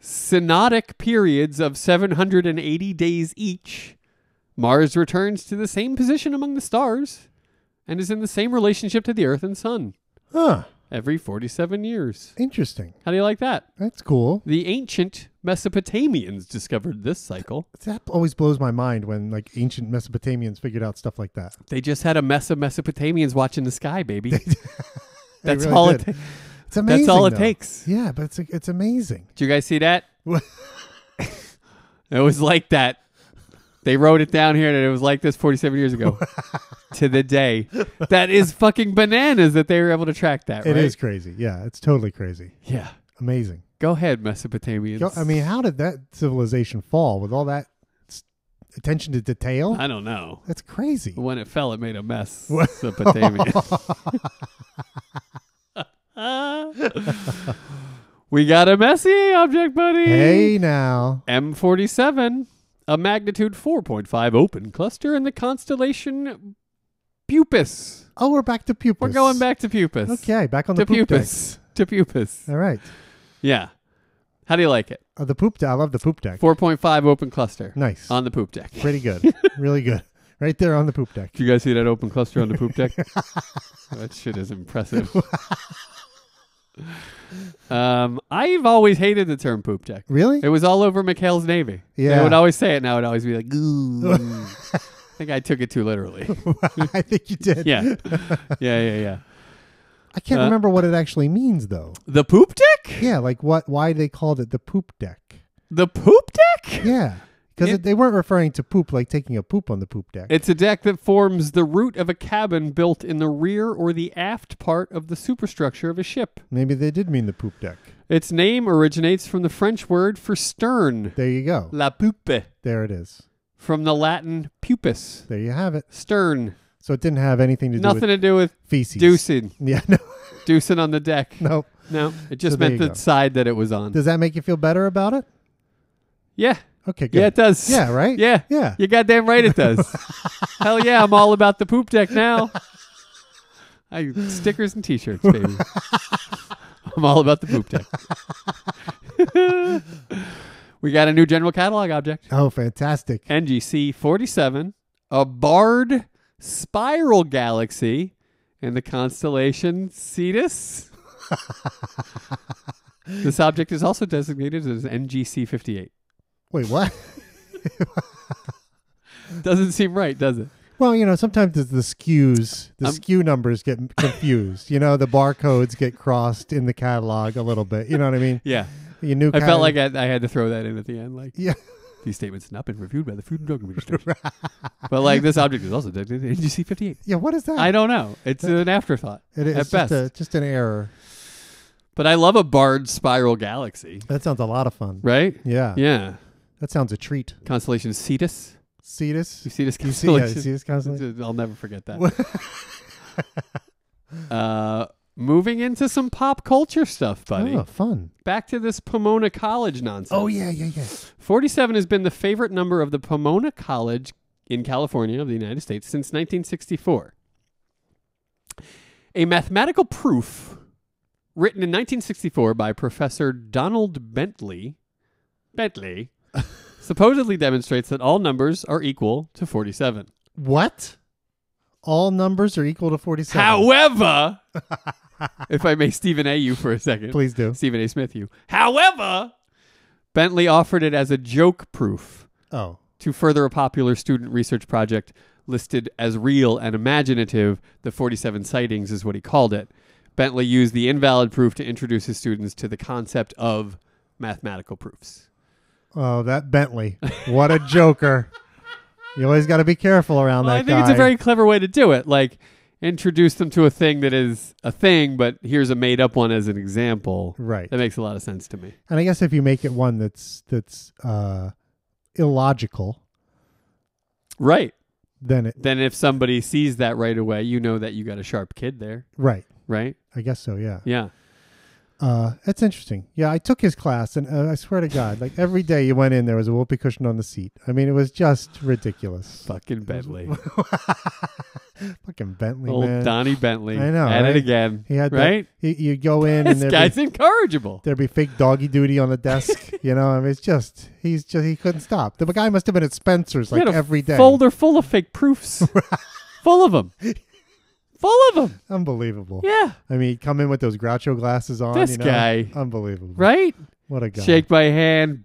S3: synodic periods of 780 days each, Mars returns to the same position among the stars and is in the same relationship to the Earth and Sun
S1: Huh.
S3: every 47 years.
S1: Interesting.
S3: How do you like that?
S1: That's cool.
S3: The ancient Mesopotamians discovered this cycle.
S1: That always blows my mind when like ancient Mesopotamians figured out stuff like that.
S3: They just had a mess of Mesopotamians watching the sky, baby.
S1: [laughs]
S3: [laughs]
S1: They
S3: That's
S1: really
S3: all
S1: did.
S3: it. Ta-
S1: It's amazing.
S3: all it
S1: though.
S3: takes.
S1: Yeah, but it's it's amazing.
S3: Did you guys see that? [laughs] It was like that. They wrote it down here, and it was like this 47 years
S1: [laughs]
S3: ago to the day. That is fucking bananas that they were able to track that.
S1: It
S3: right?
S1: is crazy. Yeah, it's totally crazy.
S3: Yeah.
S1: Amazing.
S3: Go ahead, Mesopotamians.
S1: Yo, I mean, how did that civilization fall with all that s- attention to detail?
S3: I don't know.
S1: That's crazy.
S3: When it fell, it made
S1: [laughs]
S3: a mess. Mesopotamia. we got a messy object, buddy.
S1: Hey now,
S3: M47, a magnitude 4.5 open cluster in the constellation Pupus.
S1: oh, we're back to pupus.
S3: We're going back to Pupus.
S1: Okay, back on
S3: To
S1: the poop deck.
S3: Pupus. To Pupus.
S1: All right,
S3: Yeah. How do you like it?
S1: Uh, the poop deck. I love the poop deck.
S3: 4.5 open cluster
S1: nice,
S3: on the poop deck.
S1: [laughs]
S3: Did
S1: pretty
S3: [laughs]
S1: good, really good. Right there on the poop deck.
S3: you guys see that open cluster on the
S1: [laughs]
S3: poop deck? that shit is impressive. um, I've always hated the term poop deck.
S1: Really?
S3: It was all over McHale's Navy. They
S1: Yeah.
S3: would always say it, and I would always be
S1: [laughs]
S3: like, ooh. I think I took it too literally.
S1: I think you did.
S3: yeah. Yeah, yeah, yeah.
S1: I can't
S3: Uh,
S1: remember what it actually means though.
S3: The poop deck?
S1: Yeah, like what? Why they called it the poop deck?
S3: The poop deck?
S1: Yeah, because
S3: It-
S1: they weren't referring to poop like taking a poop on the poop deck.
S3: It's a deck that forms the root of a cabin built in the rear or the aft part of the superstructure of a ship.
S1: Maybe they did mean the poop deck.
S3: Its name originates from the French word for stern,
S1: There you go.
S3: la pupe,
S1: There it is.
S3: from the Latin pupus,
S1: There you have it.
S3: stern.
S1: So it didn't have anything to do
S3: Nothing
S1: with
S3: to do with
S1: feces.
S3: deucing,
S1: [laughs] Yeah, no,
S3: deucing on the
S1: [laughs]
S3: deck.
S1: no.
S3: No, it just
S1: So there
S3: meant
S1: you
S3: the
S1: go.
S3: side that it was on.
S1: Does that make you feel better about it?
S3: yeah,
S1: Okay, good.
S3: yeah, it does.
S1: Yeah, right?
S3: Yeah,
S1: Yeah.
S3: You goddamn right, it
S1: [laughs]
S3: does. Hell yeah, I'm all about the poop deck now. I stickers and
S1: [laughs]
S3: t-shirts, baby. I'm all about the poop deck. [laughs] we got a new general catalog object.
S1: Oh, fantastic.
S3: NGC 47, a barred spiral galaxy in the constellation Cetus. this object is also designated as NGC 58.
S1: Wait, what? [laughs]
S3: Doesn't seem right, does it?
S1: Well, you know, sometimes it's the skews, the
S3: Um,
S1: skew numbers get m- confused. you know, the barcodes get crossed in the catalog a little bit. You know what I mean?
S3: Yeah.
S1: You knew.
S3: [laughs] I
S1: kind of-
S3: felt like I, I had to throw that in at the end. Like,
S1: [laughs] Yeah.
S3: these statements have not been reviewed by the Food and Drug Administration. but, like, this object is also designated as NGC 58.
S1: Yeah. What is that?
S3: I don't know. It's an afterthought
S1: It is
S3: at
S1: just,
S3: best.
S1: A, just an error.
S3: but I love a barred spiral galaxy,
S1: That sounds a lot of fun.
S3: right?
S1: Yeah.
S3: Yeah.
S1: That sounds a treat.
S3: Constellation Cetus.
S1: Cetus.
S3: [laughs] You see this
S1: You see, yeah,
S3: constellation?
S1: you see this constantly?
S3: I'll never forget that. [laughs] uh, moving into some pop culture stuff, buddy.
S1: Oh, fun.
S3: Back to this Pomona College nonsense.
S1: Oh yeah, yeah, yeah.
S3: 47 has been the favorite number of the Pomona College in California of the United States since 1964. A mathematical proof written in 1964 by Professor Donald Bentley
S1: [laughs]
S3: Bentley supposedly demonstrates that all numbers are equal to 47.
S1: What? All numbers are equal to forty-seven.
S3: However, [laughs] if I may Stephen A you for a second.
S1: Please do.
S3: Stephen A Smith you. However, Bentley offered it as a joke proof.
S1: Oh,
S3: to further a popular student research project listed as real and imaginative, the 47 sightings is what he called it. Bentley used the invalid proof to introduce his students to the concept of mathematical proofs.
S1: oh, that Bentley. What a
S3: [laughs]
S1: joker. You always got to be careful around
S3: Well, I
S1: that
S3: think it's a
S1: guy.
S3: very clever way to do it. Like, introduce them to a thing that is a thing, but here's a made up one as an example.
S1: Right.
S3: That makes a lot of sense to me.
S1: And I guess if you make it one that's that's uh, illogical,
S3: Right.
S1: then it
S3: Then, if somebody sees that right away, you know that you got a sharp kid there,
S1: right.
S3: right?
S1: I guess so. Yeah.
S3: Yeah.
S1: Uh, that's interesting. Yeah, I took his class, and uh, I swear to God, like every day you went in, there was a whoopee cushion on the seat. I mean, it was just
S3: [laughs]
S1: ridiculous. [laughs]
S3: Fucking Bentley.
S1: Fucking Bentley,
S3: Old
S1: man.
S3: Donnie Bentley.
S1: I know,
S3: At
S1: right?
S3: it again.
S1: He had
S3: right?
S1: That, he, you'd
S3: [laughs]
S1: go in, and
S3: This
S1: there'd
S3: guy's
S1: be,
S3: incorrigible.
S1: [laughs] there'd be fake doggy duty on the
S3: [laughs]
S1: desk. you know, I mean, it's just he's just he couldn't stop. The guy must have been at Spencer's
S3: He had
S1: like
S3: a
S1: every day.
S3: folder full of
S1: [laughs]
S3: fake proofs. full of them. Full of them.
S1: Unbelievable.
S3: Yeah.
S1: I mean, he'd come in with those Groucho glasses on.
S3: This
S1: you know?
S3: guy.
S1: unbelievable.
S3: Right?
S1: What a guy.
S3: Shake my hand,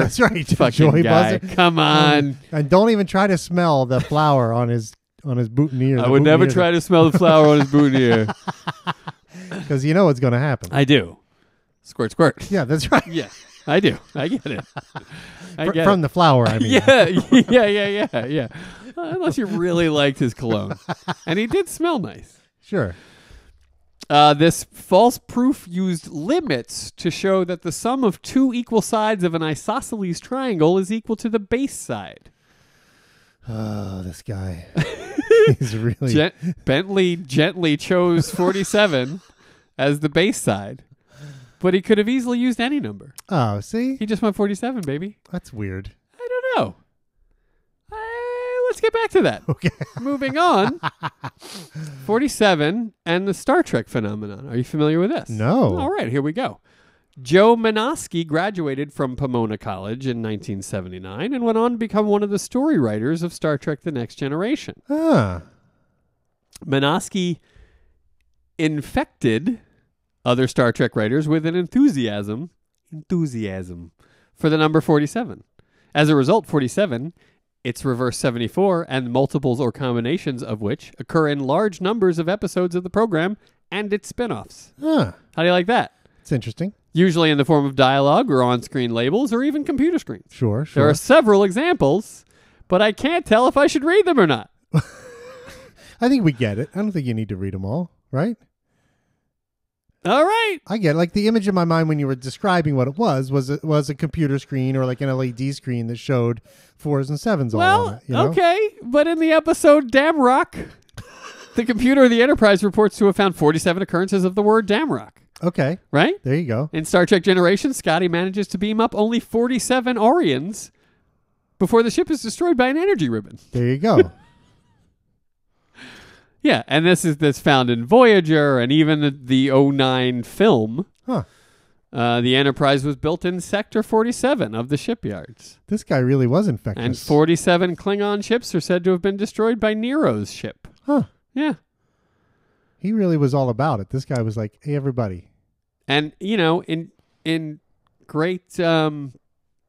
S1: [laughs] That's right.
S3: [laughs] Fucking
S1: Joey
S3: guy.
S1: Buzzer.
S3: Come on.
S1: [laughs] And don't even try to smell the flour on his on his boutonniere.
S3: I would never try to smell the flour on his boutonniere.
S1: because you know what's going to happen.
S3: [laughs] I do. Squirt, squirt.
S1: yeah, that's right.
S3: Yeah. I do. I
S1: [laughs]
S3: get it. [laughs] I
S1: Fr-
S3: get it.
S1: From the flour,
S3: [laughs]
S1: I mean.
S3: yeah, yeah, yeah, yeah, yeah. Uh, Unless you really liked his cologne, and he did smell nice.
S1: Sure.
S3: Uh, this false proof used limits to show that the sum of two equal sides of an isosceles triangle is equal to the base side.
S1: Oh, this guy.
S3: [laughs]
S1: He's really.
S3: Gen- Bentley gently chose 47 as the base side, but he could have easily used any number.
S1: oh, see?
S3: He just went 47, baby.
S1: That's weird.
S3: I don't know. Uh, let's get back to that. [laughs]
S1: Okay.
S3: Moving on. 47 and the Star Trek phenomenon. Are you familiar with this?
S1: No.
S3: All right, here we go. Joe Manosky graduated from Pomona College in 1979 and went on to become one of the story writers of Star Trek The Next Generation.
S1: Ah,
S3: Manosky infected other Star Trek writers with an enthusiasm, enthusiasm for the number 47. As a result, 47, its reverse 74, and multiples or combinations of which occur in large numbers of episodes of the program and its spin-offs.
S1: ah.
S3: How do you like that?
S1: It's interesting.
S3: Usually in the form of dialogue or on-screen labels or even computer screens.
S1: Sure,
S3: There
S1: sure.
S3: are several examples, but I can't tell if I should read them or not.
S1: I think we get it. I don't think you need to read them all, right?
S3: All right.
S1: I get it. like the image in my mind when you were describing what it was was it was a computer screen or like an LED screen that showed fours and sevens all on
S3: Well,
S1: it. You know?
S3: okay. But in the episode Damrock, the computer of the Enterprise reports to have found 47 occurrences of the word Damrock,
S1: Okay.
S3: right?
S1: There you go.
S3: In Star Trek Generations, Scotty manages to beam up only 47 Orions before the ship is destroyed by an energy ribbon.
S1: There you
S3: [laughs]
S1: go.
S3: Yeah, and this is that's found in Voyager and even the, the 09 film.
S1: Huh.
S3: Uh, the Enterprise was built in Sector 47 of the shipyards.
S1: This guy really was infectious.
S3: And 47 Klingon ships are said to have been destroyed by Nero's ship.
S1: Huh.
S3: Yeah.
S1: He really was all about it. This guy was like, "Hey, everybody,
S3: And, you know, in in great um,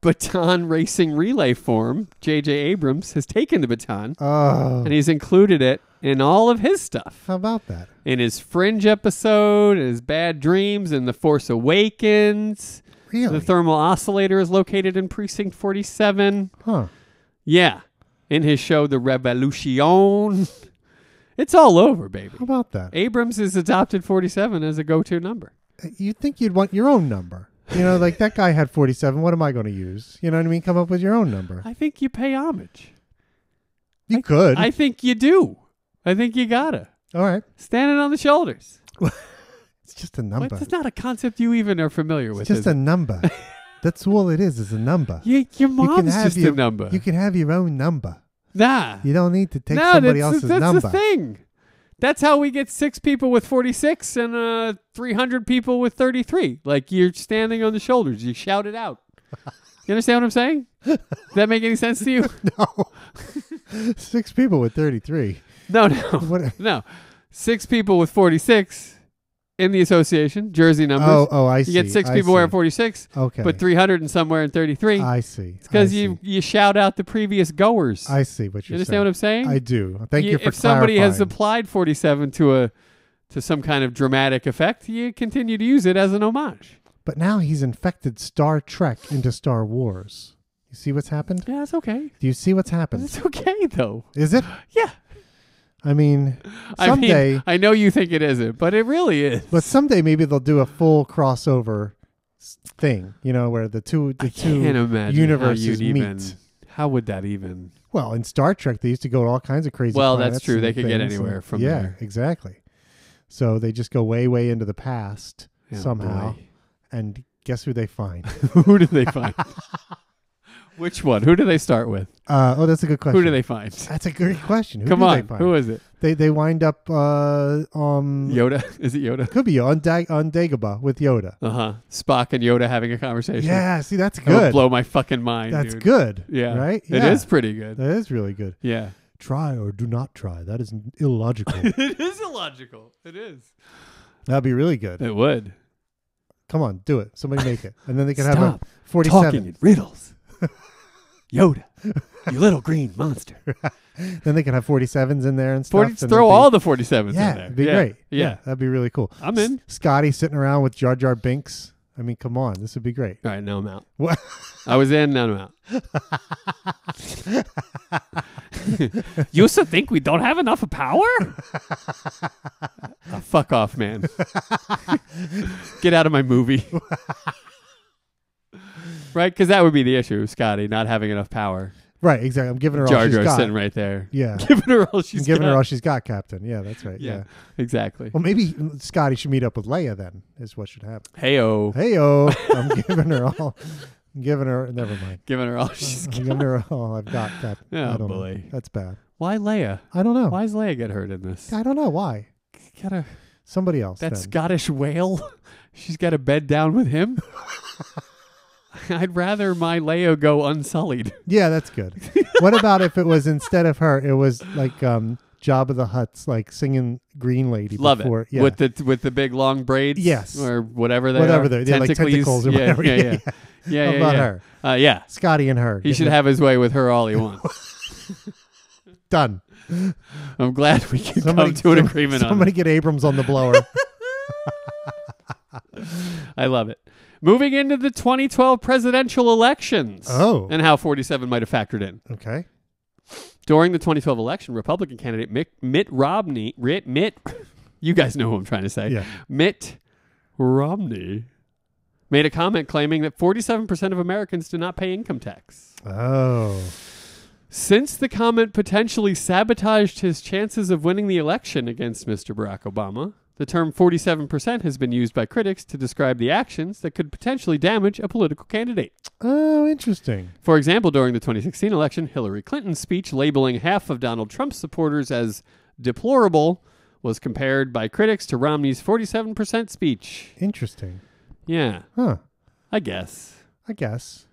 S3: baton [laughs] racing relay form, J.J. Abrams has taken the baton
S1: oh,
S3: and he's included it in all of his stuff.
S1: how about that?"
S3: in his Fringe episode, in his Bad Dreams, in The Force Awakens.
S1: Really?
S3: The thermal oscillator is located in Precinct 47.
S1: huh?
S3: Yeah. In his show, The Revolution. [laughs] It's all over, baby.
S1: How about that? Uh,
S3: Abrams has adopted 47 as a go to number.
S1: You'd think you'd want your own number. You know, like that guy had forty-seven. What am I going to use? You know what I mean? Come up with your own number.
S3: I think you pay homage.
S1: You could.
S3: I think you do. I think you gotta.
S1: all right.
S3: Standing on the shoulders.
S1: It's just a
S3: But
S1: number.
S3: It's not a concept you even are familiar with.
S1: It's just
S3: is
S1: a
S3: it? [laughs]
S1: number. That's all it is. Is a number.
S3: Y- your mom's just
S1: your,
S3: a number.
S1: You can have your own number.
S3: nah.
S1: You don't need to take
S3: no,
S1: somebody
S3: that's,
S1: else's
S3: that's
S1: number.
S3: the thing. That's how we get six people with 46 and uh, 300 people with 33. Like you're standing on the shoulders. You shout
S1: [laughs]
S3: it out. You understand what I'm saying? Does that make any sense
S1: [laughs]
S3: to you?
S1: [laughs] No. Six people with 33.
S3: No, no,
S1: What?
S3: no. Six people with 46 in the association, jersey numbers.
S1: Oh, oh, I see.
S3: you get six
S1: I
S3: people
S1: see.
S3: wearing 46,
S1: Okay.
S3: but 300 and some wearing 33.
S1: I see. It's
S3: Because you, you shout out the previous goers.
S1: I see what
S3: you
S1: you're
S3: understand
S1: saying.
S3: what I'm saying?
S1: I do. Thank you,
S3: Y-
S1: for
S3: if somebody has
S1: clarifying.
S3: applied 47 to a to some kind of dramatic effect you continue to use it as an homage
S1: But now he's infected Star Trek into Star Wars. You see what's happened?
S3: yeah that's okay
S1: Do you see what's happened?
S3: that's okay though
S1: Is it?
S3: yeah
S1: I mean,
S3: i mean
S1: someday.
S3: i know you think it isn't but it really is
S1: But someday maybe they'll do a full crossover s- thing, you know, where the two the
S3: i
S1: two
S3: can't imagine
S1: universes
S3: how you'd
S1: meet.
S3: even how would that even
S1: Well, in Star Trek, they used to go to all kinds of crazy.
S3: Well, that's
S1: planets
S3: true.
S1: and
S3: They could get
S1: things,
S3: anywhere
S1: and-
S3: from
S1: yeah,
S3: there.
S1: exactly. So they just go way, way into the past
S3: Oh,
S1: somehow,
S3: boy.
S1: and guess who they find?
S3: [laughs] who do they find which one who do they start with
S1: uh, oh, that's a good question.
S3: [laughs] who do they find
S1: That's a great question. Who
S3: come
S1: do
S3: on
S1: they find?
S3: who is it
S1: they? They wind up uh, um
S3: yoda is it yoda
S1: could be on Dag- on Dagobah with Yoda.
S3: uh-huh spock and yoda having a conversation
S1: Yeah, see, that's
S3: [laughs] That would
S1: good.
S3: blow my fucking mind
S1: That's
S3: dude.
S1: good.
S3: Yeah.
S1: right.
S3: It
S1: Yeah.
S3: is pretty good.
S1: That is really good.
S3: Yeah.
S1: Try or do not try. That is illogical.
S3: [laughs]
S1: [laughs]
S3: It is illogical. It is.
S1: That'd be really good.
S3: It would.
S1: Come on, do it. Somebody make it, and then they can have
S2: Stop
S1: a forty-seven.
S2: talking in
S1: [laughs]
S2: riddles. Yoda, you little green monster.
S1: Then they could have 47s in there and stuff.
S3: 40,
S1: and it'd
S3: throw
S1: be-
S3: all the 47s
S1: yeah,
S3: in there.
S1: It'd be
S3: yeah.
S1: great.
S3: Yeah.
S1: that'd be really cool.
S3: I'm in.
S1: S- Scotty sitting around with Jar Jar Binks. I mean, come on, this would be great.
S3: All right, now I'm out.
S1: What?
S3: I was in, now I'm out.
S1: [laughs]
S3: you used to think we don't have enough
S1: [laughs]
S3: power? Ah, fuck off, man. Get out of my movie. right? Because that would be the issue, Scotty, not having enough power.
S1: Right, exactly. I'm giving her all
S3: Jar
S1: she's
S3: Jar's
S1: got.
S3: sitting right there.
S1: Yeah,
S3: [laughs] Giving her all
S1: I'm
S3: she's
S1: giving
S3: got.
S1: her all she's got, Captain. Yeah, that's right. Yeah.
S3: yeah, exactly.
S1: Well, maybe Scotty should meet up with Leia. Then is what should happen.
S3: Heyo,
S1: Hey, oh, I'm giving her all. I'm giving her. Never mind.
S3: giving her all
S1: [laughs]
S3: she's
S1: I'm
S3: got.
S1: giving her all I've got, Captain.
S3: [laughs] Oh,
S1: I don't know.
S3: boy.
S1: That's bad.
S3: Why Leia?
S1: I don't know.
S3: Why does Leia get hurt in this?
S1: I don't know why.
S3: Got a,
S1: Somebody else.
S3: that
S1: then.
S3: Scottish whale. [laughs] She's got to bed down with him. [laughs] I'd rather my Leia go unsullied.
S1: Yeah, that's good. what about if it was instead of her, it was like um Job of the Hutt's like singing Green Lady
S3: [laughs] Love
S1: before
S3: it
S1: yeah.
S3: with the with the big long braids.
S1: Yes.
S3: or whatever they
S1: Whatever
S3: are.
S1: they're- they're like tentacles or
S3: yeah,
S1: whatever.
S3: Yeah,
S1: [laughs] Yeah,
S3: yeah, yeah. yeah,
S1: How
S3: yeah,
S1: about
S3: yeah.
S1: her?
S3: Uh, yeah.
S1: Scotty and her.
S3: He
S1: Getting
S3: should
S1: it
S3: have his way with her
S1: [laughs]
S3: all he wants.
S1: done.
S3: I'm glad we can
S1: Somebody
S3: [laughs] come to an
S1: some-
S3: agreement on
S1: Somebody get Abrams on the
S3: [laughs]
S1: blower.
S3: I love it. Moving into the 2012 presidential elections.
S1: Oh.
S3: And how 47 might have factored in.
S1: okay.
S3: During the 2012 election, Republican [laughs] candidate Mick, Mitt Romney, Rit, Mitt, you guys know who I'm trying to say.
S1: Yeah.
S3: Mitt Romney made a comment claiming that 47% of Americans do not pay income tax.
S1: Oh.
S3: Since the comment potentially sabotaged his chances of winning the election against Mr. Barack Obama, the term 47% has been used by critics to describe the actions that could potentially damage a political candidate.
S1: Oh, interesting.
S3: For example, during the 2016 election, Hillary Clinton's speech labeling half of Donald Trump's supporters as deplorable was compared by critics to Romney's 47% speech.
S1: Interesting.
S3: Yeah,
S1: Huh.
S3: I guess.
S1: I guess.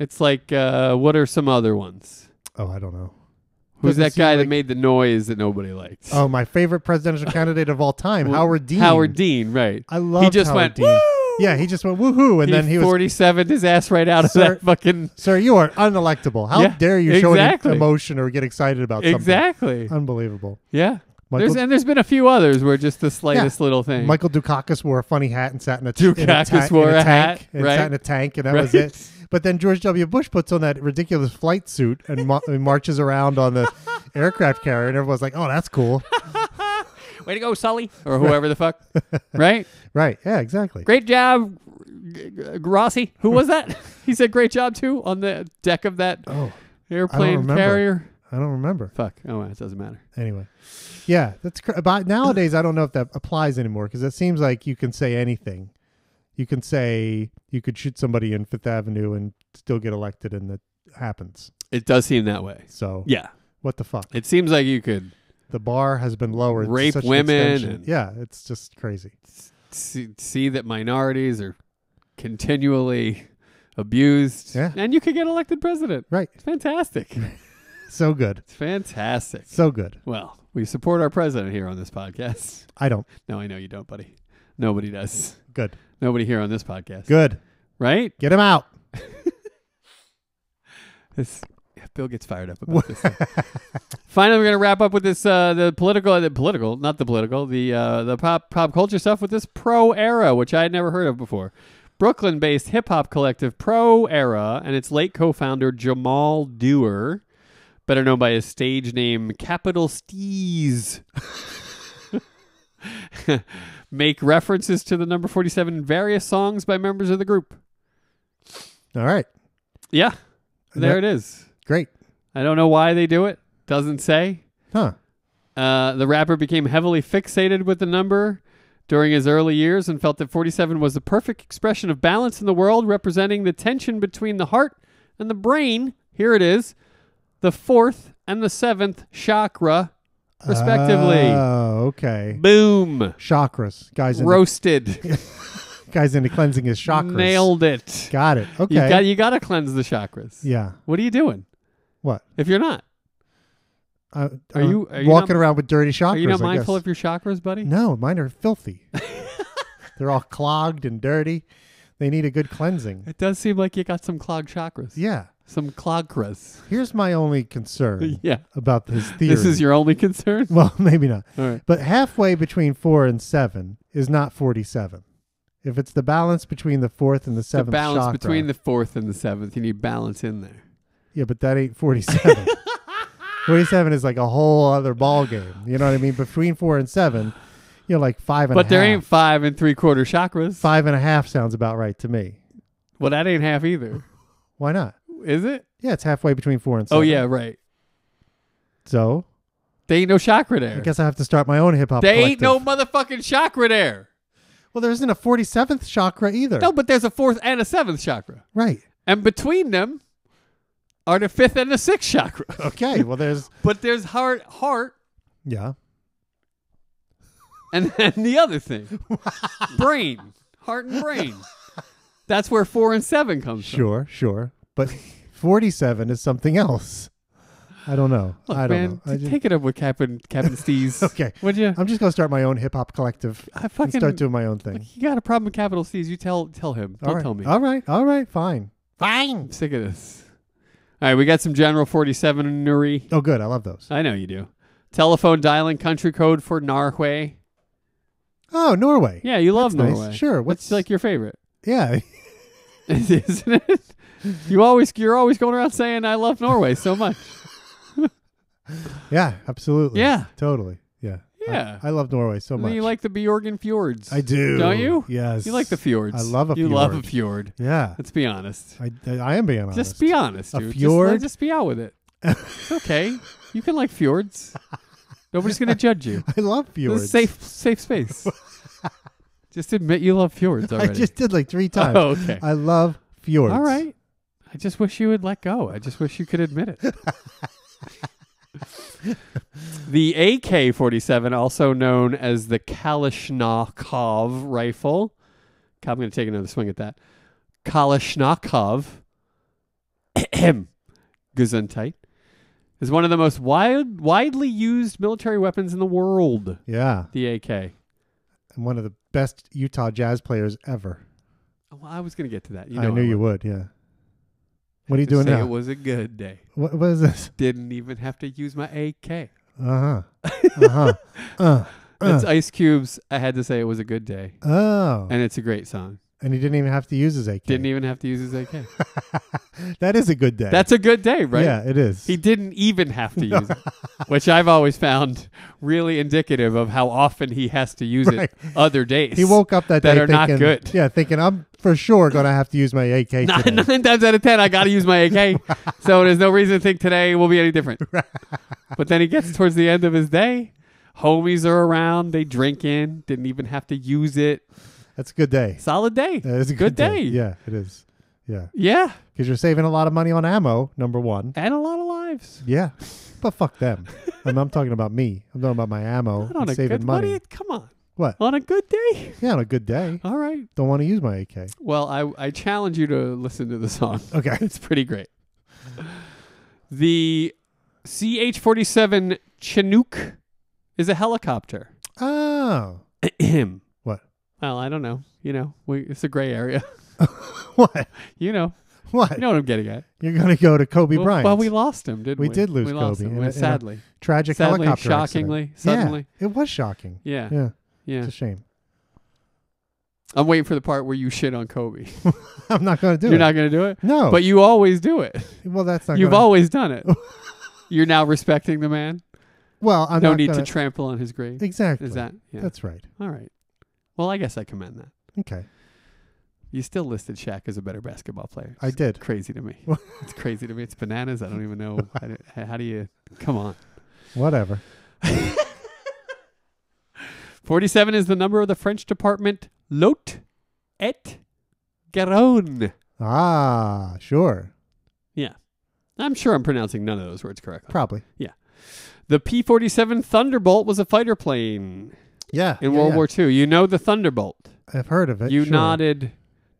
S3: It's like, uh, what are some other ones?
S1: Oh, I don't know.
S3: Who's
S1: Doesn't
S3: that
S1: seem
S3: guy
S1: like-
S3: that made the noise that nobody liked?
S1: Oh, my favorite presidential candidate of all time,
S3: Well,
S1: Howard Dean.
S3: Howard Dean, right.
S1: I love
S3: He just
S1: Howard
S3: went,
S1: Dean. Yeah, he just went woohoo, and
S3: he
S1: then he was,
S3: 47 his ass right out of
S1: Sir-
S3: that fucking.
S1: "Sir, you are unelectable. How
S3: Yeah,
S1: dare you show
S3: exactly.
S1: any emotion or get excited about something?"
S3: Exactly.
S1: Unbelievable.
S3: Yeah.
S1: Michael-
S3: There's, and there's been a few others where just the slightest little thing.
S1: Michael Dukakis wore a funny hat and sat in a, t- in a,
S3: Dukakis
S1: ta- in
S3: wore a
S1: tank,
S3: hat,
S1: and
S3: right.
S1: sat in a tank, and that was
S3: Right.
S1: it. But then George W. Bush puts on that ridiculous flight suit and,
S3: [laughs]
S1: ma- and marches around on the aircraft carrier, and everyone's like, "Oh, that's
S3: [laughs]
S1: cool."
S3: Way to go, Sully. Or whoever
S1: [laughs]
S3: the fuck. Right?
S1: right? Yeah, exactly.
S3: Great job, G- G- Rossi. Who was that? [laughs] he said great job, too, on the deck of that
S1: Oh,
S3: airplane
S1: remember.
S3: carrier.
S1: I don't remember.
S3: Fuck. Oh, well, it doesn't matter.
S1: Anyway, yeah, that's cr- about nowadays. I don't know if that applies anymore because it seems like you can say anything. You can say you could shoot somebody in Fifth Avenue and still get elected, and that happens.
S3: It does seem that way.
S1: So
S3: Yeah.
S1: what the fuck?
S3: It seems like you could
S1: the bar has been lowered. to
S3: Rape
S1: such an
S3: women
S1: extension.
S3: and-
S1: yeah, it's just crazy.
S3: see, see that minorities are continually abused.
S1: Yeah.
S3: And you could get elected president.
S1: Right.
S3: It's
S1: [laughs]
S3: fantastic.
S1: So good.
S3: it's fantastic.
S1: So good.
S3: Well, we support our president here on this podcast. [laughs]
S1: I don't.
S3: No, I know you don't, buddy. Nobody does.
S1: Good.
S3: Nobody here on this podcast.
S1: Good.
S3: Right?
S1: Get him out.
S3: This, yeah, Bill gets fired up about this. thing. Finally, we're gonna wrap up with this uh, the political, the political, not the political, the uh, the pop pop culture stuff with this Pro Era, which I had never heard of before. Brooklyn-based hip hop collective Pro Era and its late co-founder Jamal Dewar, better known by his stage name Capital Steez. [laughs] Make references to the number 47 in various songs by members of the group.
S1: All right.
S3: Yeah, there it is.
S1: Great.
S3: I don't know why they do it. Doesn't say.
S1: Huh.
S3: Uh, the rapper became heavily fixated with the number during his early years and felt that 47 was the perfect expression of balance in the world, representing the tension between the heart and the brain. Here it is the fourth and the seventh chakra, respectively.
S1: Oh, okay.
S3: Boom.
S1: Chakras. Guys into,
S3: Roasted.
S1: guys into cleansing his [laughs] chakras.
S3: Nailed it.
S1: Got it. Okay.
S3: You got you got to cleanse the chakras.
S1: yeah.
S3: What are you doing
S1: What?
S3: if you're not?
S1: I,
S3: Are
S1: I'm
S3: you- are you
S1: walking
S3: not-
S1: around with dirty chakras?
S3: Are you not
S1: I
S3: mindful
S1: guess.
S3: of your chakras, buddy?
S1: No, mine are
S3: [laughs]
S1: filthy. They're all clogged and dirty. They need a good cleansing.
S3: It does seem like you got some clogged chakras.
S1: Yeah.
S3: Some
S1: [laughs]
S3: chakras.
S1: Here's my only concern
S3: [laughs] Yeah.
S1: about his theory.
S3: This is your
S1: [laughs]
S3: only concern?
S1: Well, maybe not.
S3: All right.
S1: But halfway between four and seven is not 47. If it's the balance between the fourth and the
S3: The
S1: seventh
S3: balance
S1: chakra-
S3: between the fourth and the seventh. You need balance in there.
S1: yeah, but that ain't
S3: [laughs]
S1: 47. 47 is like a whole other ball game. You know what I mean? Between four and seven, you're like five and a
S3: But there
S1: half.
S3: ain't five and three quarter chakras.
S1: five and a half sounds about right to me.
S3: Well, that ain't half
S1: [laughs]
S3: either.
S1: Why not?
S3: Is it?
S1: Yeah, it's halfway between four and seven.
S3: Oh, yeah, right.
S1: So
S3: There ain't no chakra there.
S1: I guess I have to start my own hip hop.
S3: There ain't no motherfucking chakra there.
S1: Well, there isn't a 47th chakra either.
S3: No, but there's a fourth and a seventh chakra.
S1: Right.
S3: And between them are the fifth and the sixth chakra.
S1: [laughs] Okay. Well, there's.
S3: But there's heart, heart,
S1: Yeah.
S3: and then the
S1: [laughs]
S3: other thing brain, heart and brain. That's where four and seven comes from.
S1: Sure, sure.
S3: [laughs]
S1: But 47 is something else. I don't know.
S3: Look,
S1: I don't
S3: man,
S1: know. I
S3: t-
S1: just,
S3: take it up with Captain
S1: [laughs]
S3: Captain Steez.
S1: Okay.
S3: would you?
S1: I'm just going to start my own hip hop collective
S3: I
S1: and
S3: fucking
S1: start doing my own thing.
S3: You got a problem with capital C's? You tell tell him. Don't
S1: all right.
S3: tell me.
S1: All right. All right. Fine.
S3: I'm sick of this. All right, we got some General 47 Nuri.
S1: Oh, good. I love those.
S3: I know you do. Telephone dialing country code for Norway.
S1: Oh, Norway.
S3: Yeah, you love
S1: nice.
S3: Norway.
S1: Sure,
S3: What's
S1: what's-
S3: like your favorite? [laughs]
S1: Yeah. [laughs]
S3: Isn't it? You always you're always going around saying
S1: [laughs]
S3: I love Norway so much.
S1: Yeah. Absolutely.
S3: Yeah.
S1: Totally. Yeah.
S3: Yeah.
S1: I, I love Norway so
S3: And then
S1: much.
S3: you like the Bjorgen fjords.
S1: I do.
S3: Don't you?
S1: Yes.
S3: You like the fjords.
S1: I love a
S3: You love a
S1: fjord.
S3: fjord.
S1: Yeah.
S3: Let's be honest.
S1: I, I am being honest.
S3: Just be honest,
S1: A
S3: dude. Just-
S1: fjord?
S3: Just, be out with it. It's okay. You can like fjords. Nobody's gonna judge you.
S1: [laughs] I love [laughs]
S3: This
S1: fjords.
S3: is safe
S1: [laughs]
S3: safe space. just admit you love fjords
S1: I
S3: already.
S1: just did like three times.
S3: oh, okay.
S1: I love fjords.
S3: All right. I just wish you would let go. I just wish you could admit it. [laughs] the AK 47, also known as the Kalashnikov rifle. Okay, I'm going to take another swing at that. Kalashnikov. [coughs] Ahem. Gesundheit. Is one of the most wide, widely used military weapons in the world.
S1: Yeah.
S3: The AK.
S1: And one of the best Utah jazz players ever.
S3: Oh, I was going to get to that. You
S1: I
S3: know
S1: knew
S3: I
S1: you
S3: would.
S1: would. Yeah. What are you
S3: Just
S1: doing
S3: say
S1: now?
S3: It was a good day.
S1: What, what is this?
S3: Didn't even have to use my AK. [laughs]
S1: Uh huh. Uh huh. uh.
S3: That's Ice Cube's. I had to say it was a good day,
S1: Oh. And,
S3: and it's a great song.
S1: he didn't even have to use his AK.
S3: Didn't even have to use
S1: [laughs]
S3: his AK.
S1: that is a good day.
S3: That's a good day, right?
S1: Yeah, it is.
S3: He didn't even
S1: [laughs]
S3: have to use it, which I've always found really indicative of how often he has to use
S1: Right.
S3: it other days.
S1: He woke up that
S3: that
S1: day
S3: are
S1: thinking,
S3: not good.
S1: Yeah, thinking I'm for sure gonna have to use my AK
S3: [laughs]
S1: today.
S3: [laughs] Nine, nine times out of ten, I got to use my
S1: [laughs]
S3: AK. so there's no reason to think today will be any different. but then he gets towards the end of his day. Homies are around. They drinking. Didn't even have to use it.
S1: That's a good day.
S3: Solid day.
S1: That is a good,
S3: Good day.
S1: Yeah, it is. Yeah,
S3: Yeah.
S1: because you're saving a lot of money on ammo. Number one.
S3: And a lot of lives.
S1: Yeah, but fuck them. I'm, I'm talking about me. I'm talking about my ammo.
S3: Not
S1: and
S3: on a
S1: saving
S3: good
S1: money.
S3: buddy, Come on.
S1: What?
S3: On a good day?
S1: Yeah, on a good day.
S3: All right.
S1: Don't want to use my AK.
S3: Well, I, I challenge you to listen to the song. [laughs]
S1: Okay.
S3: It's pretty great. The CH 47 Chinook is
S1: [clears throat]
S3: a helicopter.
S1: Oh, [laughs]
S3: Him.
S1: What?
S3: Well, I don't know. You know, we, it's a gray area. [laughs]
S1: what?
S3: You know,
S1: What?
S3: you know what I'm getting at.
S1: You're gonna go to Kobe
S3: well,
S1: Bryant?
S3: well, we lost him, didn't we?
S1: We did lose
S3: we lost
S1: Kobe
S3: him.
S1: in
S3: We-
S1: a- in a
S3: sadly.
S1: tragic
S3: sadly,
S1: helicopter accident.
S3: shockingly,
S1: Yeah,
S3: suddenly.
S1: it was shocking.
S3: Yeah.
S1: Yeah,
S3: Yeah.
S1: it's a shame. [laughs]
S3: I'm waiting for the part where you shit on Kobe.
S1: I'm not gonna do
S3: You're
S1: it. Oh.
S3: not going to do it?
S1: no,
S3: But you always do it.
S1: well, that's not.
S3: You've
S1: gonna,
S3: always done
S1: [laughs]
S3: it. You're now respecting the man.
S1: well. I'm
S3: no
S1: not
S3: need
S1: gonna,
S3: to trample on his grave.
S1: Exactly.
S3: Is that? Yeah.
S1: That's right.
S3: All right. Well, I guess I commend that.
S1: Okay.
S3: You still listed Shaq as a better basketball player.
S1: I
S3: [laughs]
S1: did.
S3: Crazy
S1: [laughs]
S3: to me.
S1: What?
S3: it's crazy to me. It's bananas. I don't even know. I don't- How, do you? Come on.
S1: Whatever.
S3: 47 is the number of the French department Lot et Garonne.
S1: Ah, sure.
S3: I'm sure I'm pronouncing none of those words correctly.
S1: Probably.
S3: the P 47 Thunderbolt was a fighter plane
S1: Yeah.
S3: in
S1: yeah,
S3: World
S1: yeah.
S3: War II. You know the Thunderbolt.
S1: I've heard of it.
S3: you
S1: Uh, sure.
S3: nodded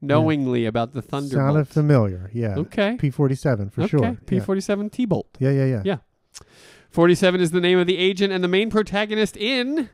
S3: knowingly about the Thunderbolt.
S1: Sounded familiar. Yeah.
S3: Okay.
S1: P forty seven for
S3: okay.
S1: sure.
S3: P forty seven T Bolt.
S1: Yeah. Yeah. Yeah.
S3: Yeah. Forty seven is the name of the agent and the main protagonist in.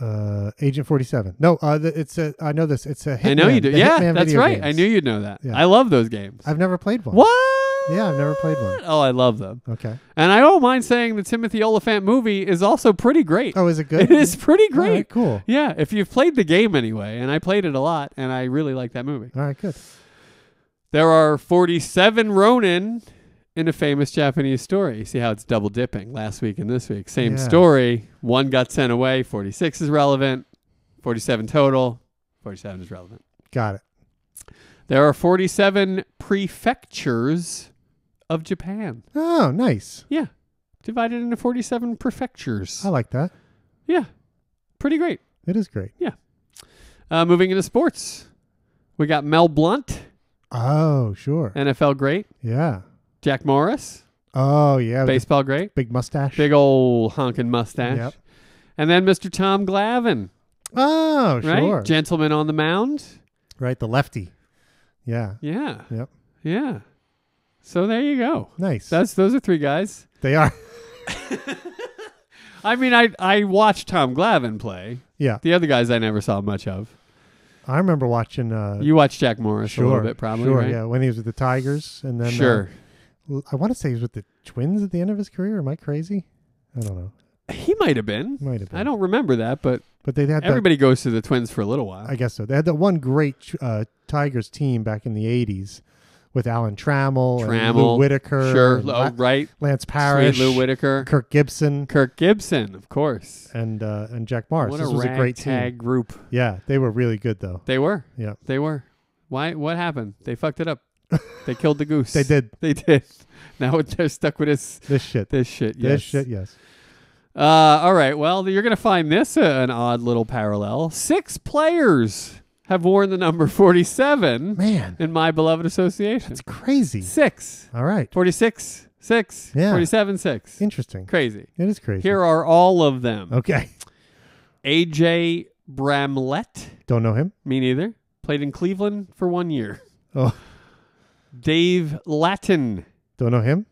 S1: Uh, Agent forty seven. No, uh, th- it's a. I know this. It's a. Hitman,
S3: I know you do.
S1: the
S3: Yeah,
S1: Hitman
S3: that's
S1: video
S3: right. I
S1: games.
S3: knew you'd know that.
S1: Yeah.
S3: I love those games.
S1: I've never played one.
S3: What?
S1: Yeah, I've never played one.
S3: Oh, I love them.
S1: Okay.
S3: And I don't mind saying the Timothy Oliphant movie is also pretty great. [laughs]
S1: Oh, is it good?
S3: it is pretty
S1: All right,
S3: great.
S1: cool.
S3: Yeah, if you've played the game anyway, and I played it a lot, and I really like that movie.
S1: All right. Good.
S3: There are 47 Ronin in a famous Japanese story. You see how it's double dipping last week and this week. Same
S1: Yeah.
S3: story. One got sent away. 46 is relevant. 47 total. 47 is relevant.
S1: Got it.
S3: There are 47 prefectures of Japan.
S1: Oh, nice.
S3: Yeah. Divided into 47 prefectures.
S1: I like that.
S3: Yeah. Pretty great.
S1: It is great.
S3: Uh, moving into sports, we got Mel Blunt,
S1: Oh, sure.
S3: NFL great.
S1: Yeah.
S3: Jack Morris,
S1: Oh, yeah. with the
S3: baseball great.
S1: big mustache.
S3: Big old honking mustache.
S1: Yep.
S3: And then Mr. Tom Glavin,
S1: Oh,
S3: right?
S1: sure.
S3: Gentleman on the mound.
S1: right. The lefty. Yeah.
S3: Yeah.
S1: Yep.
S3: Yeah. So there you go.
S1: Nice.
S3: That's those are three guys.
S1: they are. [laughs]
S3: I mean, I I watched Tom Glavin play.
S1: Yeah.
S3: The other guys I never saw much of.
S1: I remember watching. Uh,
S3: You watched Jack Morris
S1: sure.
S3: a little bit, probably,
S1: Sure.
S3: right?
S1: Yeah. When he was with the Tigers, and then uh,
S3: sure.
S1: l- I want to say he was with the Twins at the end of his career. Am I crazy? I don't know.
S3: he might have been.
S1: Might have been.
S3: I don't remember that, but
S1: But they had that.
S3: everybody goes to the Twins for a little while.
S1: I guess so. They had that one great uh, Tigers team back in the '80s with Alan Trammell, and Lou
S3: Trammell,
S1: Whitaker,
S3: sure,
S1: and
S3: oh,
S1: La-
S3: right,
S1: Lance
S3: Sweet
S1: Parrish,
S3: Lou Whitaker,
S1: Kirk Gibson,
S3: Kirk Gibson, of course.
S1: and uh, and Jack Morris.
S3: What
S1: This
S3: a
S1: was a great team.
S3: ragtag group.
S1: Yeah, they were really good though.
S3: They were.
S1: Yeah.
S3: They were. Why? What happened? They
S1: [laughs]
S3: fucked it up. they killed the goose.
S1: They did
S3: [laughs] They did. Now [laughs] they're stuck with this.
S1: this shit.
S3: This shit. Yes.
S1: This shit. Yes.
S3: Uh, all right. Well, you're gonna find this uh, an odd little parallel. Six players have worn the number 47
S1: Man,
S3: in my beloved association.
S1: it's crazy.
S3: Six.
S1: All right.
S3: 46. Six.
S1: Yeah.
S3: 47. Six.
S1: Interesting.
S3: Crazy.
S1: It is crazy.
S3: Here are all of them.
S1: Okay. [laughs]
S3: AJ Bramlett.
S1: Don't know him.
S3: Me neither. Played in Cleveland for one year.
S1: Oh,
S3: Dave Latin
S1: don't know him.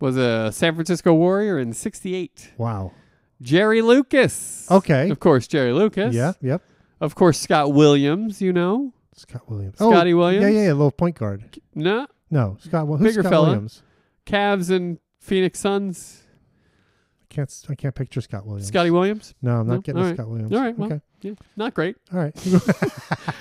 S3: was a San Francisco Warrior in 68.
S1: Wow.
S3: Jerry Lucas.
S1: Okay.
S3: Of course, Jerry Lucas.
S1: Yeah. Yep.
S3: Of course, Scott Williams, you know.
S1: Scott Williams.
S3: Scotty
S1: Yeah,
S3: Williams.
S1: yeah, yeah. Little point guard.
S3: No.
S1: No, Scott. Well, who's
S3: Bigger
S1: Scott
S3: fella.
S1: Williams?
S3: Cavs and Phoenix Suns.
S1: I can't. s- I can't picture Scott Williams.
S3: Scotty Williams.
S1: No, I'm not
S3: No?
S1: getting
S3: All
S1: a
S3: right.
S1: Scott Williams.
S3: All right, well.
S1: Okay.
S3: Yeah, not great.
S1: All right. [laughs]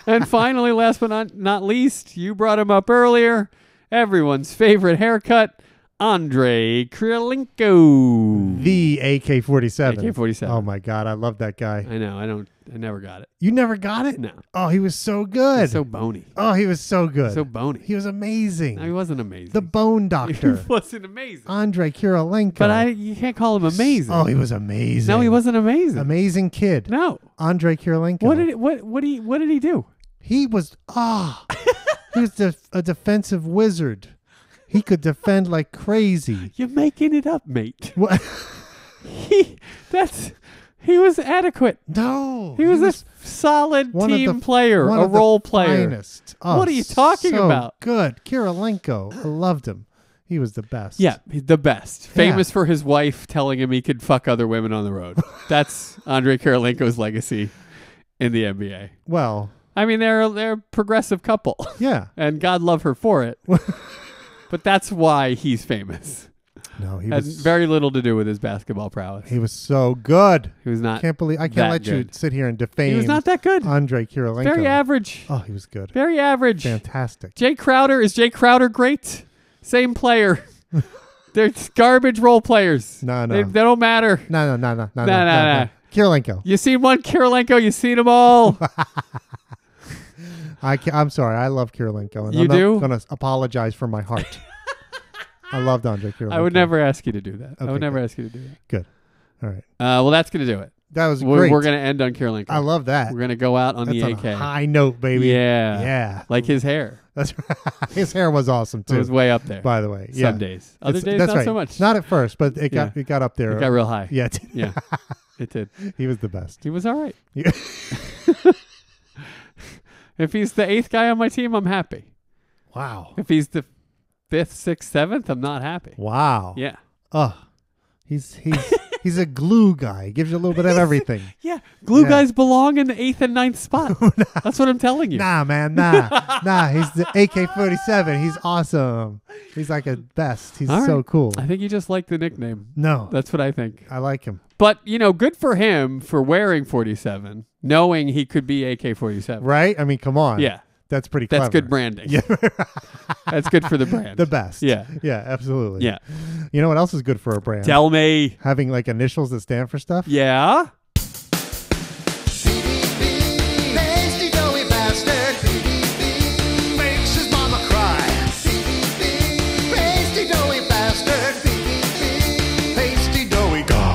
S3: And finally, last but not, not least, you brought him up earlier. Everyone's favorite haircut, Andre Krilenko.
S1: the AK-47.
S3: AK-47.
S1: Oh my God, I love that guy.
S3: I know. I don't. I never got it. [laughs]
S1: You never got it?
S3: No.
S1: Oh, he was so good.
S3: So bony.
S1: oh, he was so good.
S3: So bony.
S1: he was amazing.
S3: No, he wasn't amazing.
S1: the Bone
S3: [laughs] He
S1: Doctor,
S3: wasn't amazing.
S1: Andre Kirilenko.
S3: but I, you can't call him amazing.
S1: Oh, he was amazing.
S3: no, he wasn't amazing.
S1: Amazing kid.
S3: No.
S1: Andre Kirilenko.
S3: What did it, what what he what did he do?
S1: He was ah, he was def- a defensive wizard. He could defend like crazy.
S3: You're making it up, mate. [laughs]
S1: What?
S3: He that's he was adequate.
S1: [laughs] No,
S3: He was a solid
S1: one of
S3: team
S1: the-
S3: player,
S1: one
S3: a
S1: of the
S3: role player.
S1: finest. Oh,
S3: What are you talking
S1: so
S3: about?
S1: Good, Kirilenko. I loved him. He was the best.
S3: Yeah, he's the best. Famous for his wife telling him he could fuck other women on
S1: [laughs]
S3: the road. That's Andre Karolinko's legacy in the NBA.
S1: Well,
S3: I mean, they're they're a progressive couple,
S1: yeah.
S3: and God love her
S1: [laughs]
S3: for it. but that's why he's famous.
S1: No, he
S3: Had
S1: was.
S3: very little to do with his basketball prowess.
S1: he was so good.
S3: He was not.
S1: Can't believe I
S3: that
S1: can't let you
S3: good.
S1: sit here and defame.
S3: He was not that good.
S1: Andre Kirilenko.
S3: Very average.
S1: Oh, he was good.
S3: Very average.
S1: Fantastic.
S3: Jay Crowder is Jay Crowder great?
S1: [laughs]
S3: Same player. They're garbage role players.
S1: No, no.
S3: They, they don't matter.
S1: No, no, no, no, no, no,
S3: No, no,
S1: no,
S3: no.
S1: no. Kirilenko.
S3: You seen one Kirilenko, you seen
S1: [laughs]
S3: them all.
S1: I can, I'm sorry. I love Kirilenko, and
S3: You
S1: I'm
S3: do?
S1: going to apologize from my
S3: [laughs]
S1: heart. I loved Andre Kirilenko.
S3: I would never ask you to do that. I
S1: Okay,
S3: would never
S1: good.
S3: ask you to do that.
S1: All right,
S3: Uh, well, that's gonna do it.
S1: that was
S3: We're,
S1: great.
S3: we're gonna end on Kirilenko.
S1: I love that.
S3: We're gonna go out on
S1: That's
S3: the
S1: on
S3: AK.
S1: a high note, baby.
S3: Yeah,
S1: yeah.
S3: Like his hair.
S1: That's right. [laughs] His hair was awesome
S3: It
S1: too.
S3: was way up there.
S1: by the way, yeah.
S3: Some days, other
S1: It's-
S3: days
S1: that's
S3: not
S1: right.
S3: so much.
S1: Not at first, but it got
S3: Yeah.
S1: it got up there.
S3: it got real high.
S1: yeah, [laughs] it did.
S3: yeah, it did.
S1: he was the best.
S3: He was all right.
S1: Yeah.
S3: [laughs] if he's the eighth guy on my team, I'm happy.
S1: Wow,
S3: If he's the fifth, sixth, seventh, I'm not happy.
S1: wow.
S3: Yeah.
S1: Oh, he's
S3: [laughs]
S1: he's he's a glue guy. He gives you a little bit of everything.
S3: Yeah. Glue
S1: Yeah.
S3: guys belong in the eighth and ninth
S1: [laughs]
S3: spot. That's what I'm telling you.
S1: Nah, man, nah, nah. He's the AK forty seven. He's awesome. He's like a best. He's
S3: All
S1: so
S3: right.
S1: cool.
S3: I think you just like the nickname.
S1: No,
S3: That's what I think.
S1: I like him.
S3: But, you know, good for him for wearing 47, knowing he could be AK 47.
S1: Right? I mean, come on.
S3: Yeah.
S1: that's pretty.
S3: That's
S1: clever.
S3: good branding.
S1: Yeah,
S3: [laughs] That's good for the
S1: [laughs]
S3: brand.
S1: the best.
S3: Yeah.
S1: yeah, absolutely.
S3: Yeah.
S1: You know what else is good for a brand?
S3: Tell me.
S1: Having like initials that stand for stuff.
S3: Yeah.
S5: CDB, nasty doughy bastard. CDB, makes his mama cry. CDB, pasty doughy bastard. CDB, pasty doughy guy.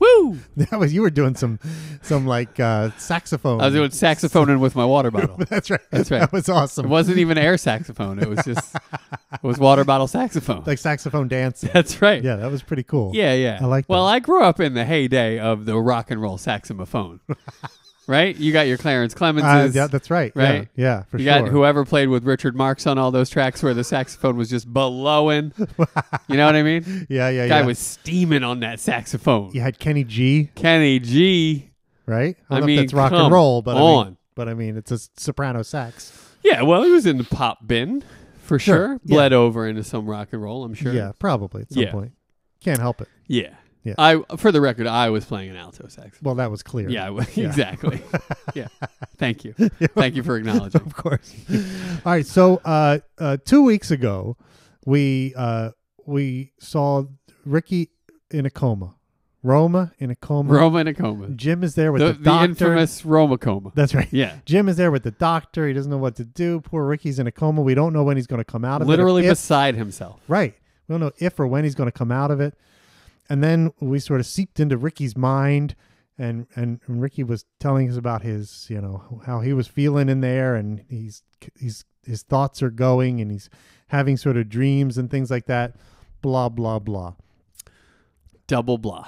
S3: Woo.
S1: That was you were doing some, some like uh, saxophone.
S3: I was doing saxophoning with my water bottle.
S1: [laughs] That's right.
S3: That's right.
S1: That was
S3: It
S1: awesome.
S3: wasn't even air saxophone. It was just, it was water bottle saxophone.
S1: like saxophone dancing.
S3: [laughs] That's right.
S1: yeah, that was pretty cool.
S3: Yeah, yeah.
S1: I like
S3: Well,
S1: that.
S3: I grew up in the heyday of the rock and roll
S1: [laughs]
S3: saxophone. right? You got your Clarence
S1: Uh,
S3: Clemenses.
S1: yeah, that's right.
S3: Right.
S1: Yeah, yeah, for
S3: you
S1: sure.
S3: got whoever played with Richard Marx on all those tracks where the saxophone was
S1: [laughs]
S3: just blowing. you know what I mean?
S1: yeah, yeah,
S3: Guy
S1: yeah.
S3: was steaming on that saxophone.
S1: you had Kenny G,
S3: Kenny G.
S1: right? I
S3: I
S1: don't
S3: mean,
S1: know if that's rock
S3: come
S1: and roll, but I mean,
S3: on.
S1: but I mean, it's a s- soprano sax.
S3: Yeah, well, he was in the pop bin for sure.
S1: Sure, yeah.
S3: Bled over into some rock and roll, I'm sure.
S1: Yeah, probably at some
S3: Yeah.
S1: point. Can't help it.
S3: Yeah.
S1: Yeah.
S6: I for the record, I was playing an alto sax.
S1: Well, that was clear.
S6: Yeah, [laughs] well, exactly. yeah. Thank you. Thank you for acknowledging.
S1: [laughs] [laughs] of course. All right. So uh, uh, two weeks ago, we uh, we saw Ricky in a coma, Roma in a coma.
S6: Roma in a coma.
S1: Jim is there with
S6: The,
S1: the,
S6: the
S1: doctor.
S6: infamous Roma coma.
S1: That's right.
S6: Yeah.
S1: Jim is there with the doctor. He doesn't know what to do. Poor Ricky's in a coma. We don't know when he's going to come out of
S6: Literally
S1: it. or if-
S6: beside himself.
S1: Right. We don't know if or when he's going to come out of it. And then we sort of seeped into Ricky's mind, and, and and Ricky was telling us about his, you know, how he was feeling in there, and he's he's his thoughts are going, and he's having sort of dreams and things like that. Blah blah blah. [laughs]
S6: Double blah.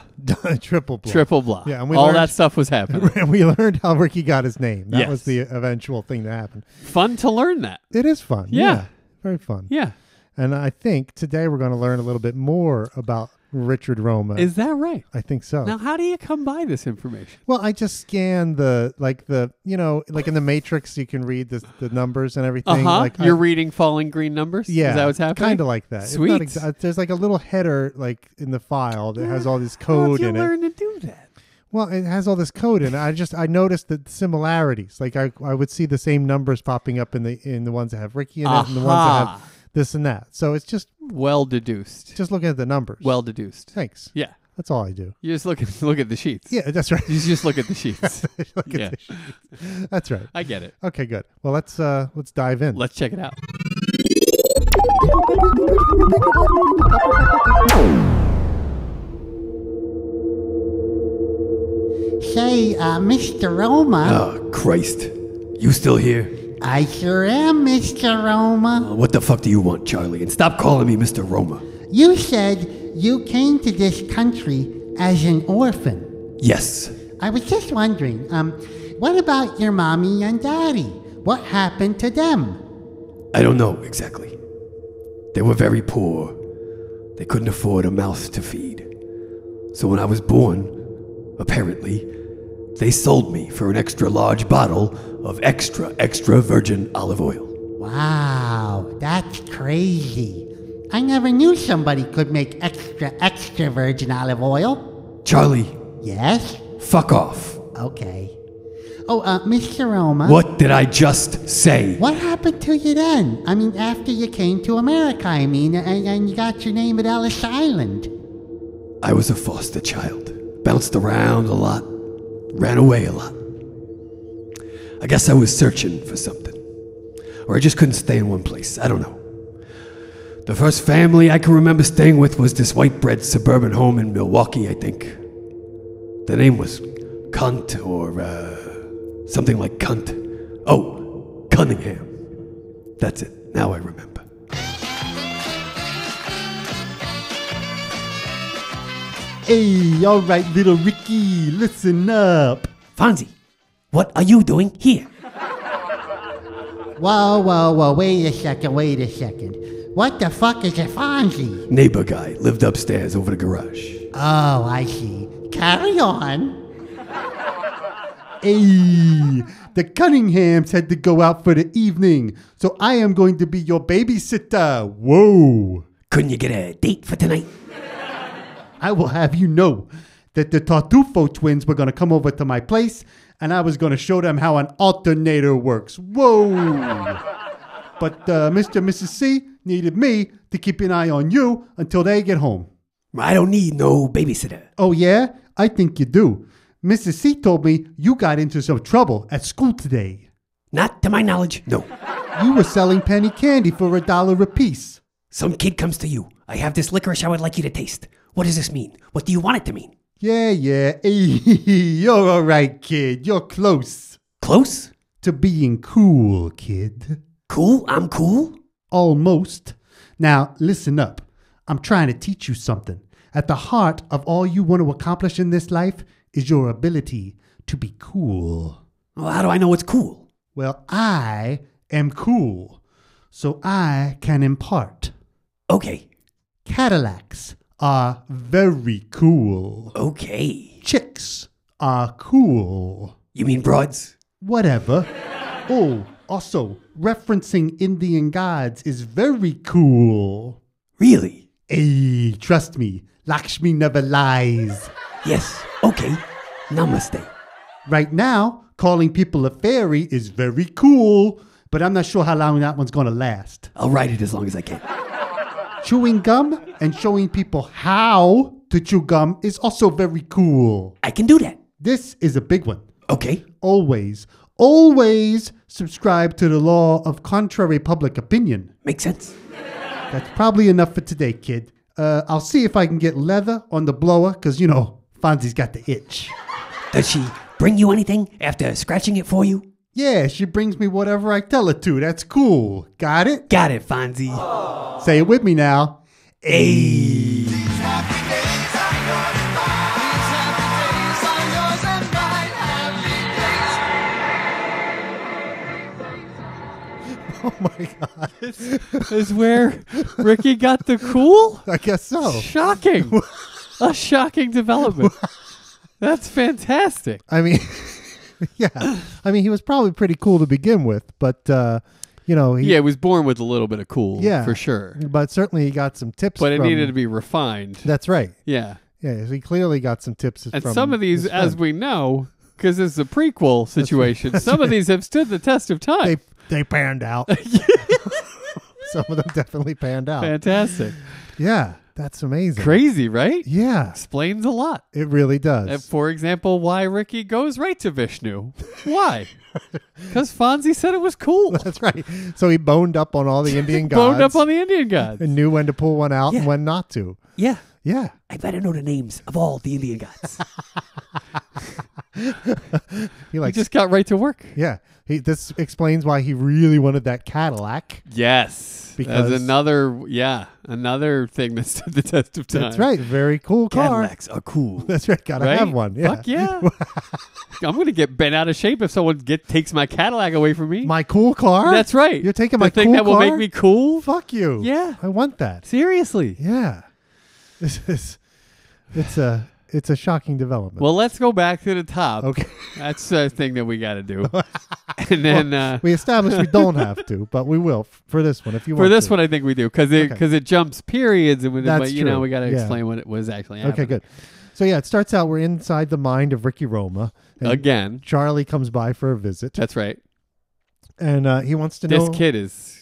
S1: Triple blah.
S6: Triple blah.
S1: Yeah, and we
S6: All
S1: learned-
S6: that stuff was happening.
S1: [laughs] And we learned how Ricky got his name. That was
S6: Yes.
S1: the eventual thing that happened.
S6: Fun to learn that.
S1: It is fun.
S6: Yeah.
S1: Very fun.
S6: Yeah.
S1: And I think today we're going to learn a little bit more about Richard Roma.
S6: Is that right?
S1: I think so.
S6: Now, how do you come by this information?
S1: Well, I just scan the like the you know like in the Matrix you can read the the numbers and
S6: Uh
S1: everything.
S6: huh.
S1: Like I-
S6: You're reading falling green numbers.
S1: yeah,
S6: Is that what's happening?
S1: Kind of like that. It's not
S6: Sweet.
S1: exa- there's like a little header like in the file that has
S6: [laughs]
S1: all this
S6: How'd
S1: code
S6: you
S1: in it.
S6: learn to do that?
S1: Well, it has all this code in it. I just I noticed the similarities. Like I I would see the same numbers popping up in the in the ones that have Ricky in it and the ones that
S6: Aha.
S1: have this and that. So it's just
S6: Well deduced.
S1: just looking at the numbers.
S6: Well deduced.
S1: thanks.
S6: Yeah.
S1: That's all I do.
S6: You just look at [laughs] look at the sheets.
S1: Yeah, that's right. [laughs]
S6: You just look at the sheets.
S1: Look at
S6: Yeah.
S1: the sheet. That's right.
S6: I get it.
S1: Okay, good. Well, let's uh let's dive in.
S6: Let's check it out.
S7: Say, uh, Mr. Roma.
S3: Ah, Christ. You still here?
S7: I sure am, Mr. Roma.
S3: Uh, What the fuck do you want, Charlie? And stop calling me Mr. Roma.
S7: You said you came to this country as an orphan.
S3: Yes.
S7: I was just wondering, um, what about your mommy and daddy? What happened to them?
S3: I don't know exactly. They were very poor. They couldn't afford a mouth to feed. So when I was born, apparently, they sold me for an extra large bottle of extra, extra virgin olive oil.
S7: Wow, that's crazy. I never knew somebody could make extra, extra virgin olive oil.
S3: Charlie,
S7: Yes?
S3: fuck off.
S7: Okay. Oh, uh, Mr. Roma.
S3: What did I just say?
S7: What happened to you then? I mean, after you came to America, I mean, and, and you got your name at Ellis Island.
S3: I was a foster child. Bounced around a lot. Ran away a lot. I guess I was searching for something. Or I just couldn't stay in one place. I don't know. The first family I can remember staying with was this white bread suburban home in Milwaukee, I think. The name was Cunt or uh, something like Cunt. Oh, Cunningham. That's it. Now I remember.
S7: Hey, all right, little Ricky, listen up.
S3: Fonzie, what are you doing here?
S7: Whoa, whoa, whoa, wait a second, wait a second. What the fuck is a Fonzie?
S3: Neighbor guy lived upstairs over the garage.
S7: Oh, I see. Carry on.
S8: Hey, the Cunninghams had to go out for the evening, so I am going to be your babysitter. Whoa.
S3: Couldn't you get a date for tonight?
S8: I will have you know that the Tartufo twins were going to come over to my place, and I was going to show them how an alternator works. Whoa. but uh, Mr. and Mrs. C needed me to keep an eye on you until they get home.
S3: I don't need no babysitter.
S8: Oh, yeah? I think you do. Mrs. C told me you got into some trouble at school today.
S3: Not to my knowledge. No.
S8: You were selling penny candy for a dollar apiece.
S3: Some kid comes to you. I have this licorice I would like you to taste. What does this mean? What do you want it to mean?
S8: Yeah, yeah. [laughs] You're all right, kid. You're close
S3: Close?
S8: to being cool, kid.
S3: Cool? I'm cool?
S8: Almost. Now, listen up. I'm trying to teach you something. At the heart of all you want to accomplish in this life is your ability to be cool.
S3: Well, how do I know it's cool?
S8: Well, I am cool, so I can impart.
S3: Okay.
S8: Cadillacs are very cool.
S3: Okay.
S8: chicks are cool.
S3: You mean broads?
S8: Whatever. Oh, also, referencing Indian gods is very cool.
S3: Really?
S8: Hey, trust me, Lakshmi never lies.
S3: Yes. Okay. Namaste.
S8: Right now, calling people a fairy is very cool, but I'm not sure how long that one's gonna last.
S3: I'll write it as long as I can.
S8: Chewing gum and showing people how to chew gum is also very cool.
S3: I can do that.
S8: This is a big one.
S3: Okay.
S8: Always, always subscribe to the law of contrary public opinion.
S3: Makes sense.
S8: That's probably enough for today, kid. Uh, I'll see if I can get leather on the blower, because, you know, Fonzie's got the itch.
S3: Does she bring you anything after scratching it for you?
S8: Yeah, she brings me whatever I tell her to. That's cool. Got it?
S3: Got it, Fonzie.
S8: Say it with me now. Ayy. Oh my god!
S2: Is where Ricky got the cool?
S8: I guess so.
S2: Shocking. A shocking development. That's fantastic.
S1: I mean, [laughs] yeah. I mean, he was probably pretty cool to begin with, but uh, you know, he,
S2: Yeah, it was born with a little bit of cool.
S1: Yeah.
S2: For sure.
S1: But certainly he got some tips.
S2: But it
S1: from-
S2: needed to be refined.
S1: [laughs] That's right.
S2: Yeah.
S1: Yeah, so he clearly got some tips.
S2: And
S1: from
S2: some of these,
S1: his
S2: as
S1: friend.
S2: we know, because this is a prequel situation, some of these have stood the test of time.
S1: they they panned
S2: [laughs]
S1: out. some of them definitely panned out.
S2: Fantastic.
S1: Yeah, that's amazing.
S2: Crazy, right?
S1: Yeah,
S2: Explains a lot.
S1: it really does.
S2: And for example, why Ricky goes right to Vishnu. [laughs] Why? Because Fonzie said it was cool.
S1: that's right. So he boned up on all the
S2: [laughs]
S1: Indian gods.
S2: Boned up on the Indian gods.
S1: and knew when to pull one out and
S3: Yeah.
S1: when not to.
S3: Yeah.
S1: Yeah.
S3: I better know the names of all the Indian gods.
S1: He
S2: He
S1: likes
S2: just got right to work.
S1: Yeah. He this explains why he really wanted that Cadillac.
S2: Yes.
S1: Because-
S2: That's another, yeah, another thing that stood [laughs] the test of time.
S1: That's right. Very cool car.
S3: Cadillacs are cool.
S1: That's right. Gotta
S2: Right?
S1: have one. Yeah. [laughs]
S2: Fuck yeah. I'm going to get bent out of shape if someone get takes my Cadillac away from me.
S1: My cool car?
S2: That's right.
S1: You're taking
S2: the
S1: my
S2: thing
S1: cool
S2: that will make
S1: car?
S2: me cool.
S1: Fuck you.
S2: Yeah.
S1: I want that.
S2: Seriously.
S1: Yeah. This is it's a it's a shocking development.
S2: Well, let's go back to the top.
S1: okay. [laughs]
S2: That's the thing that we got to do. and then uh,
S1: We established we don't have to, but we will f- for this one if you
S2: for
S1: want
S2: this
S1: to.
S2: one, I think we do because it
S1: Okay.
S2: because it jumps periods and we,
S1: That's
S2: but, you know
S1: true.
S2: we got to
S1: Yeah.
S2: explain what it was actually.
S1: Okay,
S2: happening.
S1: good. So yeah, it starts out we're inside the mind of Ricky Roma. And
S2: Again,
S1: Charlie comes by for a visit.
S2: that's right.
S1: and uh, he wants to
S2: This
S1: know
S2: kid is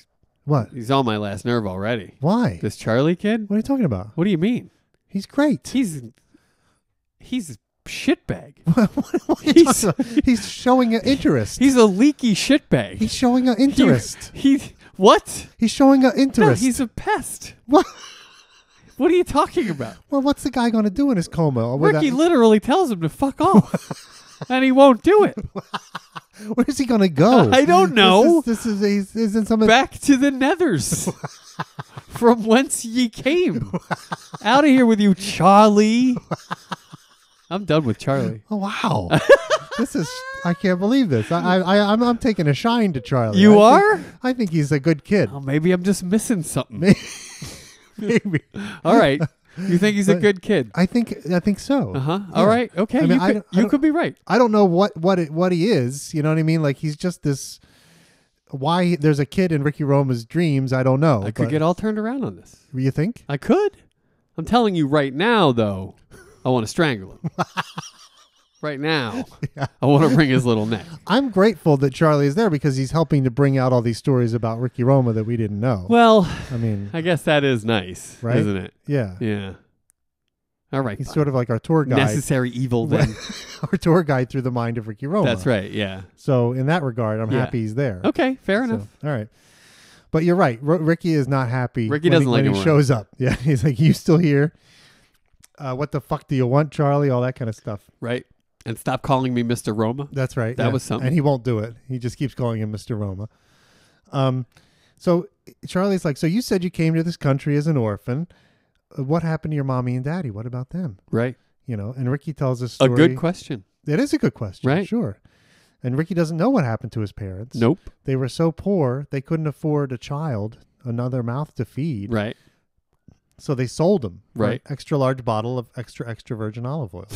S1: what
S2: he's on my last nerve already.
S1: why
S2: This Charlie kid.
S1: what are you talking about
S2: What do you mean?
S1: he's great
S2: He's he's a shitbag.
S1: What are [laughs] you
S2: he's- [laughs]
S1: talking about? he's showing an interest
S2: He's a leaky shitbag.
S1: he's showing an interest
S2: [laughs] He, he what?
S1: he's showing an
S2: No,
S1: interest
S2: he's a pest.
S1: what?
S2: What are you talking about?
S1: well what's the guy going to do in his coma With
S2: Ricky
S1: that-
S2: literally tells him to fuck off,
S1: [laughs]
S2: and he won't do it.
S1: where is he going to go
S2: I don't know.
S1: this is, this is he's, he's in some of-
S2: Back to the nethers, from whence
S1: [laughs]
S2: ye came. Out of here with you, Charlie. [laughs] I'm done with
S1: [laughs]
S2: Charlie.
S1: oh, wow this is I can't believe this. I, I, I, I'm, I'm taking a shine to Charlie.
S2: You
S1: I
S2: are?
S1: Think, I think he's a good kid.
S2: Oh, maybe I'm just missing something.
S1: [laughs] Maybe.
S2: All right, you think he's a good kid?
S1: I think. I think so.
S2: Uh huh. All right. Okay.
S1: I mean,
S2: you
S1: I
S2: could,
S1: don't- I
S2: you
S1: don't-
S2: could be right.
S1: I don't know what what it, what he is. You know what I mean? Like he's just this. Why there's a kid in Ricky Roma's dreams? I don't know.
S2: I could
S1: but-
S2: get all turned around on this.
S1: You think?
S2: I could. I'm telling you right now, though, I want to
S1: [laughs]
S2: strangle him. right now, I want to wring his
S1: [laughs]
S2: little neck.
S1: I'm grateful that Charlie is there because he's helping to bring out all these stories about Ricky Roma that we didn't know.
S2: Well,
S1: I mean,
S2: I guess that is nice,
S1: Right?
S2: isn't it?
S1: yeah.
S2: Yeah. All right.
S1: He's
S2: fine.
S1: sort of like our tour guide,
S2: necessary evil. Then
S1: [laughs] our tour guide through the mind of Ricky Roma.
S2: that's right. Yeah.
S1: So in that regard, I'm
S2: Yeah.
S1: happy he's there.
S2: Okay. Fair
S1: So,
S2: enough.
S1: all right. But you're right. R- Ricky is not happy. when
S2: Ricky
S1: he-
S2: doesn't like
S1: when
S2: him
S1: he
S2: around.
S1: shows up. [laughs] Yeah, he's like, "You still here? Uh, what the fuck do you want, Charlie? All that kind of stuff."
S2: Right. And stop calling me Mr. Roma.
S1: That's right.
S2: That was something.
S1: And he won't do it. He just keeps calling him Mr. Roma. Um, so Charlie's like, so you said you came to this country as an orphan. Uh, What happened to your mommy and daddy? What about them?
S2: Right.
S1: You know. And Ricky tells us
S2: A good question.
S1: It is a good question,
S2: Right.
S1: Sure. And Ricky doesn't know what happened to his parents.
S2: Nope.
S1: They were so poor they couldn't afford a child, another mouth to feed.
S2: Right.
S1: So they sold him for an
S2: Right. [laughs]
S1: extra large bottle of extra extra virgin olive oil.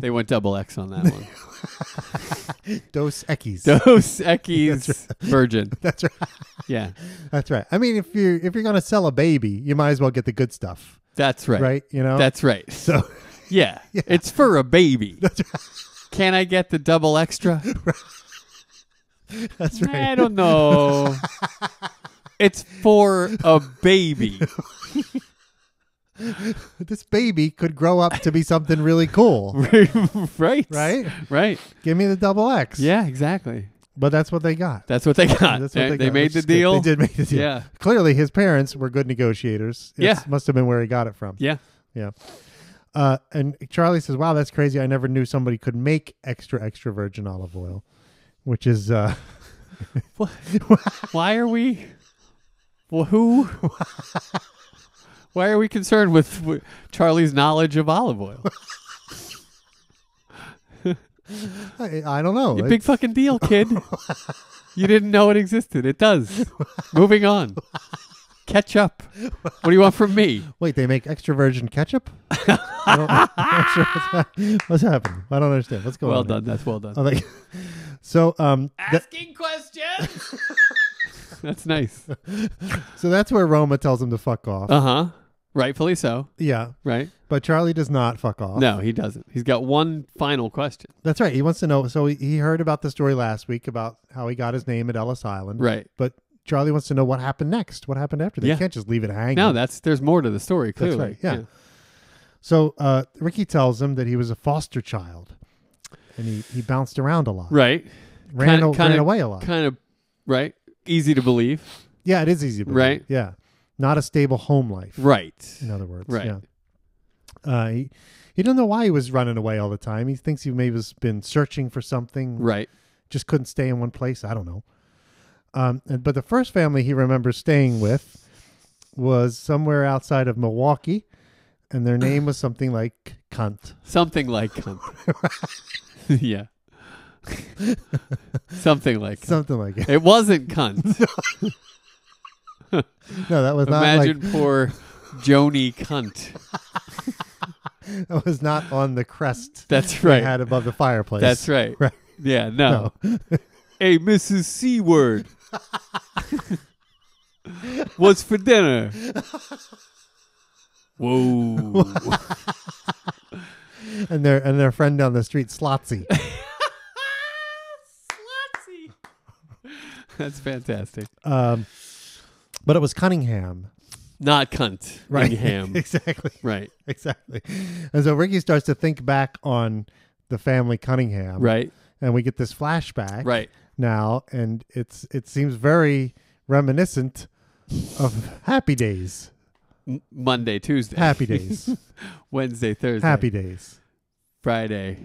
S2: They went double X on that [laughs] one.
S1: Dos Equis.
S2: Dos Equis virgin.
S1: [laughs] That's right.
S2: Yeah,
S1: That's right. I mean, if you're if you're gonna sell a baby, you might as well get the good stuff,
S2: that's right.
S1: right? You know.
S2: That's right.
S1: so.
S2: [laughs]
S1: [laughs]
S2: Yeah. It's for a baby. Can I get the double
S1: [laughs]
S2: extra?
S1: That's right.
S2: I
S1: [laughs]
S2: don't know. it's for a
S1: [laughs]
S2: baby.
S1: This baby could grow up to be something really cool,
S2: [laughs] right.
S1: right?
S2: Right.
S1: Give me the double X.
S2: Yeah, exactly.
S1: But that's what they got.
S2: That's what they got.
S1: That's what
S2: they,
S1: they,
S2: they
S1: got,
S2: made
S1: which
S2: the
S1: is good.
S2: deal.
S1: They did make the deal.
S2: Yeah.
S1: Clearly, his parents were good negotiators. It's-
S2: Yeah.
S1: Must have been where he got it from.
S2: Yeah.
S1: Yeah. Uh, and Charlie says, "Wow, that's crazy. I never knew somebody could make extra extra virgin olive oil," which is uh, [laughs]
S2: Why are we? Well, who? Why are we concerned with w- Charlie's knowledge of olive oil?
S1: I, I don't know.
S2: Big fucking deal, kid. you didn't know it existed. It does. Moving on. Catch up. What do you want from me?
S1: Wait, they make extra virgin ketchup? I don't- I'm not sure what's, hap- what's happening? I don't understand. What's going
S2: Well
S1: on? here?
S2: done. That's well done.
S1: I'm like- [laughs] so, um, that-
S2: Asking questions. That's nice.
S1: so that's where Roma tells him to fuck off.
S2: Uh huh. Rightfully so.
S1: yeah,
S2: Right?
S1: but Charlie does not fuck off.
S2: No, he doesn't. He's got one final question.
S1: That's right. He wants to know. So he, he heard about the story last week about how he got his name at Ellis Island.
S2: Right.
S1: But Charlie wants to know what happened next. What happened after that?
S2: Yeah.
S1: You can't just leave it hanging.
S2: No, that's there's more to the story. Clearly,
S1: That's right, yeah. so uh, Ricky tells him that he was a foster child and he, he bounced around a lot.
S2: right.
S1: Ran,
S2: Kinda-
S1: o-
S2: kinda-
S1: ran away a lot.
S2: Kind of right. Easy to believe.
S1: Yeah, it is easy to believe.
S2: Right.
S1: Yeah. Not a stable home life.
S2: Right.
S1: In other words.
S2: Right.
S1: Yeah. Uh, he, he didn't know why he was running away all the time. He thinks he maybe has been searching for something.
S2: Right.
S1: Just couldn't stay in one place. I don't know. Um, and, but the first family he remembers staying with was somewhere outside of Milwaukee, and their name was something like Cunt. [laughs]
S2: Something like. yeah. Something like.
S1: Something like it.
S2: It wasn't cunt.
S1: No, that was
S2: Imagine
S1: [laughs] not like
S2: poor Joni cunt.
S1: that was not on the
S2: [laughs]
S1: crest
S2: That's
S1: they
S2: right.
S1: had above the fireplace.
S2: That's right.
S1: Right.
S2: Yeah, no. [laughs] hey, Mrs.
S1: [laughs]
S2: C word. What's for dinner? Whoa.
S1: And their and their friend down the street, Slotsy.
S2: That's fantastic.
S1: Um, but it was Cunningham.
S2: Not cunt. Right.
S1: [laughs]
S2: Ham.
S1: exactly.
S2: right.
S1: [laughs] Exactly. And so Ricky starts to think back on the family Cunningham.
S2: Right.
S1: And we get this flashback
S2: Right.
S1: now, and it's it seems very reminiscent of happy days.
S2: Monday, Tuesday. [laughs]
S1: Happy days.
S2: Wednesday, Thursday.
S1: happy days.
S2: Friday.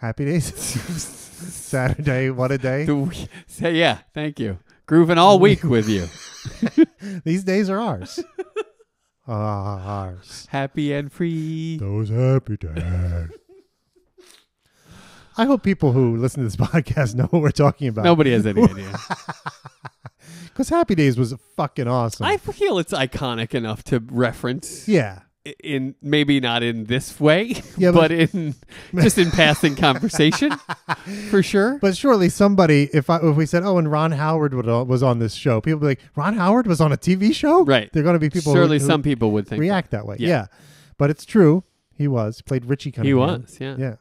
S1: Happy days. [laughs] Saturday, what a day.
S2: The we- Say yeah, thank you. Grooving all week with
S1: [laughs]
S2: you.
S1: These days are
S2: [laughs]
S1: ours. Ah, ours.
S2: Happy and free.
S1: Those happy days. I hope people who listen to this [laughs] podcast know what we're talking about.
S2: Nobody has
S1: [laughs]
S2: any idea.
S1: Because Happy Days was fucking awesome.
S2: I feel it's iconic enough to reference
S1: yeah.
S2: i- in maybe not in this way,
S1: Yeah,
S2: but,
S1: but- [laughs]
S2: in just in passing conversation, for sure.
S1: But surely somebody, if I, if we said, oh, and Ron Howard would, was on this show, people would be like, Ron Howard was on a TV show?
S2: Right.
S1: There are going to be people
S2: Surely
S1: who, who
S2: some people would think
S1: react that way.
S2: Yeah.
S1: Yeah. But it's true. He was. He played Richie
S2: that. he
S1: Cunningham.
S2: was. Yeah.
S1: Yeah.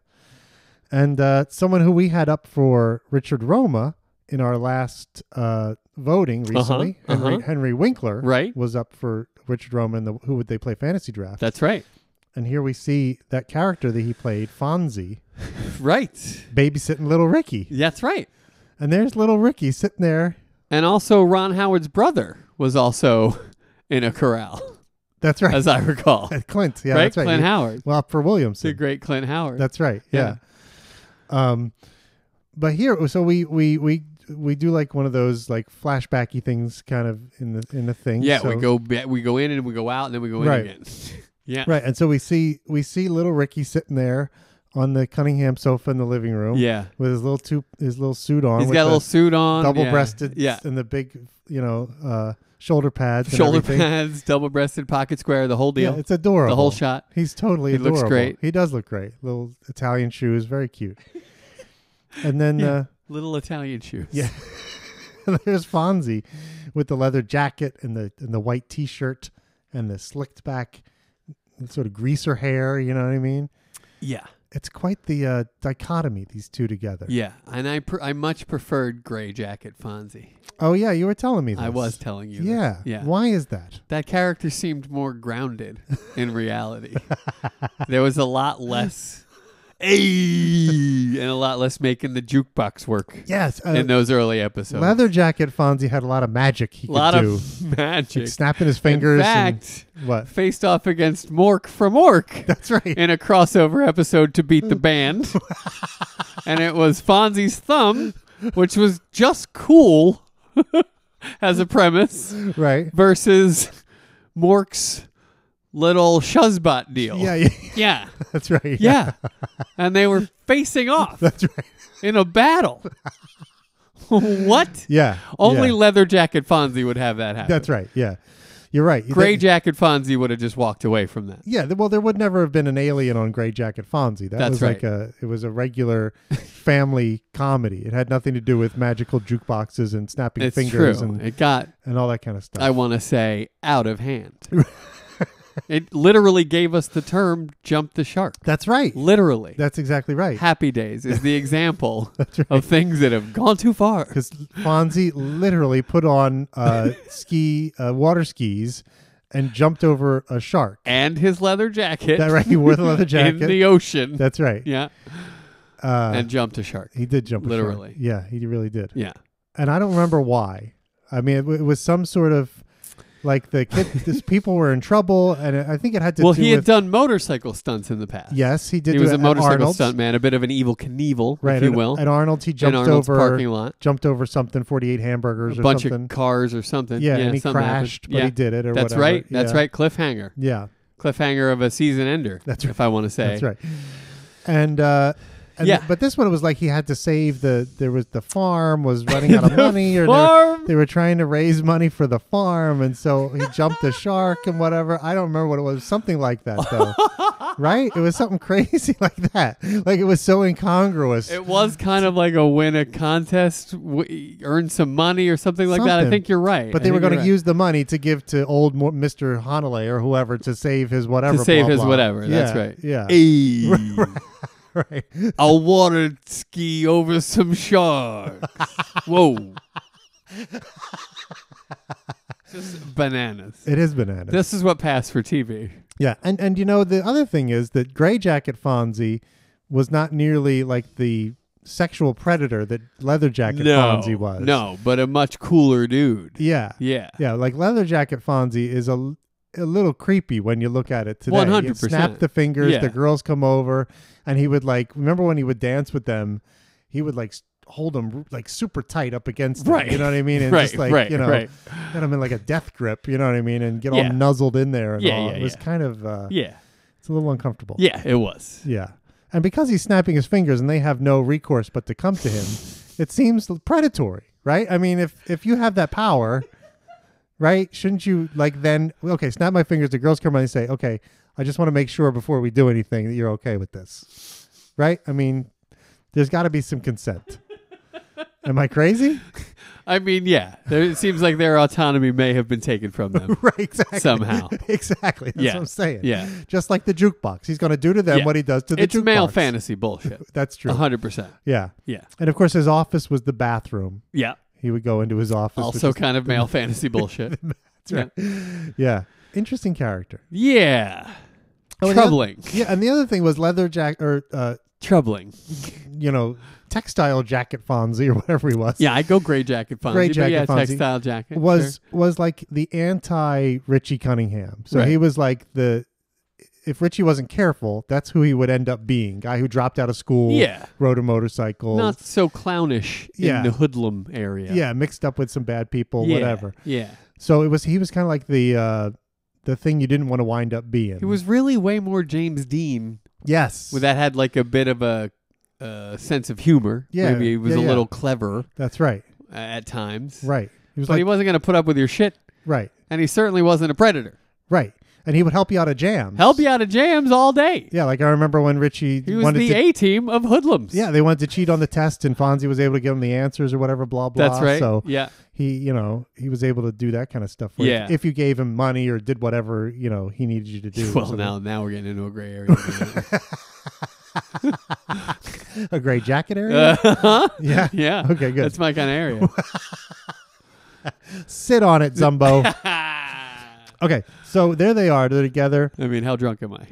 S1: And uh, someone who we had up for Richard Roma in our last uh, voting recently,
S2: Uh-huh,
S1: Henry,
S2: uh-huh.
S1: Henry Winkler,
S2: Right.
S1: was up for Richard Roma in the Who Would They Play fantasy draft.
S2: That's right.
S1: and here we see that character that he played, Fonzie,
S2: Right.
S1: babysitting little Ricky.
S2: That's right.
S1: And there's little Ricky sitting there.
S2: And also Ron Howard's brother was also in a corral,
S1: That's right.
S2: as I recall.
S1: [laughs] At Clint. Yeah,
S2: right?
S1: that's right.
S2: Clint
S1: He-
S2: Howard.
S1: Well, for
S2: The
S1: Williamson.
S2: great Clint Howard.
S1: That's right. Yeah. Um, but here, so we we we we do like one of those like flashbacky things, kind of in the in the thing.
S2: Yeah, we
S1: So-
S2: go ba- we go in and we go out and then we go in
S1: Right.
S2: again. [laughs] yeah.
S1: right, and so we see we see little Ricky sitting there on the Cunningham sofa in the living room.
S2: Yeah.
S1: with his little two, his little suit on.
S2: He's
S1: with
S2: got a
S1: the
S2: little suit on, yeah,
S1: double-breasted,
S2: Yeah,
S1: and the big, you know, uh, shoulder pads. and
S2: shoulder
S1: everything.
S2: pads, double-breasted, pocket square, the whole deal.
S1: Yeah, it's adorable.
S2: The whole shot.
S1: He's totally
S2: He looks
S1: adorable.
S2: great.
S1: He does look great. Little Italian shoes, very cute. And
S2: [laughs]
S1: then
S2: Little Italian shoes.
S1: Yeah. uh, [laughs] there's Fonzie with the leather jacket and the and the white t-shirt and the slicked back sort of greaser hair, you know what I mean?
S2: yeah,
S1: It's quite the uh, dichotomy these two together.
S2: yeah. And I pr- I much preferred gray jacket Fonzie.
S1: Oh yeah, you were telling me this.
S2: I was telling you. this.
S1: Yeah.
S2: yeah.
S1: Why is that?
S2: That character seemed more grounded
S1: [laughs]
S2: in reality. there was a lot less, Ayy, and a lot less making the jukebox work
S1: Yes, uh,
S2: in those early episodes.
S1: leather jacket Fonzie had a lot of magic he
S2: a lot
S1: could do.
S2: of [laughs] magic.
S1: Like snapping his fingers
S2: In fact,
S1: and what? [laughs]
S2: faced off against Mork from Ork.
S1: That's right.
S2: in a crossover episode to beat
S1: [laughs]
S2: the band. and it was Fonzie's thumb, which was just cool [laughs] as a premise,
S1: right.
S2: versus Mork's little shuzbot deal.
S1: Yeah, yeah,
S2: Yeah.
S1: [laughs] that's right.
S2: Yeah. and they were
S1: [laughs]
S2: facing off
S1: That's right.
S2: in a battle. [laughs] what?
S1: Yeah.
S2: Only
S1: yeah.
S2: leather jacket Fonzie would have that happen.
S1: That's right. Yeah. You're right.
S2: Gray
S1: That-
S2: jacket Fonzie would have just walked away from that.
S1: Yeah, th- well, there would never have been an alien on Grey Jacket Fonzie. That
S2: That's
S1: was like
S2: right.
S1: a it was a
S2: [laughs]
S1: regular family comedy. It had nothing to do with magical jukeboxes and snapping
S2: It's
S1: fingers
S2: true.
S1: and
S2: it got
S1: and all that kind of stuff.
S2: I want to say, out
S1: [laughs]
S2: of hand. it literally gave us the term jump the shark.
S1: That's right.
S2: Literally.
S1: That's exactly right.
S2: Happy Days is
S1: [laughs]
S2: the example of things that have gone too far.
S1: Because Fonzie literally put on
S2: [laughs]
S1: uh, ski uh, water skis and jumped over a shark.
S2: And his leather jacket,
S1: That right, [laughs] he wore the leather
S2: [laughs] in
S1: jacket.
S2: the ocean.
S1: That's right. Uh,
S2: yeah. and jumped a shark.
S1: He did jump a shark.
S2: Literally.
S1: Yeah, he really did.
S2: Yeah.
S1: and I don't remember why. I mean, it, w- it was some sort of like the
S2: [laughs]
S1: kid, this people were in trouble, and I think it had to
S2: Well,
S1: do
S2: he had
S1: with
S2: done motorcycle stunts in the past.
S1: yes, he did.
S2: He
S1: do
S2: was
S1: it
S2: a
S1: at
S2: motorcycle
S1: Arnold's.
S2: stuntman, a bit of an evil
S1: Uh,
S2: Knievel,
S1: right?
S2: if you
S1: at,
S2: will.
S1: At Arnold's, he jumped
S2: Arnold's
S1: over
S2: parking lot.
S1: jumped over something, forty-eight hamburgers
S2: a
S1: or
S2: bunch
S1: something.
S2: of cars or something.
S1: Yeah, and he
S2: something happened.
S1: crashed, but he did it or
S2: That's
S1: whatever.
S2: right. That's
S1: Yeah.
S2: right. Cliffhanger.
S1: yeah,
S2: cliffhanger of a season ender.
S1: That's
S2: If I want to say.
S1: that's right. And. uh and
S2: Yeah.
S1: but this one was like he had to save the there was the farm
S2: [laughs]
S1: was running out of money or they were-
S2: farm!
S1: they were trying to raise money for the farm and so he jumped the shark and whatever I don't remember what it was something like that though
S2: [laughs]
S1: right it was something crazy [laughs] like that like it was so incongruous
S2: It was kind of like a win a contest, w- earn some money or something like that. I
S1: Something.
S2: think you're right.
S1: but
S2: I
S1: they were
S2: think
S1: going
S2: you're
S1: to
S2: right.
S1: use the money to give to old Mo- Mr. Honolay or whoever to save his whatever
S2: to save
S1: blah,
S2: his
S1: blah.
S2: whatever. That's
S1: Yeah, yeah [laughs]
S2: right. Ayy.
S1: right
S2: I'll water ski over
S1: [laughs]
S2: some sharks. Whoa. Just bananas.
S1: it is bananas
S2: This is what passed for TV.
S1: Yeah, and and you know the other thing is that Gray Jacket Fonzie was not nearly like the sexual predator that Leather Jacket
S2: No,
S1: Fonzie was.
S2: no, but a much cooler dude.
S1: Yeah.
S2: Yeah.
S1: Yeah, like Leather Jacket Fonzie is a, l- a little creepy when you look at it today. He'd
S2: 100%.
S1: Snap the fingers,
S2: Yeah.
S1: the girls come over, and he would like remember when he would dance with them, he would like s- hold them like super tight up against them,
S2: Right.
S1: you know what I mean? And
S2: [laughs] Right,
S1: just like,
S2: right,
S1: you know,
S2: right.
S1: get them in like a death grip, you know what I mean? And get
S2: Yeah.
S1: all nuzzled in there and
S2: Yeah,
S1: all.
S2: yeah,
S1: it was
S2: yeah.
S1: kind of uh,
S2: Yeah.
S1: it's a little uncomfortable.
S2: Yeah, it was.
S1: Yeah. And because he's snapping his fingers and they have no recourse but to come to
S2: [laughs]
S1: him, it seems predatory, right? I mean, if if you have that power, right, shouldn't you like then okay, snap my fingers, the girls come around and say, Okay, I just want to make sure before we do anything that you're okay with this. Right? I mean, there's gotta be some
S2: [laughs]
S1: consent. Am I crazy?
S2: I mean, yeah. There, it seems like their autonomy may have been taken from them.
S1: Right, exactly.
S2: Somehow.
S1: [laughs] exactly. That's
S2: Yeah.
S1: what I'm saying.
S2: Yeah.
S1: Just like the jukebox. He's gonna do to them
S2: Yeah.
S1: what he does to [laughs] the
S2: it's
S1: jukebox.
S2: male
S1: [laughs]
S2: fantasy bullshit.
S1: That's true.
S2: hundred percent.
S1: Yeah.
S2: Yeah.
S1: And of course, his office was the bathroom.
S2: Yeah.
S1: He would go into his office. which
S2: Also
S1: is-
S2: kind of male [laughs] fantasy bullshit. That's
S1: right. yeah, interesting character.
S2: Yeah.
S1: Oh,
S2: Troubling.
S1: Yeah, and the other thing was leather jacket or uh,
S2: Troubling.
S1: you know textile jacket Fonzie or whatever he was.
S2: Yeah, I go gray jacket Fonzie.
S1: Gray
S2: but
S1: jacket
S2: yeah,
S1: Fonzie
S2: textile jacket.
S1: was
S2: sure.
S1: was like the anti Richie Cunningham. So
S2: Right.
S1: he was like the if Richie wasn't careful, that's who he would end up being. Guy who dropped out of school,
S2: Yeah.
S1: rode a motorcycle,
S2: not so clownish
S1: Yeah.
S2: in the hoodlum area.
S1: yeah. mixed up with some bad people,
S2: Yeah,
S1: whatever.
S2: Yeah.
S1: So it was he was kind of like the uh, the thing you didn't want to wind up being.
S2: He was really way more James Dean
S1: Yes.
S2: Well, that had like a bit of a uh, sense of humor.
S1: Yeah,
S2: Maybe he was
S1: yeah,
S2: a
S1: yeah.
S2: little clever
S1: That's right.
S2: uh, at times.
S1: Right. He was
S2: But he
S1: like,
S2: wasn't going to put up with your shit,
S1: right,
S2: and he certainly wasn't a predator.
S1: right. And he would help you out of jams.
S2: Help you out of jams all day.
S1: Yeah, like I remember when Richie
S2: He was
S1: wanted
S2: the
S1: to.
S2: A team of hoodlums.
S1: Yeah, they wanted to cheat on the test, and Fonzie was able to give him the answers or whatever. Blah blah.
S2: That's right.
S1: So
S2: Yeah.
S1: he, you know, he was able to do that kind of stuff. for you
S2: Yeah.
S1: If you gave him money or did whatever, you know, he needed [laughs] you to do.
S2: Well,
S1: So
S2: now now we're getting into a gray area. [laughs]
S1: a gray jacket area.
S2: Uh-huh.
S1: yeah.
S2: yeah.
S1: Okay, good.
S2: That's my kind of [laughs] area.
S1: Sit on it,
S2: [laughs]
S1: Zumbo. okay, so there they are. They're together.
S2: I mean, how drunk am I?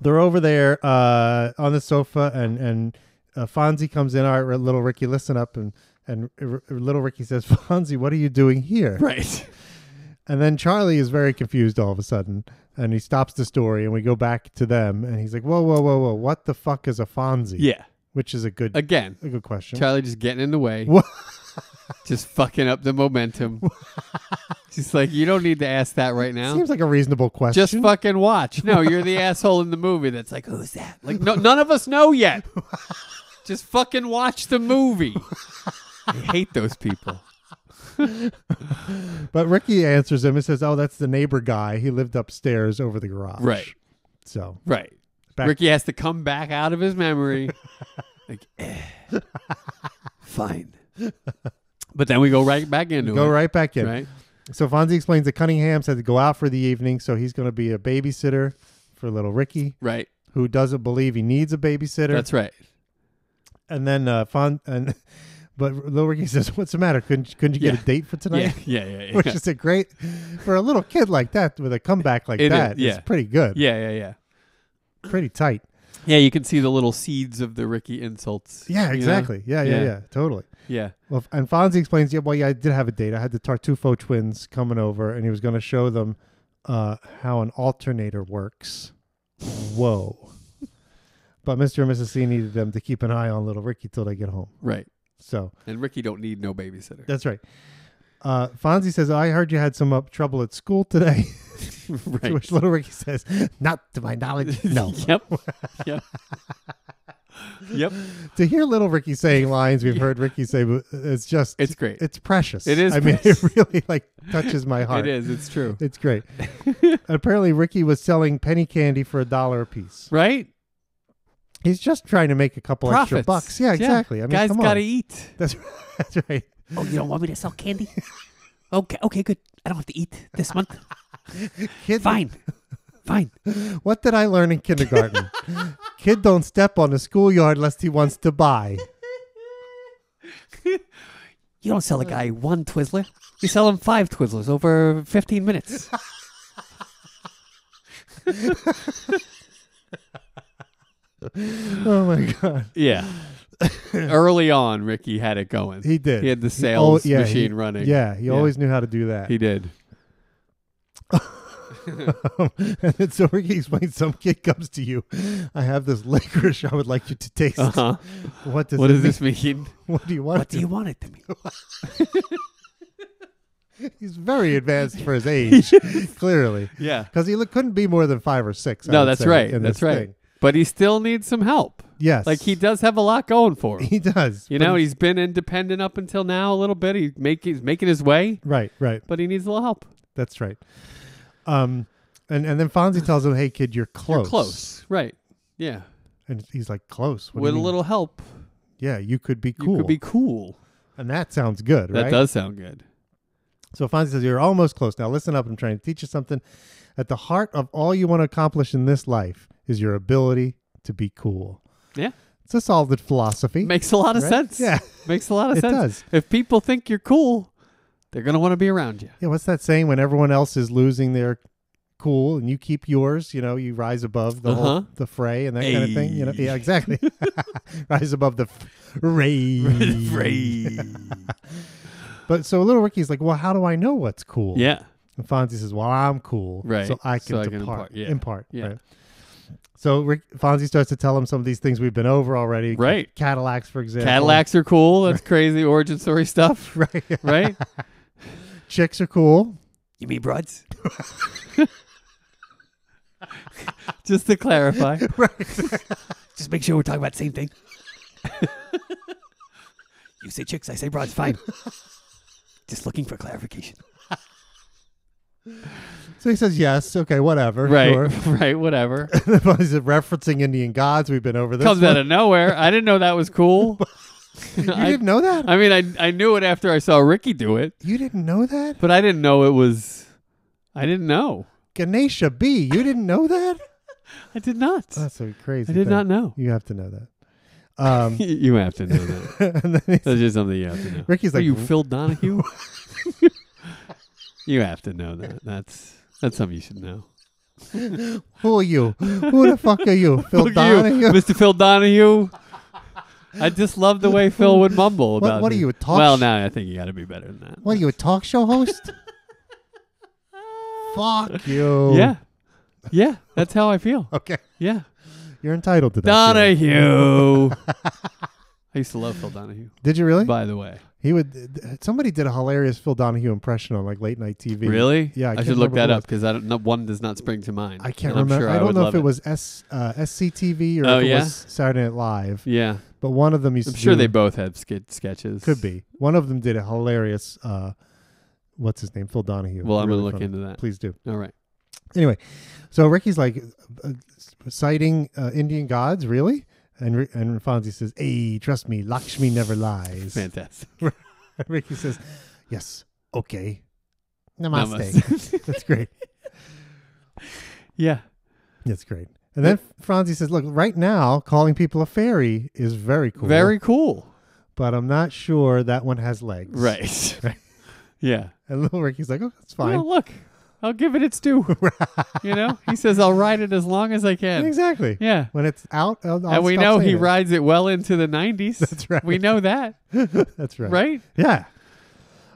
S1: They're over there uh, on the sofa, and and uh, Fonzie comes in. All right, little Ricky, listen up, and and R- little Ricky says, [laughs] Fonzie, what are you doing here?
S2: Right.
S1: And then Charlie is very confused all of a sudden, and he stops the story, and we go back to them, and he's like, "Whoa, whoa, whoa, whoa! What the fuck is a Fonzie?"
S2: Yeah.
S1: which is a good a,
S2: Again,
S1: good question.
S2: Charlie just getting in the way.
S1: What?
S2: [laughs] Just fucking up the momentum. Just like you don't need to ask that right now.
S1: Seems like a reasonable question.
S2: just fucking watch. No, you're [laughs] the asshole in the movie that's like, who's that? Like, no, none of us know [laughs] yet. Just fucking watch the movie. [laughs] I hate those people.
S1: but Ricky answers him and says, "Oh, that's the neighbor guy. He lived upstairs over the garage."
S2: Right.
S1: So
S2: Right.
S1: Back-
S2: Ricky has to come back out of his
S1: [laughs]
S2: memory.
S9: Fine.
S2: But then we go right back into
S1: go
S2: it.
S1: right back in.
S2: Right.
S1: So Fonzie explains that Cunningham had to go out for the evening, so he's going to be a babysitter for little Ricky,
S2: Right.
S1: who doesn't believe he needs a babysitter. [laughs]
S2: That's right.
S1: and then uh, Fon and [laughs] but little Ricky says, "What's the matter? Couldn't couldn't you get
S2: Yeah.
S1: a date for tonight?"
S2: Yeah. Yeah. Yeah. Yeah.
S1: [laughs] which is a great for a little kid like that with a comeback like
S2: It is,
S1: that.
S2: yeah.
S1: It's pretty good,
S2: [laughs] yeah. Yeah. Yeah.
S1: pretty tight.
S2: Yeah. You can see the little seeds of the Ricky insults. you
S1: Yeah,
S2: know?
S1: exactly. Yeah, yeah,
S2: Yeah.
S1: yeah, totally.
S2: Yeah.
S1: Well, f- and Fonzie explains, yeah, well, yeah, I did have a date. I had the Tartufo twins coming over, and he was going to show them uh, how an alternator works. Whoa!
S2: [laughs]
S1: but Mr. and Mrs. C needed them to keep an eye on little Ricky till they get home.
S2: Right.
S1: So
S2: And Ricky don't need
S1: [laughs]
S2: no babysitter.
S1: that's right. Uh, Fonzie says, I heard you had some up trouble at school
S2: [laughs]
S1: today. To
S2: right.
S1: which little Ricky says, Not to my
S2: [laughs]
S1: knowledge, no.
S2: Yep. Yep. yep.
S1: to hear little Ricky saying lines we've heard Ricky say, but it's just
S2: It's great.
S1: It's precious.
S2: It is
S1: I mean, [laughs]
S2: precious.
S1: it really like touches my heart.
S2: It is.
S1: [laughs]
S2: It's true.
S1: It's great. Apparently, Ricky was selling penny candy for a dollar a piece.
S2: Right?
S1: He's just trying to make a couple extra
S2: Profits.
S1: bucks. Yeah, exactly. I mean,
S2: guys
S1: come
S2: gotta
S1: on.
S2: eat.
S1: That's, that's right.
S3: Oh, you don't want me to
S1: [laughs]
S3: sell candy? Okay, okay, good. I don't have to eat this month.
S1: Kid,
S3: Fine, fine.
S1: What did I learn in kindergarten?
S2: [laughs]
S1: Kid don't step on the schoolyard lest he wants to buy.
S3: You don't sell a guy one Twizzler. You sell him five Twizzlers over
S1: [laughs]
S3: 15 minutes.
S1: Oh my god. [laughs]
S2: Yeah. Early on, Ricky had it going.
S1: He did.
S2: He had the
S1: al-
S2: sales
S1: yeah, he-
S2: machine running.
S1: Yeah, he
S2: Yeah.
S1: always knew how to do that.
S2: He did.
S1: [laughs] and then so Ricky explains some kid comes to you. I have this licorice I would like you to taste.
S2: Uh huh.
S1: What does
S2: What
S1: it
S2: does this mean? [laughs]
S1: mean? What do you want?
S3: What do you want it to be?
S1: He's very advanced for
S2: [laughs]
S1: his age, clearly.
S2: Yeah.
S1: Because he look, couldn't be more than five or six. I
S2: no,
S1: would
S2: that's
S1: say,
S2: right.
S1: in
S2: That's
S1: this
S2: right.
S1: thing.
S2: But he still needs some help.
S1: Yes.
S2: Like he does have a lot going for him.
S1: [laughs] He does.
S2: You
S1: but
S2: know,
S1: he-
S2: he's been independent up until now a little bit. He's making he's making his way,
S1: Right, right.
S2: but he needs a little help.
S1: That's right. Um, and, and then Fonzie tells him, hey, kid, you're close.
S2: You're close. Right. Yeah.
S1: And he's like, close? What do
S2: With
S1: you
S2: a
S1: mean?
S2: little help,
S1: Yeah, you could be cool.
S2: you could be cool.
S1: and that sounds good,
S2: That
S1: right?
S2: does sound good.
S1: So Fonzie says, You're almost close. Now listen up. I'm trying to teach you something. At the heart of all you want to accomplish in this life is your ability to be cool.
S2: Yeah.
S1: It's a solid philosophy.
S2: Makes a lot of
S1: Right?
S2: sense.
S1: Yeah.
S2: [laughs] Makes a lot of
S1: It
S2: sense.
S1: does.
S2: If people think you're cool, they're going to want to be around you.
S1: yeah, what's that saying? When everyone else is losing their cool and you keep yours, you know, you rise above the
S2: Uh-huh.
S1: whole, the fray and that kind of thing. You know, yeah, exactly. [laughs] rise above the fray. But so little Ricky's like, Well, how do I know what's cool?
S2: Yeah.
S1: And Fonzie says, "Well, I'm cool,
S2: Right.
S1: So I can
S2: So I can
S1: depart,
S2: impart, yeah.
S1: impart,
S2: Yeah.
S1: right?" So Rick, Fonzie starts to tell him some of these things we've been over already,
S2: Right.
S1: Cadillacs, for example.
S2: Cadillacs are cool. That's crazy [laughs] origin story stuff.
S1: right?
S2: Right?
S1: Chicks are cool.
S3: You mean broads?
S2: Just to [laughs] clarify.
S3: Just make sure we're talking about the
S2: [laughs]
S3: same thing. you say chicks, I say broads. Fine. Just looking for clarification.
S1: So he says yes. Okay, whatever.
S2: Right.
S1: Sure.
S2: [laughs] Right. Whatever.
S1: [laughs] He's referencing Indian gods. We've been over this.
S2: Comes
S1: one.
S2: out of nowhere. I didn't know that was [laughs] cool.
S1: you
S2: I-
S1: didn't know that.
S2: I mean, I I knew it after I saw Ricky do it,
S1: you didn't know that.
S2: but I didn't know it was. I didn't know.
S1: Ganesha B. You didn't know that.
S2: [laughs] I did not.
S1: That's a crazy.
S2: I did
S1: thing.
S2: not know.
S1: You have to know that. Um,
S2: [laughs] you have to know that.
S1: [laughs] and then he's,
S2: That's just something you have to know.
S1: Ricky's
S2: Are
S1: like,
S2: you
S1: [laughs]
S2: Phil Donahue? you have to know that. That's that's something you should know.
S1: "Who are you? Who the fuck are
S2: [laughs]
S1: you, Phil
S2: Look at you,
S1: Donahue?"
S2: Mr. Phil Donahue. I just love the way Phil would mumble
S1: What-
S2: about.
S1: what are
S2: me.
S1: you, a talk
S2: Well,
S1: sh-
S2: now I think you got to be better than that.
S1: What are you, a talk show host? Fuck you. [laughs]
S2: [laughs] Yeah, yeah. That's how I feel.
S1: Okay.
S2: Yeah,
S1: You're entitled to that. feeling.
S2: Donahue.
S1: [laughs]
S2: I used to love Phil Donahue.
S1: Did you really?
S2: By the way,
S1: He would. th- Somebody did a hilarious Phil Donahue impression on like late night TV.
S2: really?
S1: Yeah, I
S2: I,
S1: can't
S2: should look
S1: remember who
S2: that
S1: it
S2: up because I don't. No, one does not spring to mind.
S1: I can't
S2: And I'm
S1: remember.
S2: sure
S1: I don't
S2: would
S1: know
S2: love
S1: if it, was S uh, SCTV or
S2: Oh,
S1: if it
S2: yeah?
S1: was Saturday Night Live,
S2: Yeah,
S1: but one of them used
S2: I'm
S1: to
S2: sure
S1: do-
S2: they both had skit sketches.
S1: could be. One of them did a hilarious. Uh, what's his name? Phil Donahue.
S2: Well, I'm
S1: Really
S2: gonna look
S1: funny.
S2: into that.
S1: Please do.
S2: All right.
S1: Anyway, so Ricky's like uh, citing uh, Indian gods, really, and Ri- and Fonzie says, "Hey, trust me, Lakshmi never lies."
S2: Fantastic.
S1: [laughs] Ricky says, "Yes, okay, namaste." [laughs]
S2: Namaste.
S1: That's great.
S2: yeah.
S1: That's great. And then Franzi says, "Look, right now, calling people a fairy is very cool.
S2: Very cool.
S1: [laughs] but I'm not sure that one has legs."
S2: Right. [laughs] yeah.
S1: And little Ricky's like, "Oh, that's fine."
S2: Well, look, I'll give it its due.
S1: [laughs]
S2: you know, he says I'll ride it as long as I can.
S1: exactly.
S2: Yeah.
S1: When it's out, I'll, I'll
S2: and we
S1: stop
S2: know
S1: saying
S2: he
S1: it.
S2: rides it well into the 90s. That's
S1: right.
S2: We know that,
S1: [laughs] That's right.
S2: right?
S1: Yeah.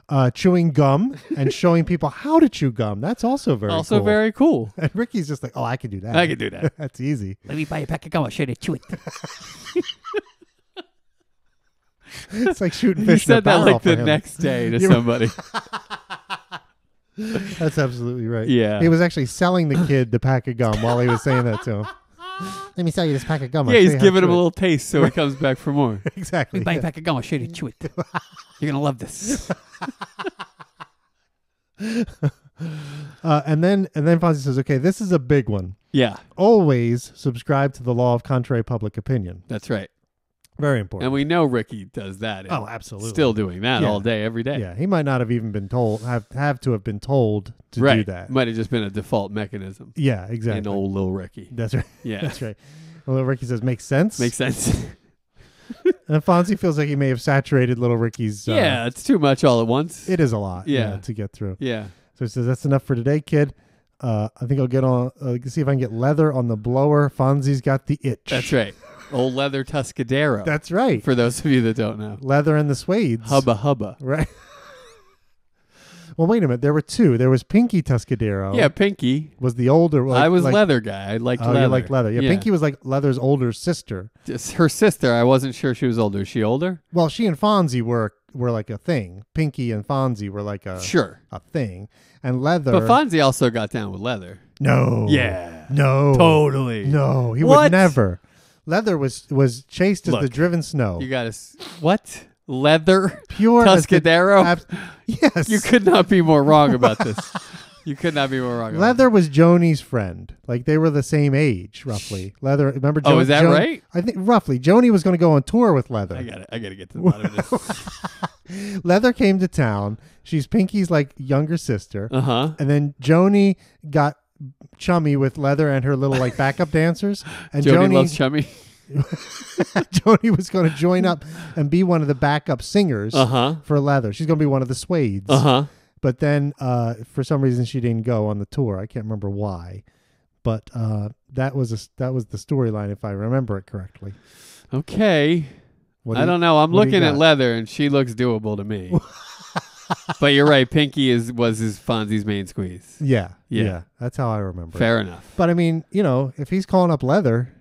S1: Uh, chewing gum and showing people how to chew gum. That's also very
S2: also
S1: cool.
S2: very cool.
S1: And Ricky's just like, "Oh, I can do that.
S2: I can do
S1: [laughs]
S2: that.
S1: that's easy."
S3: Let me buy you a pack of gum. I'll show you how to chew it.
S1: It's like shooting
S2: [laughs] He
S1: fish in a
S2: said that
S1: barrel
S2: like
S1: for
S2: the
S1: him.
S2: next
S1: [laughs]
S2: day to
S1: You're-
S2: somebody.
S1: That's absolutely right.
S2: Yeah.
S1: He was actually selling the kid the pack of gum while he was saying that to him. [laughs] Let me sell you this pack of gum. I'll
S2: yeah,
S1: show
S2: he's
S1: you how to
S2: giving
S1: chew
S2: him a
S1: it.
S2: little
S1: [laughs]
S2: taste so he comes back for more.
S1: Exactly.
S3: Let me buy you a pack of gum. I'll show you how to chew it. You're gonna love this.
S1: Uh, and then and then Fonzie says, "Okay, this is a big one.
S2: Yeah,
S1: Always subscribe to the law of contrary public opinion.
S2: that's right.
S1: Very important."
S2: And we know Ricky does that. and
S1: oh, absolutely.
S2: Still doing that
S1: Yeah.
S2: all day, every day.
S1: yeah. He might not have even been told have have to have been told to
S2: right.
S1: do that.
S2: Might have just been a default mechanism.
S1: yeah,
S2: And
S1: exactly.
S2: old little Ricky.
S1: That's right. [laughs]
S2: Yeah.
S1: That's right. Well, Ricky says makes sense.
S2: Makes sense.
S1: Uh-huh. And Fonzie feels like he may have saturated little Ricky's. Uh,
S2: yeah, it's too much all at once.
S1: It is a lot.
S2: Yeah.
S1: to get through.
S2: yeah.
S1: So he says, "That's enough for today, kid. Uh, I think I'll get on. Uh, see if I can get leather on the blower. Fonzie's got the itch.
S2: That's right. Old leather Tuscadero.
S1: That's right.
S2: for those of you that don't know.
S1: leather and the suedes.
S2: Hubba hubba.
S1: Right. well, wait a minute. There were two. There was Pinky Tuscadero.
S2: Yeah, Pinky.
S1: Was the older. Like,
S2: I was
S1: like,
S2: leather guy. I liked
S1: Oh,
S2: leather.
S1: you like leather. Yeah, Pinky was like leather's older sister.
S2: Just her sister. I wasn't sure she was older. Is she older?
S1: Well, she and Fonzie were were like a thing. Pinky and Fonzie were like a
S2: Sure.
S1: a thing. And leather.
S2: But Fonzie also got down with leather.
S1: No.
S2: Yeah.
S1: No.
S2: Totally.
S1: No. He would
S2: What?
S1: never. Leather was was chased as
S2: Look,
S1: the driven snow.
S2: You got to what leather? [laughs]
S1: Pure as the-
S2: Tuscadero.
S1: abs- yes.
S2: [laughs] you could not be more wrong
S1: [laughs]
S2: about this. you could not be more wrong. About
S1: Leather was Joni's friend. Like they were the same age, roughly. Leather, remember?
S2: Oh,
S1: Jo-
S2: is that
S1: Jo-
S2: right?
S1: I think roughly. Joni was going to go on tour with Leather.
S2: This. I got it. I got to get to the bottom of
S1: [laughs]
S2: this.
S1: Leather came to town. She's Pinky's like younger sister,
S2: Uh huh.
S1: and then Joni got chummy with Leather and her little like backup dancers. And
S2: Joni
S1: Joni,
S2: loves chummy.
S1: [laughs] Joni was going to join up and be one of the backup singers
S2: Uh huh.
S1: for Leather. She's going to be one of the Swades.
S2: Uh huh.
S1: But then, uh, for some reason, she didn't go on the tour. I can't remember why, but uh, that was a, that was the storyline, if I remember it correctly.
S2: Okay.
S1: What do
S2: I
S1: you-
S2: don't know. I'm
S1: what do you
S2: looking at
S1: got?
S2: leather, and she looks doable
S1: [laughs]
S2: to me. but you're right. Pinky is was his Fonzie's main squeeze.
S1: Yeah, yeah,
S2: Yeah.
S1: that's how I remember. It.
S2: Fair enough.
S1: But I mean, you know, if he's calling up leather,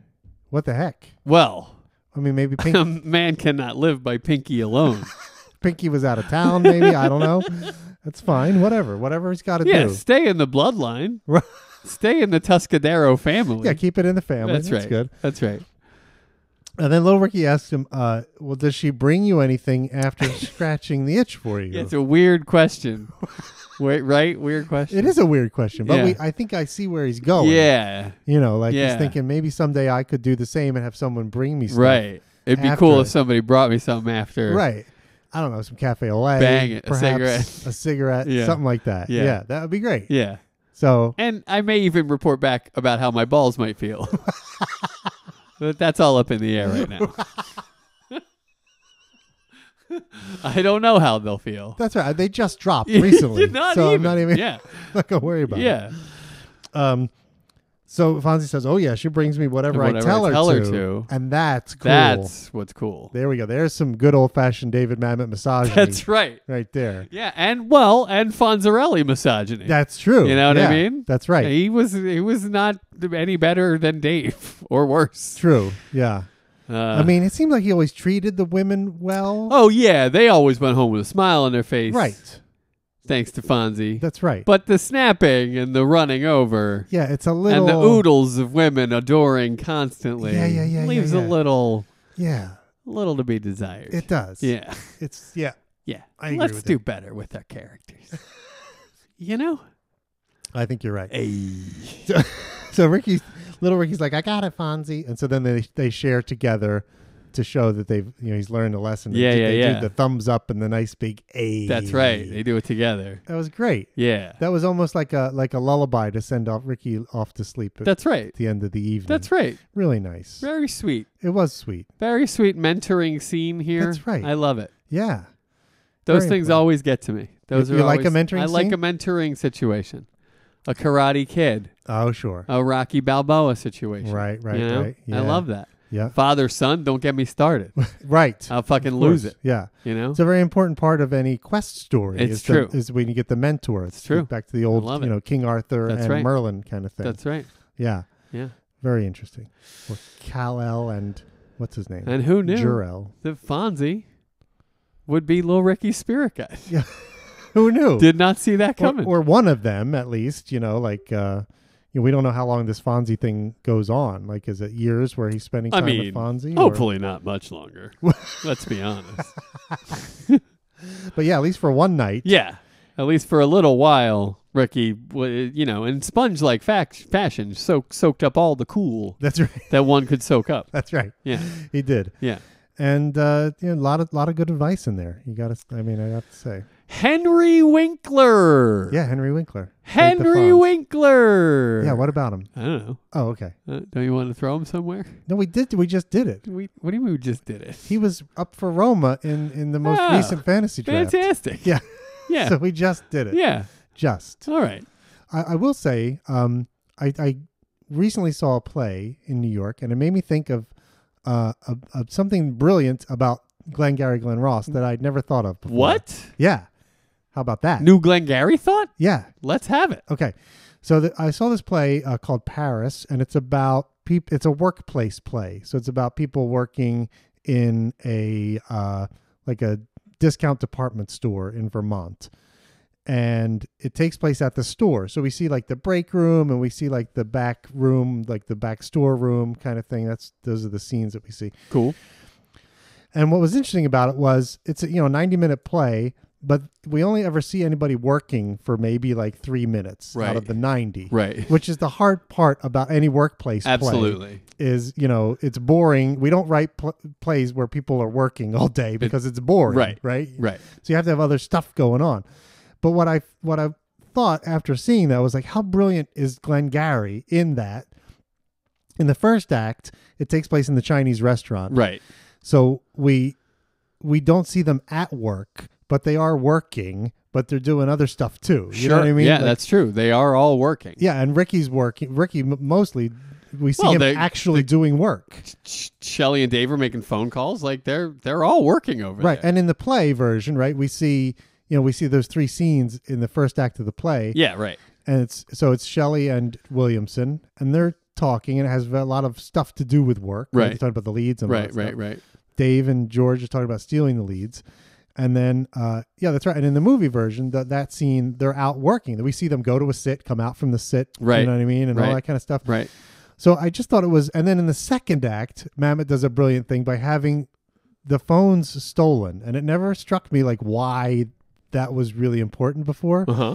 S1: what the heck?
S2: Well,
S1: I mean, maybe
S2: [laughs] a
S1: Pink, [laughs]
S2: man cannot live by Pinky alone.
S1: Pinky was out of town. Maybe I don't know. That's fine. Whatever. Whatever he's got to
S2: Yeah,
S1: do.
S2: stay in
S1: [laughs]
S2: the bloodline. Stay in the Tuscadero family.
S1: Yeah, keep it in the family.
S2: that's, right.
S1: good.
S2: That's right.
S1: And then little Ricky asks him, uh, "Well, does she bring you anything
S2: [laughs]
S1: after scratching the itch for you?"
S2: Yeah, it's a weird
S1: [laughs]
S2: question. Wait, right? Weird question.
S1: It is a weird question, but
S2: Yeah.
S1: we, I think I see where he's going.
S2: Yeah.
S1: you know, like
S2: Yeah.
S1: he's thinking maybe someday I could do the same and have someone bring me stuff.
S2: Right. It'd be
S1: After
S2: cool
S1: it.
S2: if somebody brought me something after.
S1: right. I don't know, some cafe au lait,
S2: Bang it, a
S1: perhaps,
S2: cigarette.
S1: a cigarette,
S2: [laughs] Yeah.
S1: something like that.
S2: Yeah.
S1: Yeah, that would be great.
S2: Yeah.
S1: So
S2: And I may even report back about how my balls might
S1: [laughs]
S2: feel. but that's all up in the air
S1: [laughs]
S2: right now. [laughs] I don't know how they'll feel.
S1: that's right. Uh, They
S2: [laughs]
S1: just dropped recently,
S2: Not
S1: so
S2: even.
S1: I'm not even
S2: Yeah.
S1: not gonna worry about it.
S2: Yeah.
S1: Um, so Fonzie says, "Oh yeah, she brings me whatever, I,
S2: Whatever I
S1: tell her,
S2: tell her
S1: to,
S2: to.
S1: and that's cool.
S2: That's what's cool.
S1: there we go. There's some good old fashioned David Mamet misogyny.
S2: That's right.
S1: right there.
S2: Yeah, and well, and Fonzarelli
S1: [laughs]
S2: misogyny.
S1: That's true.
S2: you know what I
S1: Yeah,
S2: mean.
S1: That's right.
S2: He was he was not any better than Dave [laughs] or worse.
S1: True. Yeah.
S2: Uh,
S1: I mean, it seemed like he always treated the women well.
S2: oh yeah, they always went home with a smile on their face,
S1: right.
S2: Thanks to Fonzie.
S1: That's right.
S2: but the snapping and the running over
S1: yeah, it's a little
S2: and the oodles of women adoring constantly,
S1: Yeah, yeah, yeah, yeah,
S2: leaves a
S1: yeah.
S2: little
S1: Yeah,
S2: [laughs] little to be desired.
S1: it does.
S2: yeah,
S1: It's yeah.
S2: yeah.
S1: I agree
S2: Let's
S1: with
S2: do
S1: that.
S2: better with our characters. you know,
S1: I think you're right.
S2: hey.
S1: So [laughs] Ricky's little Ricky's like, I got it, Fonzie, and so then they they share together to show that they've you know he's learned a lesson. They
S2: Yeah,
S1: do-
S2: yeah,
S1: they
S2: yeah.
S1: Do the thumbs up and the nice big A.
S2: That's right. They do it together.
S1: That was great.
S2: Yeah.
S1: That was almost like a like a lullaby to send off Ricky off to sleep at
S2: That's right.
S1: the end of the evening.
S2: That's right.
S1: really nice.
S2: Very sweet.
S1: It was sweet.
S2: Very sweet mentoring scene here.
S1: That's right.
S2: I love it.
S1: Yeah.
S2: Those
S1: Very
S2: things
S1: important.
S2: always get to me. Those
S1: You-
S2: are
S1: you like a
S2: always-
S1: mentoring
S2: I like
S1: scene?
S2: a mentoring situation. A karate kid,
S1: Oh sure.
S2: a Rocky Balboa situation.
S1: Right, right,
S2: You know?
S1: right.
S2: I
S1: Yeah.
S2: love that.
S1: Yeah.
S2: Father son, don't get
S1: [laughs]
S2: me started.
S1: Right.
S2: I'll fucking
S1: Of
S2: lose
S1: course.
S2: it.
S1: Yeah.
S2: You know?
S1: It's a very important part of any quest story.
S2: It's
S1: is
S2: true.
S1: The, is when you get the mentor. It's,
S2: true.
S1: Back to the old,
S2: love
S1: you
S2: it.
S1: know, King Arthur
S2: That's
S1: and
S2: right.
S1: Merlin kind of thing.
S2: That's right.
S1: yeah.
S2: Yeah.
S1: Very interesting. Or Kal El and what's his name?
S2: And who knew
S1: Jor-El.
S2: that Fonzie would be Lil Ricky's spirit guide? [laughs]
S1: Who knew?
S2: Did not see that
S1: or,
S2: coming.
S1: or one of them at least. You know, like uh, you know, we don't know how long this Fonzie thing goes on. Like, is it years where he's spending
S2: I
S1: time
S2: mean,
S1: with Fonzie? or-
S2: hopefully not
S1: [laughs]
S2: much longer. Let's be honest.
S1: but yeah, at least for one night.
S2: Yeah, at least for a little while, Ricky, w- you know, in sponge-like fac- fashion, soak, soaked up all the cool
S1: That's right.
S2: [laughs] that one could soak up.
S1: That's right.
S2: Yeah,
S1: [laughs] He did.
S2: yeah.
S1: and uh, you know, a lot of lot of good advice in there. You got to, I mean, I have to say,
S2: Henry Winkler.
S1: yeah, Henry Winkler, Played the
S2: Henry
S1: Fonz.
S2: Winkler.
S1: Yeah, what about him?
S2: I don't know.
S1: Oh, okay.
S2: Uh, don't you want to throw him somewhere?
S1: No, we did. We just did it.
S2: We, what do you mean we just did it?
S1: He was up for Roma in in the most
S2: Ah,
S1: recent fantasy draft.
S2: Fantastic.
S1: Yeah. [laughs]
S2: Yeah.
S1: So we just did it.
S2: yeah.
S1: Just.
S2: All right.
S1: I, I will say, um, I, I recently saw a play in New York, and it made me think of uh, of, of something brilliant about Glengarry Glen Ross that I'd never thought of. Before.
S2: What?
S1: Yeah. How about that?
S2: New Glengarry thought?
S1: Yeah.
S2: Let's have it.
S1: Okay, so the, I saw this play uh, called Paris, and it's about peop- It's a workplace play, so it's about people working in a uh, like a discount department store in Vermont, and it takes place at the store. So we see like the break room, and we see like the back room, like the back store room kind of thing. That's those are the scenes that we see.
S2: Cool.
S1: And what was interesting about it was it's a, you know a 90 minute play, but we only ever see anybody working for maybe like three minutes out
S2: Right.
S1: of the 90.
S2: Right.
S1: Which is the hard part about any workplace play
S2: Absolutely.
S1: is you know it's boring. We don't write pl- plays where people are working all day because it's boring.
S2: right.
S1: Right.
S2: Right.
S1: So you have to have other stuff going on. But what I what I thought after seeing that was like, how brilliant is Glengarry in that? In the first act, it takes place in the Chinese restaurant.
S2: Right.
S1: So we we don't see them at work, but they are working, but they're doing other stuff too. You know what I mean?
S2: Yeah,
S1: Like-
S2: that's true. They are all working.
S1: yeah, and Ricky's working. Ricky m- mostly we see
S2: Well,
S1: him
S2: they-
S1: actually doing work.
S2: Sh- Shelly and Dave are making phone calls. Like they're they're all working over
S1: Right.
S2: there.
S1: And in the play version, right, we see you know, we see those three scenes in the first act of the play.
S2: yeah, right.
S1: And it's so it's Shelley and Williamson and they're talking and it has a lot of stuff to do with work.
S2: Right.
S1: They're talking about the leads and all
S2: Right,
S1: that
S2: right,
S1: stuff.
S2: right.
S1: Dave and George are talking about stealing the leads. And then, uh, yeah, that's right. And in the movie version, that that scene, they're out working. We see them go to a sit, come out from the sit,
S2: Right.
S1: You know what I mean, and all
S2: Right.
S1: that kind of stuff.
S2: Right.
S1: So I just thought it was. And then in the second act, Mamet does a brilliant thing by having the phones stolen, and it never struck me like why that was really important before.
S2: Uh huh.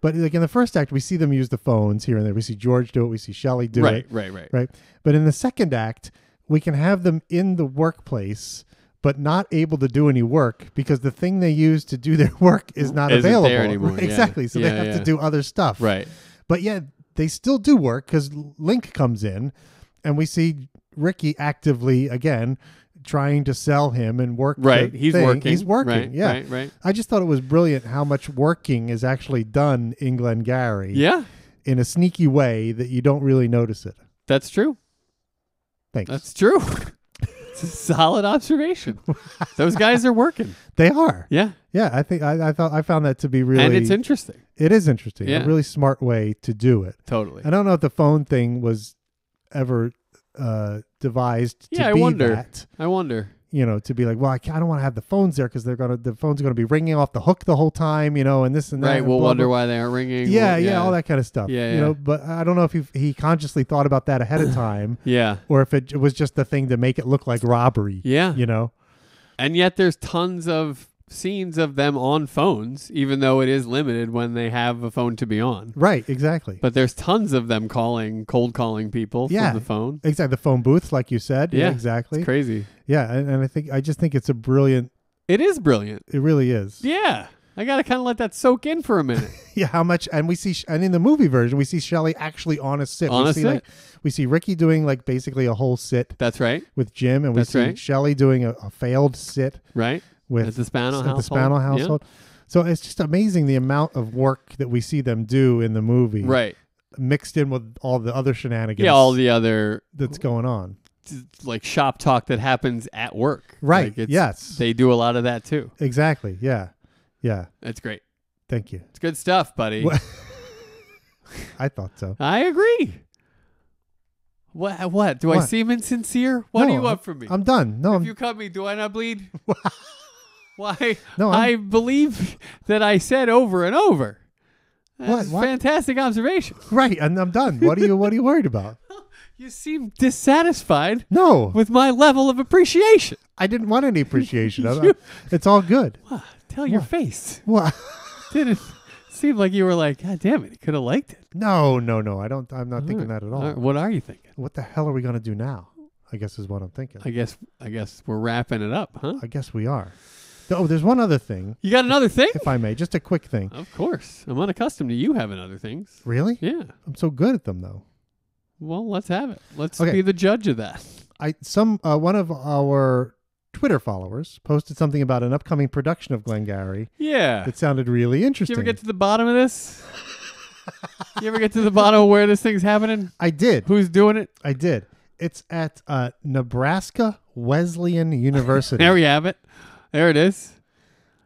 S1: But like in the first act, we see them use the phones here and there. We see George do it. We see Shelley do
S2: Right,
S1: it.
S2: right, right.
S1: Right. But in the second act, we can have them in the workplace, but not able to do any work because the thing they use to do [laughs] their work is not
S2: Isn't there
S1: available. [laughs]
S2: anymore, yeah.
S1: Exactly. So
S2: Yeah,
S1: they have
S2: yeah.
S1: to do other stuff.
S2: Right.
S1: But yeah, they still do work because Link comes in and we see Ricky actively again trying to sell him and work. the
S2: Right. He's
S1: thing.
S2: working.
S1: He's working.
S2: Right,
S1: yeah.
S2: right, right.
S1: I just thought it was brilliant how much working is actually done in Glengarry
S2: Yeah.
S1: in a sneaky way that you don't really notice it.
S2: That's true.
S1: Thanks.
S2: That's true. [laughs] it's a solid observation.
S1: [laughs]
S2: Those guys are working.
S1: they are.
S2: Yeah.
S1: Yeah, I think I, I thought I found that to be really
S2: And it's interesting.
S1: it is interesting.
S2: Yeah.
S1: A really smart way to do it.
S2: Totally.
S1: I don't know if the phone thing was ever uh, devised
S2: Yeah,
S1: to
S2: I
S1: be
S2: wonder.
S1: that.
S2: I wonder.
S1: You know, to be like, well, I, ca- I don't want to have the phones there because they're gonna the phone's gonna be ringing off the hook the whole time. You know, and this and that.
S2: Right.
S1: and
S2: We'll
S1: blah,
S2: wonder
S1: blah.
S2: why they aren't ringing.
S1: Yeah,
S2: We'll-
S1: yeah, all that kind of stuff.
S2: Yeah,
S1: you
S2: yeah.
S1: know, but I don't know if he he consciously thought about that ahead
S2: [clears throat]
S1: of time
S2: Yeah.
S1: or if it, it was just the thing to make it look like robbery.
S2: Yeah.
S1: you know.
S2: And yet there's tons of scenes of them on phones, even though it is limited when they have a phone to be on.
S1: Right, exactly.
S2: But there's tons of them calling, cold calling people
S1: Yeah.
S2: from the phone.
S1: exactly, the phone booths, like you said.
S2: Yeah,
S1: exactly.
S2: It's crazy.
S1: Yeah, and, and I think I just think it's a brilliant.
S2: It is brilliant.
S1: It really
S2: [laughs]
S1: is.
S2: Yeah. I got to kind of let that soak in for
S1: [laughs]
S2: a minute.
S1: Yeah, how much? And we see, and in the movie version, we see Shelley actually on a sit.
S2: On
S1: we
S2: a
S1: see
S2: sit.
S1: like we see Ricky doing like basically a whole sit
S2: That's right.
S1: with Jim, and we
S2: That's
S1: see
S2: right.
S1: Shelley doing a, a failed sit
S2: Right.
S1: with
S2: At the Spano
S1: at
S2: household.
S1: the Spano
S2: Yeah.
S1: household. So it's just amazing the amount of work that we see them do in the movie,
S2: Right.
S1: Mixed in with all the other shenanigans,
S2: Yeah. All the other
S1: that's going on.
S2: like shop talk that happens at work.
S1: Right,
S2: Like, it's-
S1: yes.
S2: They do a lot of that too.
S1: Exactly. Yeah, yeah.
S2: That's great.
S1: Thank you.
S2: It's good stuff, buddy.
S1: What- I thought so.
S2: I agree. What? What? Do I
S1: What?
S2: seem insincere? What do
S1: No,
S2: you want
S1: I'm-
S2: from me?
S1: I'm done. No,
S2: if
S1: I'm,
S2: you cut me, do I
S1: [laughs]
S2: not bleed? Why?
S1: No, I'm-
S2: I believe that I said over and over. That's
S1: What? What?
S2: Fantastic observation.
S1: [laughs] right, and I'm done. What are you? What are you worried about?
S2: You seem dissatisfied
S1: No,
S2: with my level of appreciation.
S1: I didn't want any appreciation.
S2: [laughs]
S1: I-
S2: You-
S1: it's all
S2: [laughs]
S1: good.
S2: Ah, Tell your face.
S1: What?
S2: [laughs] Didn't seem like you were like, God damn it, he could have liked it.
S1: No, no, no. I don't. I'm not thinking that at all.
S2: All right, What are you thinking?
S1: What the hell are we gonna do now? I guess is what I'm thinking.
S2: I
S1: I,
S2: guess I guess we're wrapping it up, huh?
S1: guess we are. Oh, there's one other thing,
S2: You got another thing?
S1: if I may, just a quick thing.
S2: Of course. I'm unaccustomed to you having other things.
S1: Really?
S2: Yeah.
S1: I'm so good at them though.
S2: Well, let's have it. Let's
S1: Okay.
S2: be the judge of that.
S1: I some uh, one of our Twitter followers posted something about an upcoming production of Glengarry
S2: [laughs] Yeah.
S1: that sounded really
S2: Did you
S1: interesting.
S2: ever get to the bottom of this? you ever get to the bottom of where this thing's happening?
S1: I did.
S2: Who's doing it?
S1: I did. It's at uh, Nebraska
S2: [laughs]
S1: Wesleyan University.
S2: There we have it. There it is.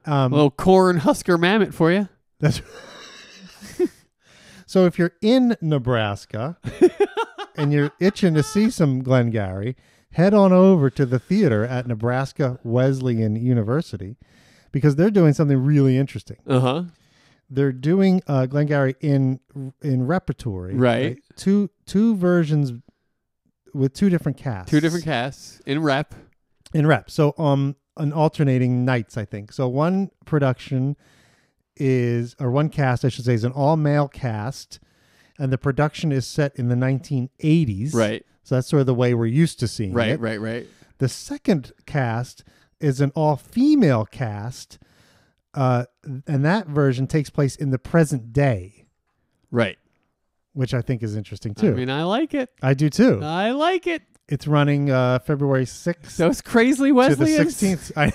S1: um,
S2: A little corn husker mammoth for you.
S1: That's so. If you're in
S2: [laughs]
S1: Nebraska and you're itching to see some Glengarry, head on over to the theater at Nebraska Wesleyan University because they're doing something really interesting.
S2: Uh huh.
S1: They're doing uh, Glengarry in in repertory,
S2: Right.
S1: Two two versions with two different casts,
S2: Two different casts in rep.
S1: in rep. So um an alternating nights, I think. So one production is or one cast I should say is an all male cast and the production is set in the 1980s.
S2: Right.
S1: So that's sort of the way we're used to seeing
S2: Right,
S1: it.
S2: right, right.
S1: The second cast is an all female cast uh and that version takes place in the present day,
S2: Right.
S1: which I think is interesting too.
S2: I
S1: I,
S2: mean, I like it.
S1: do too.
S2: I like it.
S1: it's running uh February 6th
S2: Those crazily
S1: to the
S2: Wesleyans.
S1: 16th. [laughs] I,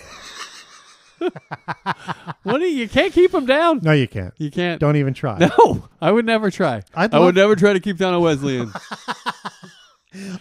S2: What do you, you can't keep them down.
S1: no you can't.
S2: You can't.
S1: Don't even try.
S2: No, I would never try.
S1: I'd
S2: I
S1: love-
S2: would never try to keep down a Wesleyan.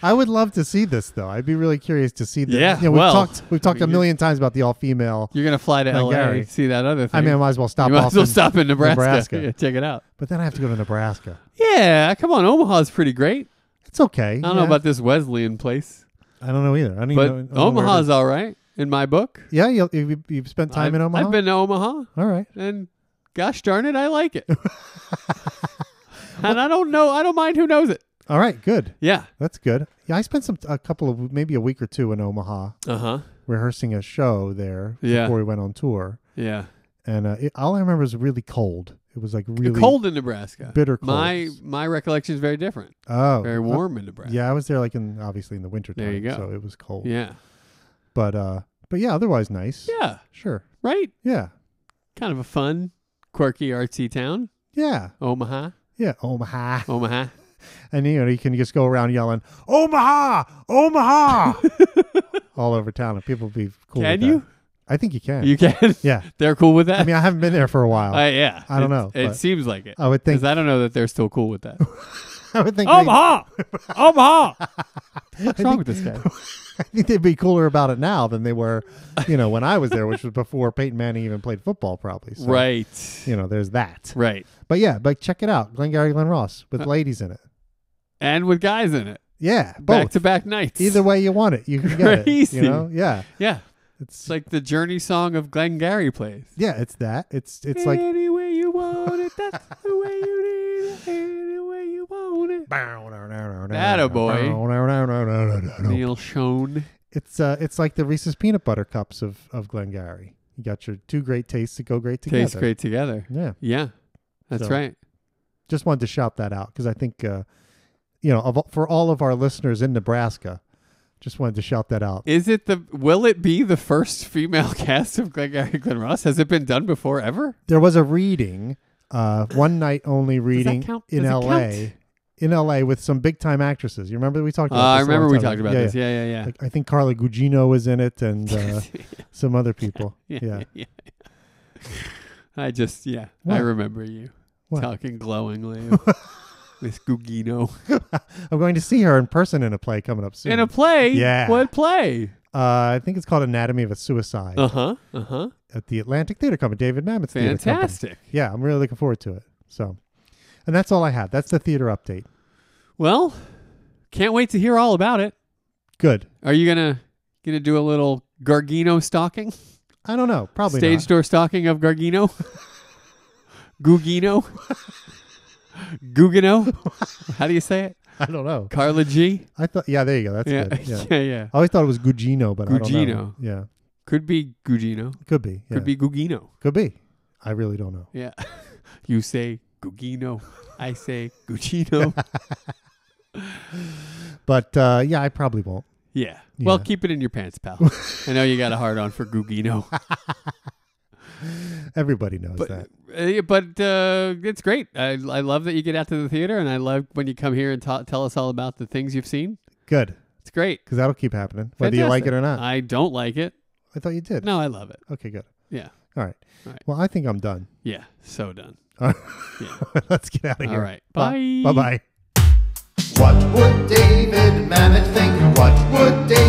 S1: I would love to see this though. I'd be really curious to see. The,
S2: Yeah,
S1: you know, we've
S2: well,
S1: talked we've talked
S2: I
S1: a
S2: mean,
S1: million times about the all female.
S2: [laughs] You're gonna fly to
S1: Like
S2: LA
S1: Gary.
S2: and see that other thing.
S1: I mean, I might as well stop
S2: you might
S1: off.
S2: as well
S1: in-
S2: stop in Nebraska.
S1: Nebraska.
S2: [laughs] Yeah, check it out.
S1: But then I have to go to Nebraska.
S2: Yeah, come on. Omaha's pretty great.
S1: It's okay.
S2: I don't know about this Wesleyan place,
S1: I don't know either. I don't
S2: but
S1: even know. I don't know where it
S2: Omaha's
S1: is.
S2: all right.
S3: in my book.
S1: Yeah, you, you, you've spent time
S3: I've,
S1: in Omaha.
S3: I've been to Omaha,
S1: All right.
S3: and gosh darn it, I
S1: [laughs]
S3: like it. [laughs] and I don't know. I don't mind who knows it.
S1: All right. Good.
S3: Yeah.
S1: That's good. Yeah, I spent some a couple of maybe a week or two in Omaha
S3: Uh huh.
S1: rehearsing a show there
S3: Yeah.
S1: before we went on tour,
S3: Yeah.
S1: and uh, it, all I remember was really cold. It was like really
S3: cold in Nebraska.
S1: bitter cold.
S3: My my recollection is very different.
S1: Oh,
S3: Very
S1: uh,
S3: warm in Nebraska.
S1: yeah, I was there like in obviously in the winter time,
S3: There you go.
S1: so it was cold.
S3: Yeah.
S1: But uh, but yeah, otherwise nice.
S3: Yeah.
S1: Sure.
S3: Right.
S1: Yeah.
S3: Kind of a fun, quirky, artsy town.
S1: Yeah.
S2: Oh.
S3: Omaha.
S1: Yeah. Omaha.
S3: Omaha. [laughs]
S1: And you know you can just go around yelling Omaha,
S2: [laughs]
S1: Omaha, all over town, and people be cool.
S3: Can
S1: with that.
S3: you?
S1: I think you can.
S3: You can.
S1: [laughs] yeah.
S3: [laughs] They're cool with
S1: [laughs]
S3: that.
S1: I mean, I haven't been there for a while.
S3: Uh, yeah.
S1: I don't
S3: It's-
S1: know,
S3: It
S1: but-
S3: seems like it.
S1: I would think.
S3: Because I don't know that they're still cool
S1: [laughs]
S3: with that.
S1: I would think. they-
S3: Omaha! Omaha! What's wrong with this guy?
S1: I [laughs] think they'd be cooler about it now than they were, you know, when I was there, which was before Peyton Manning even played football, probably. So,
S3: Right.
S1: You know, there's that.
S3: Right. Uh,
S1: But yeah, but check it out, Glengarry Glen Ross with ladies in it.
S3: And with guys in it.
S1: Yeah,
S3: Back
S1: both.
S3: to back nights.
S1: Either way you want it, you can get it.
S3: [laughs] Crazy.
S1: You know, yeah,
S3: Yeah.
S1: it's
S3: It's like the journey song of Glengarry plays.
S1: yeah, it's that. It's it's like
S3: Any way you want it, that's the way you need it. Any way you want it.
S1: boy.
S3: Neil Schoen.
S1: It's uh, it's like the Reese's peanut butter cups of of Glengarry. You got your two great tastes that go great together.
S3: Tastes great together.
S1: Yeah.
S3: Yeah. That's
S1: So-
S3: right.
S1: just wanted to shout that out because I think, uh, you know, of, for all of our listeners in Nebraska, just wanted to shout that out.
S3: Is it the will it be the first female [laughs] cast of Glengarry Glen Ross? Has it been done before ever?
S1: there was a reading, uh, one night only reading
S3: count?
S1: in
S3: Does it
S1: L.A. in L.A. with some big time actresses. You remember we talked
S3: Uh,
S1: about? this
S3: I
S1: a long
S3: remember we
S1: time
S3: talked
S1: ago.
S3: about this. Yeah, yeah, yeah.
S1: Like, I think Carla Gugino was in it and
S3: [laughs]
S1: uh, some other people.
S3: yeah,
S1: Yeah.
S3: yeah, yeah. I just yeah, I
S1: What?
S3: remember you
S1: What?
S3: talking glowingly, of Miss Gugino
S1: I'm going to see her in person in a play coming up soon.
S3: in a play.
S1: Yeah.
S3: what play?
S1: uh, I think it's called Anatomy of a Suicide
S3: Uh huh. Uh huh.
S1: at the Atlantic Theater Company, David Mamet's Theater Company.
S3: Fantastic.
S1: yeah, I'm really looking forward to it. So, and that's all I have. That's the theater update.
S3: Well, can't wait to hear all about it.
S1: Good.
S3: Are you gonna gonna do a little Gargino stalking,
S1: I don't know. Probably
S3: stage
S1: not.
S3: door stalking of Gargino, [laughs] Gugino, Gugino? How do you say it?
S1: I don't know.
S3: Carla G.
S1: I thought. Yeah, there you go. That's
S3: Yeah,
S1: good. Yeah.
S3: [laughs] yeah, yeah.
S1: I always thought it was Gugino, but I don't know.
S3: Gugino.
S1: Yeah,
S3: Could be Gugino.
S1: could be. Yeah.
S3: Could be Gugino.
S1: Could be. I really don't know.
S3: Yeah. [laughs] You say Gugino. I say Gugino.
S1: But uh, yeah, I probably won't.
S3: yeah.
S1: [laughs]
S3: Well,
S1: Yeah.
S3: keep it in your pants, pal.
S1: [laughs]
S3: I know you got a hard on for Gugino.
S1: Everybody knows
S3: But,
S1: that.
S3: uh, but uh, it's great. I, I love that you get out to the theater, and I love when you come here and ta- tell us all about the things you've seen.
S1: Good,
S3: It's great.
S1: because that'll keep happening, whether you like it
S3: Fantastic.
S1: or not. I,
S3: I don't like it.
S1: thought you did.
S3: No, I love it.
S1: Okay, good.
S3: Yeah.
S1: All right.
S3: All right.
S1: Well, I think I'm done. [laughs]
S3: Yeah. So done.
S1: All
S3: Yeah.
S1: right. Let's get out of
S3: All
S1: here.
S3: right. Bye.
S1: Bye. Bye.
S4: What would David Mamet think? What would David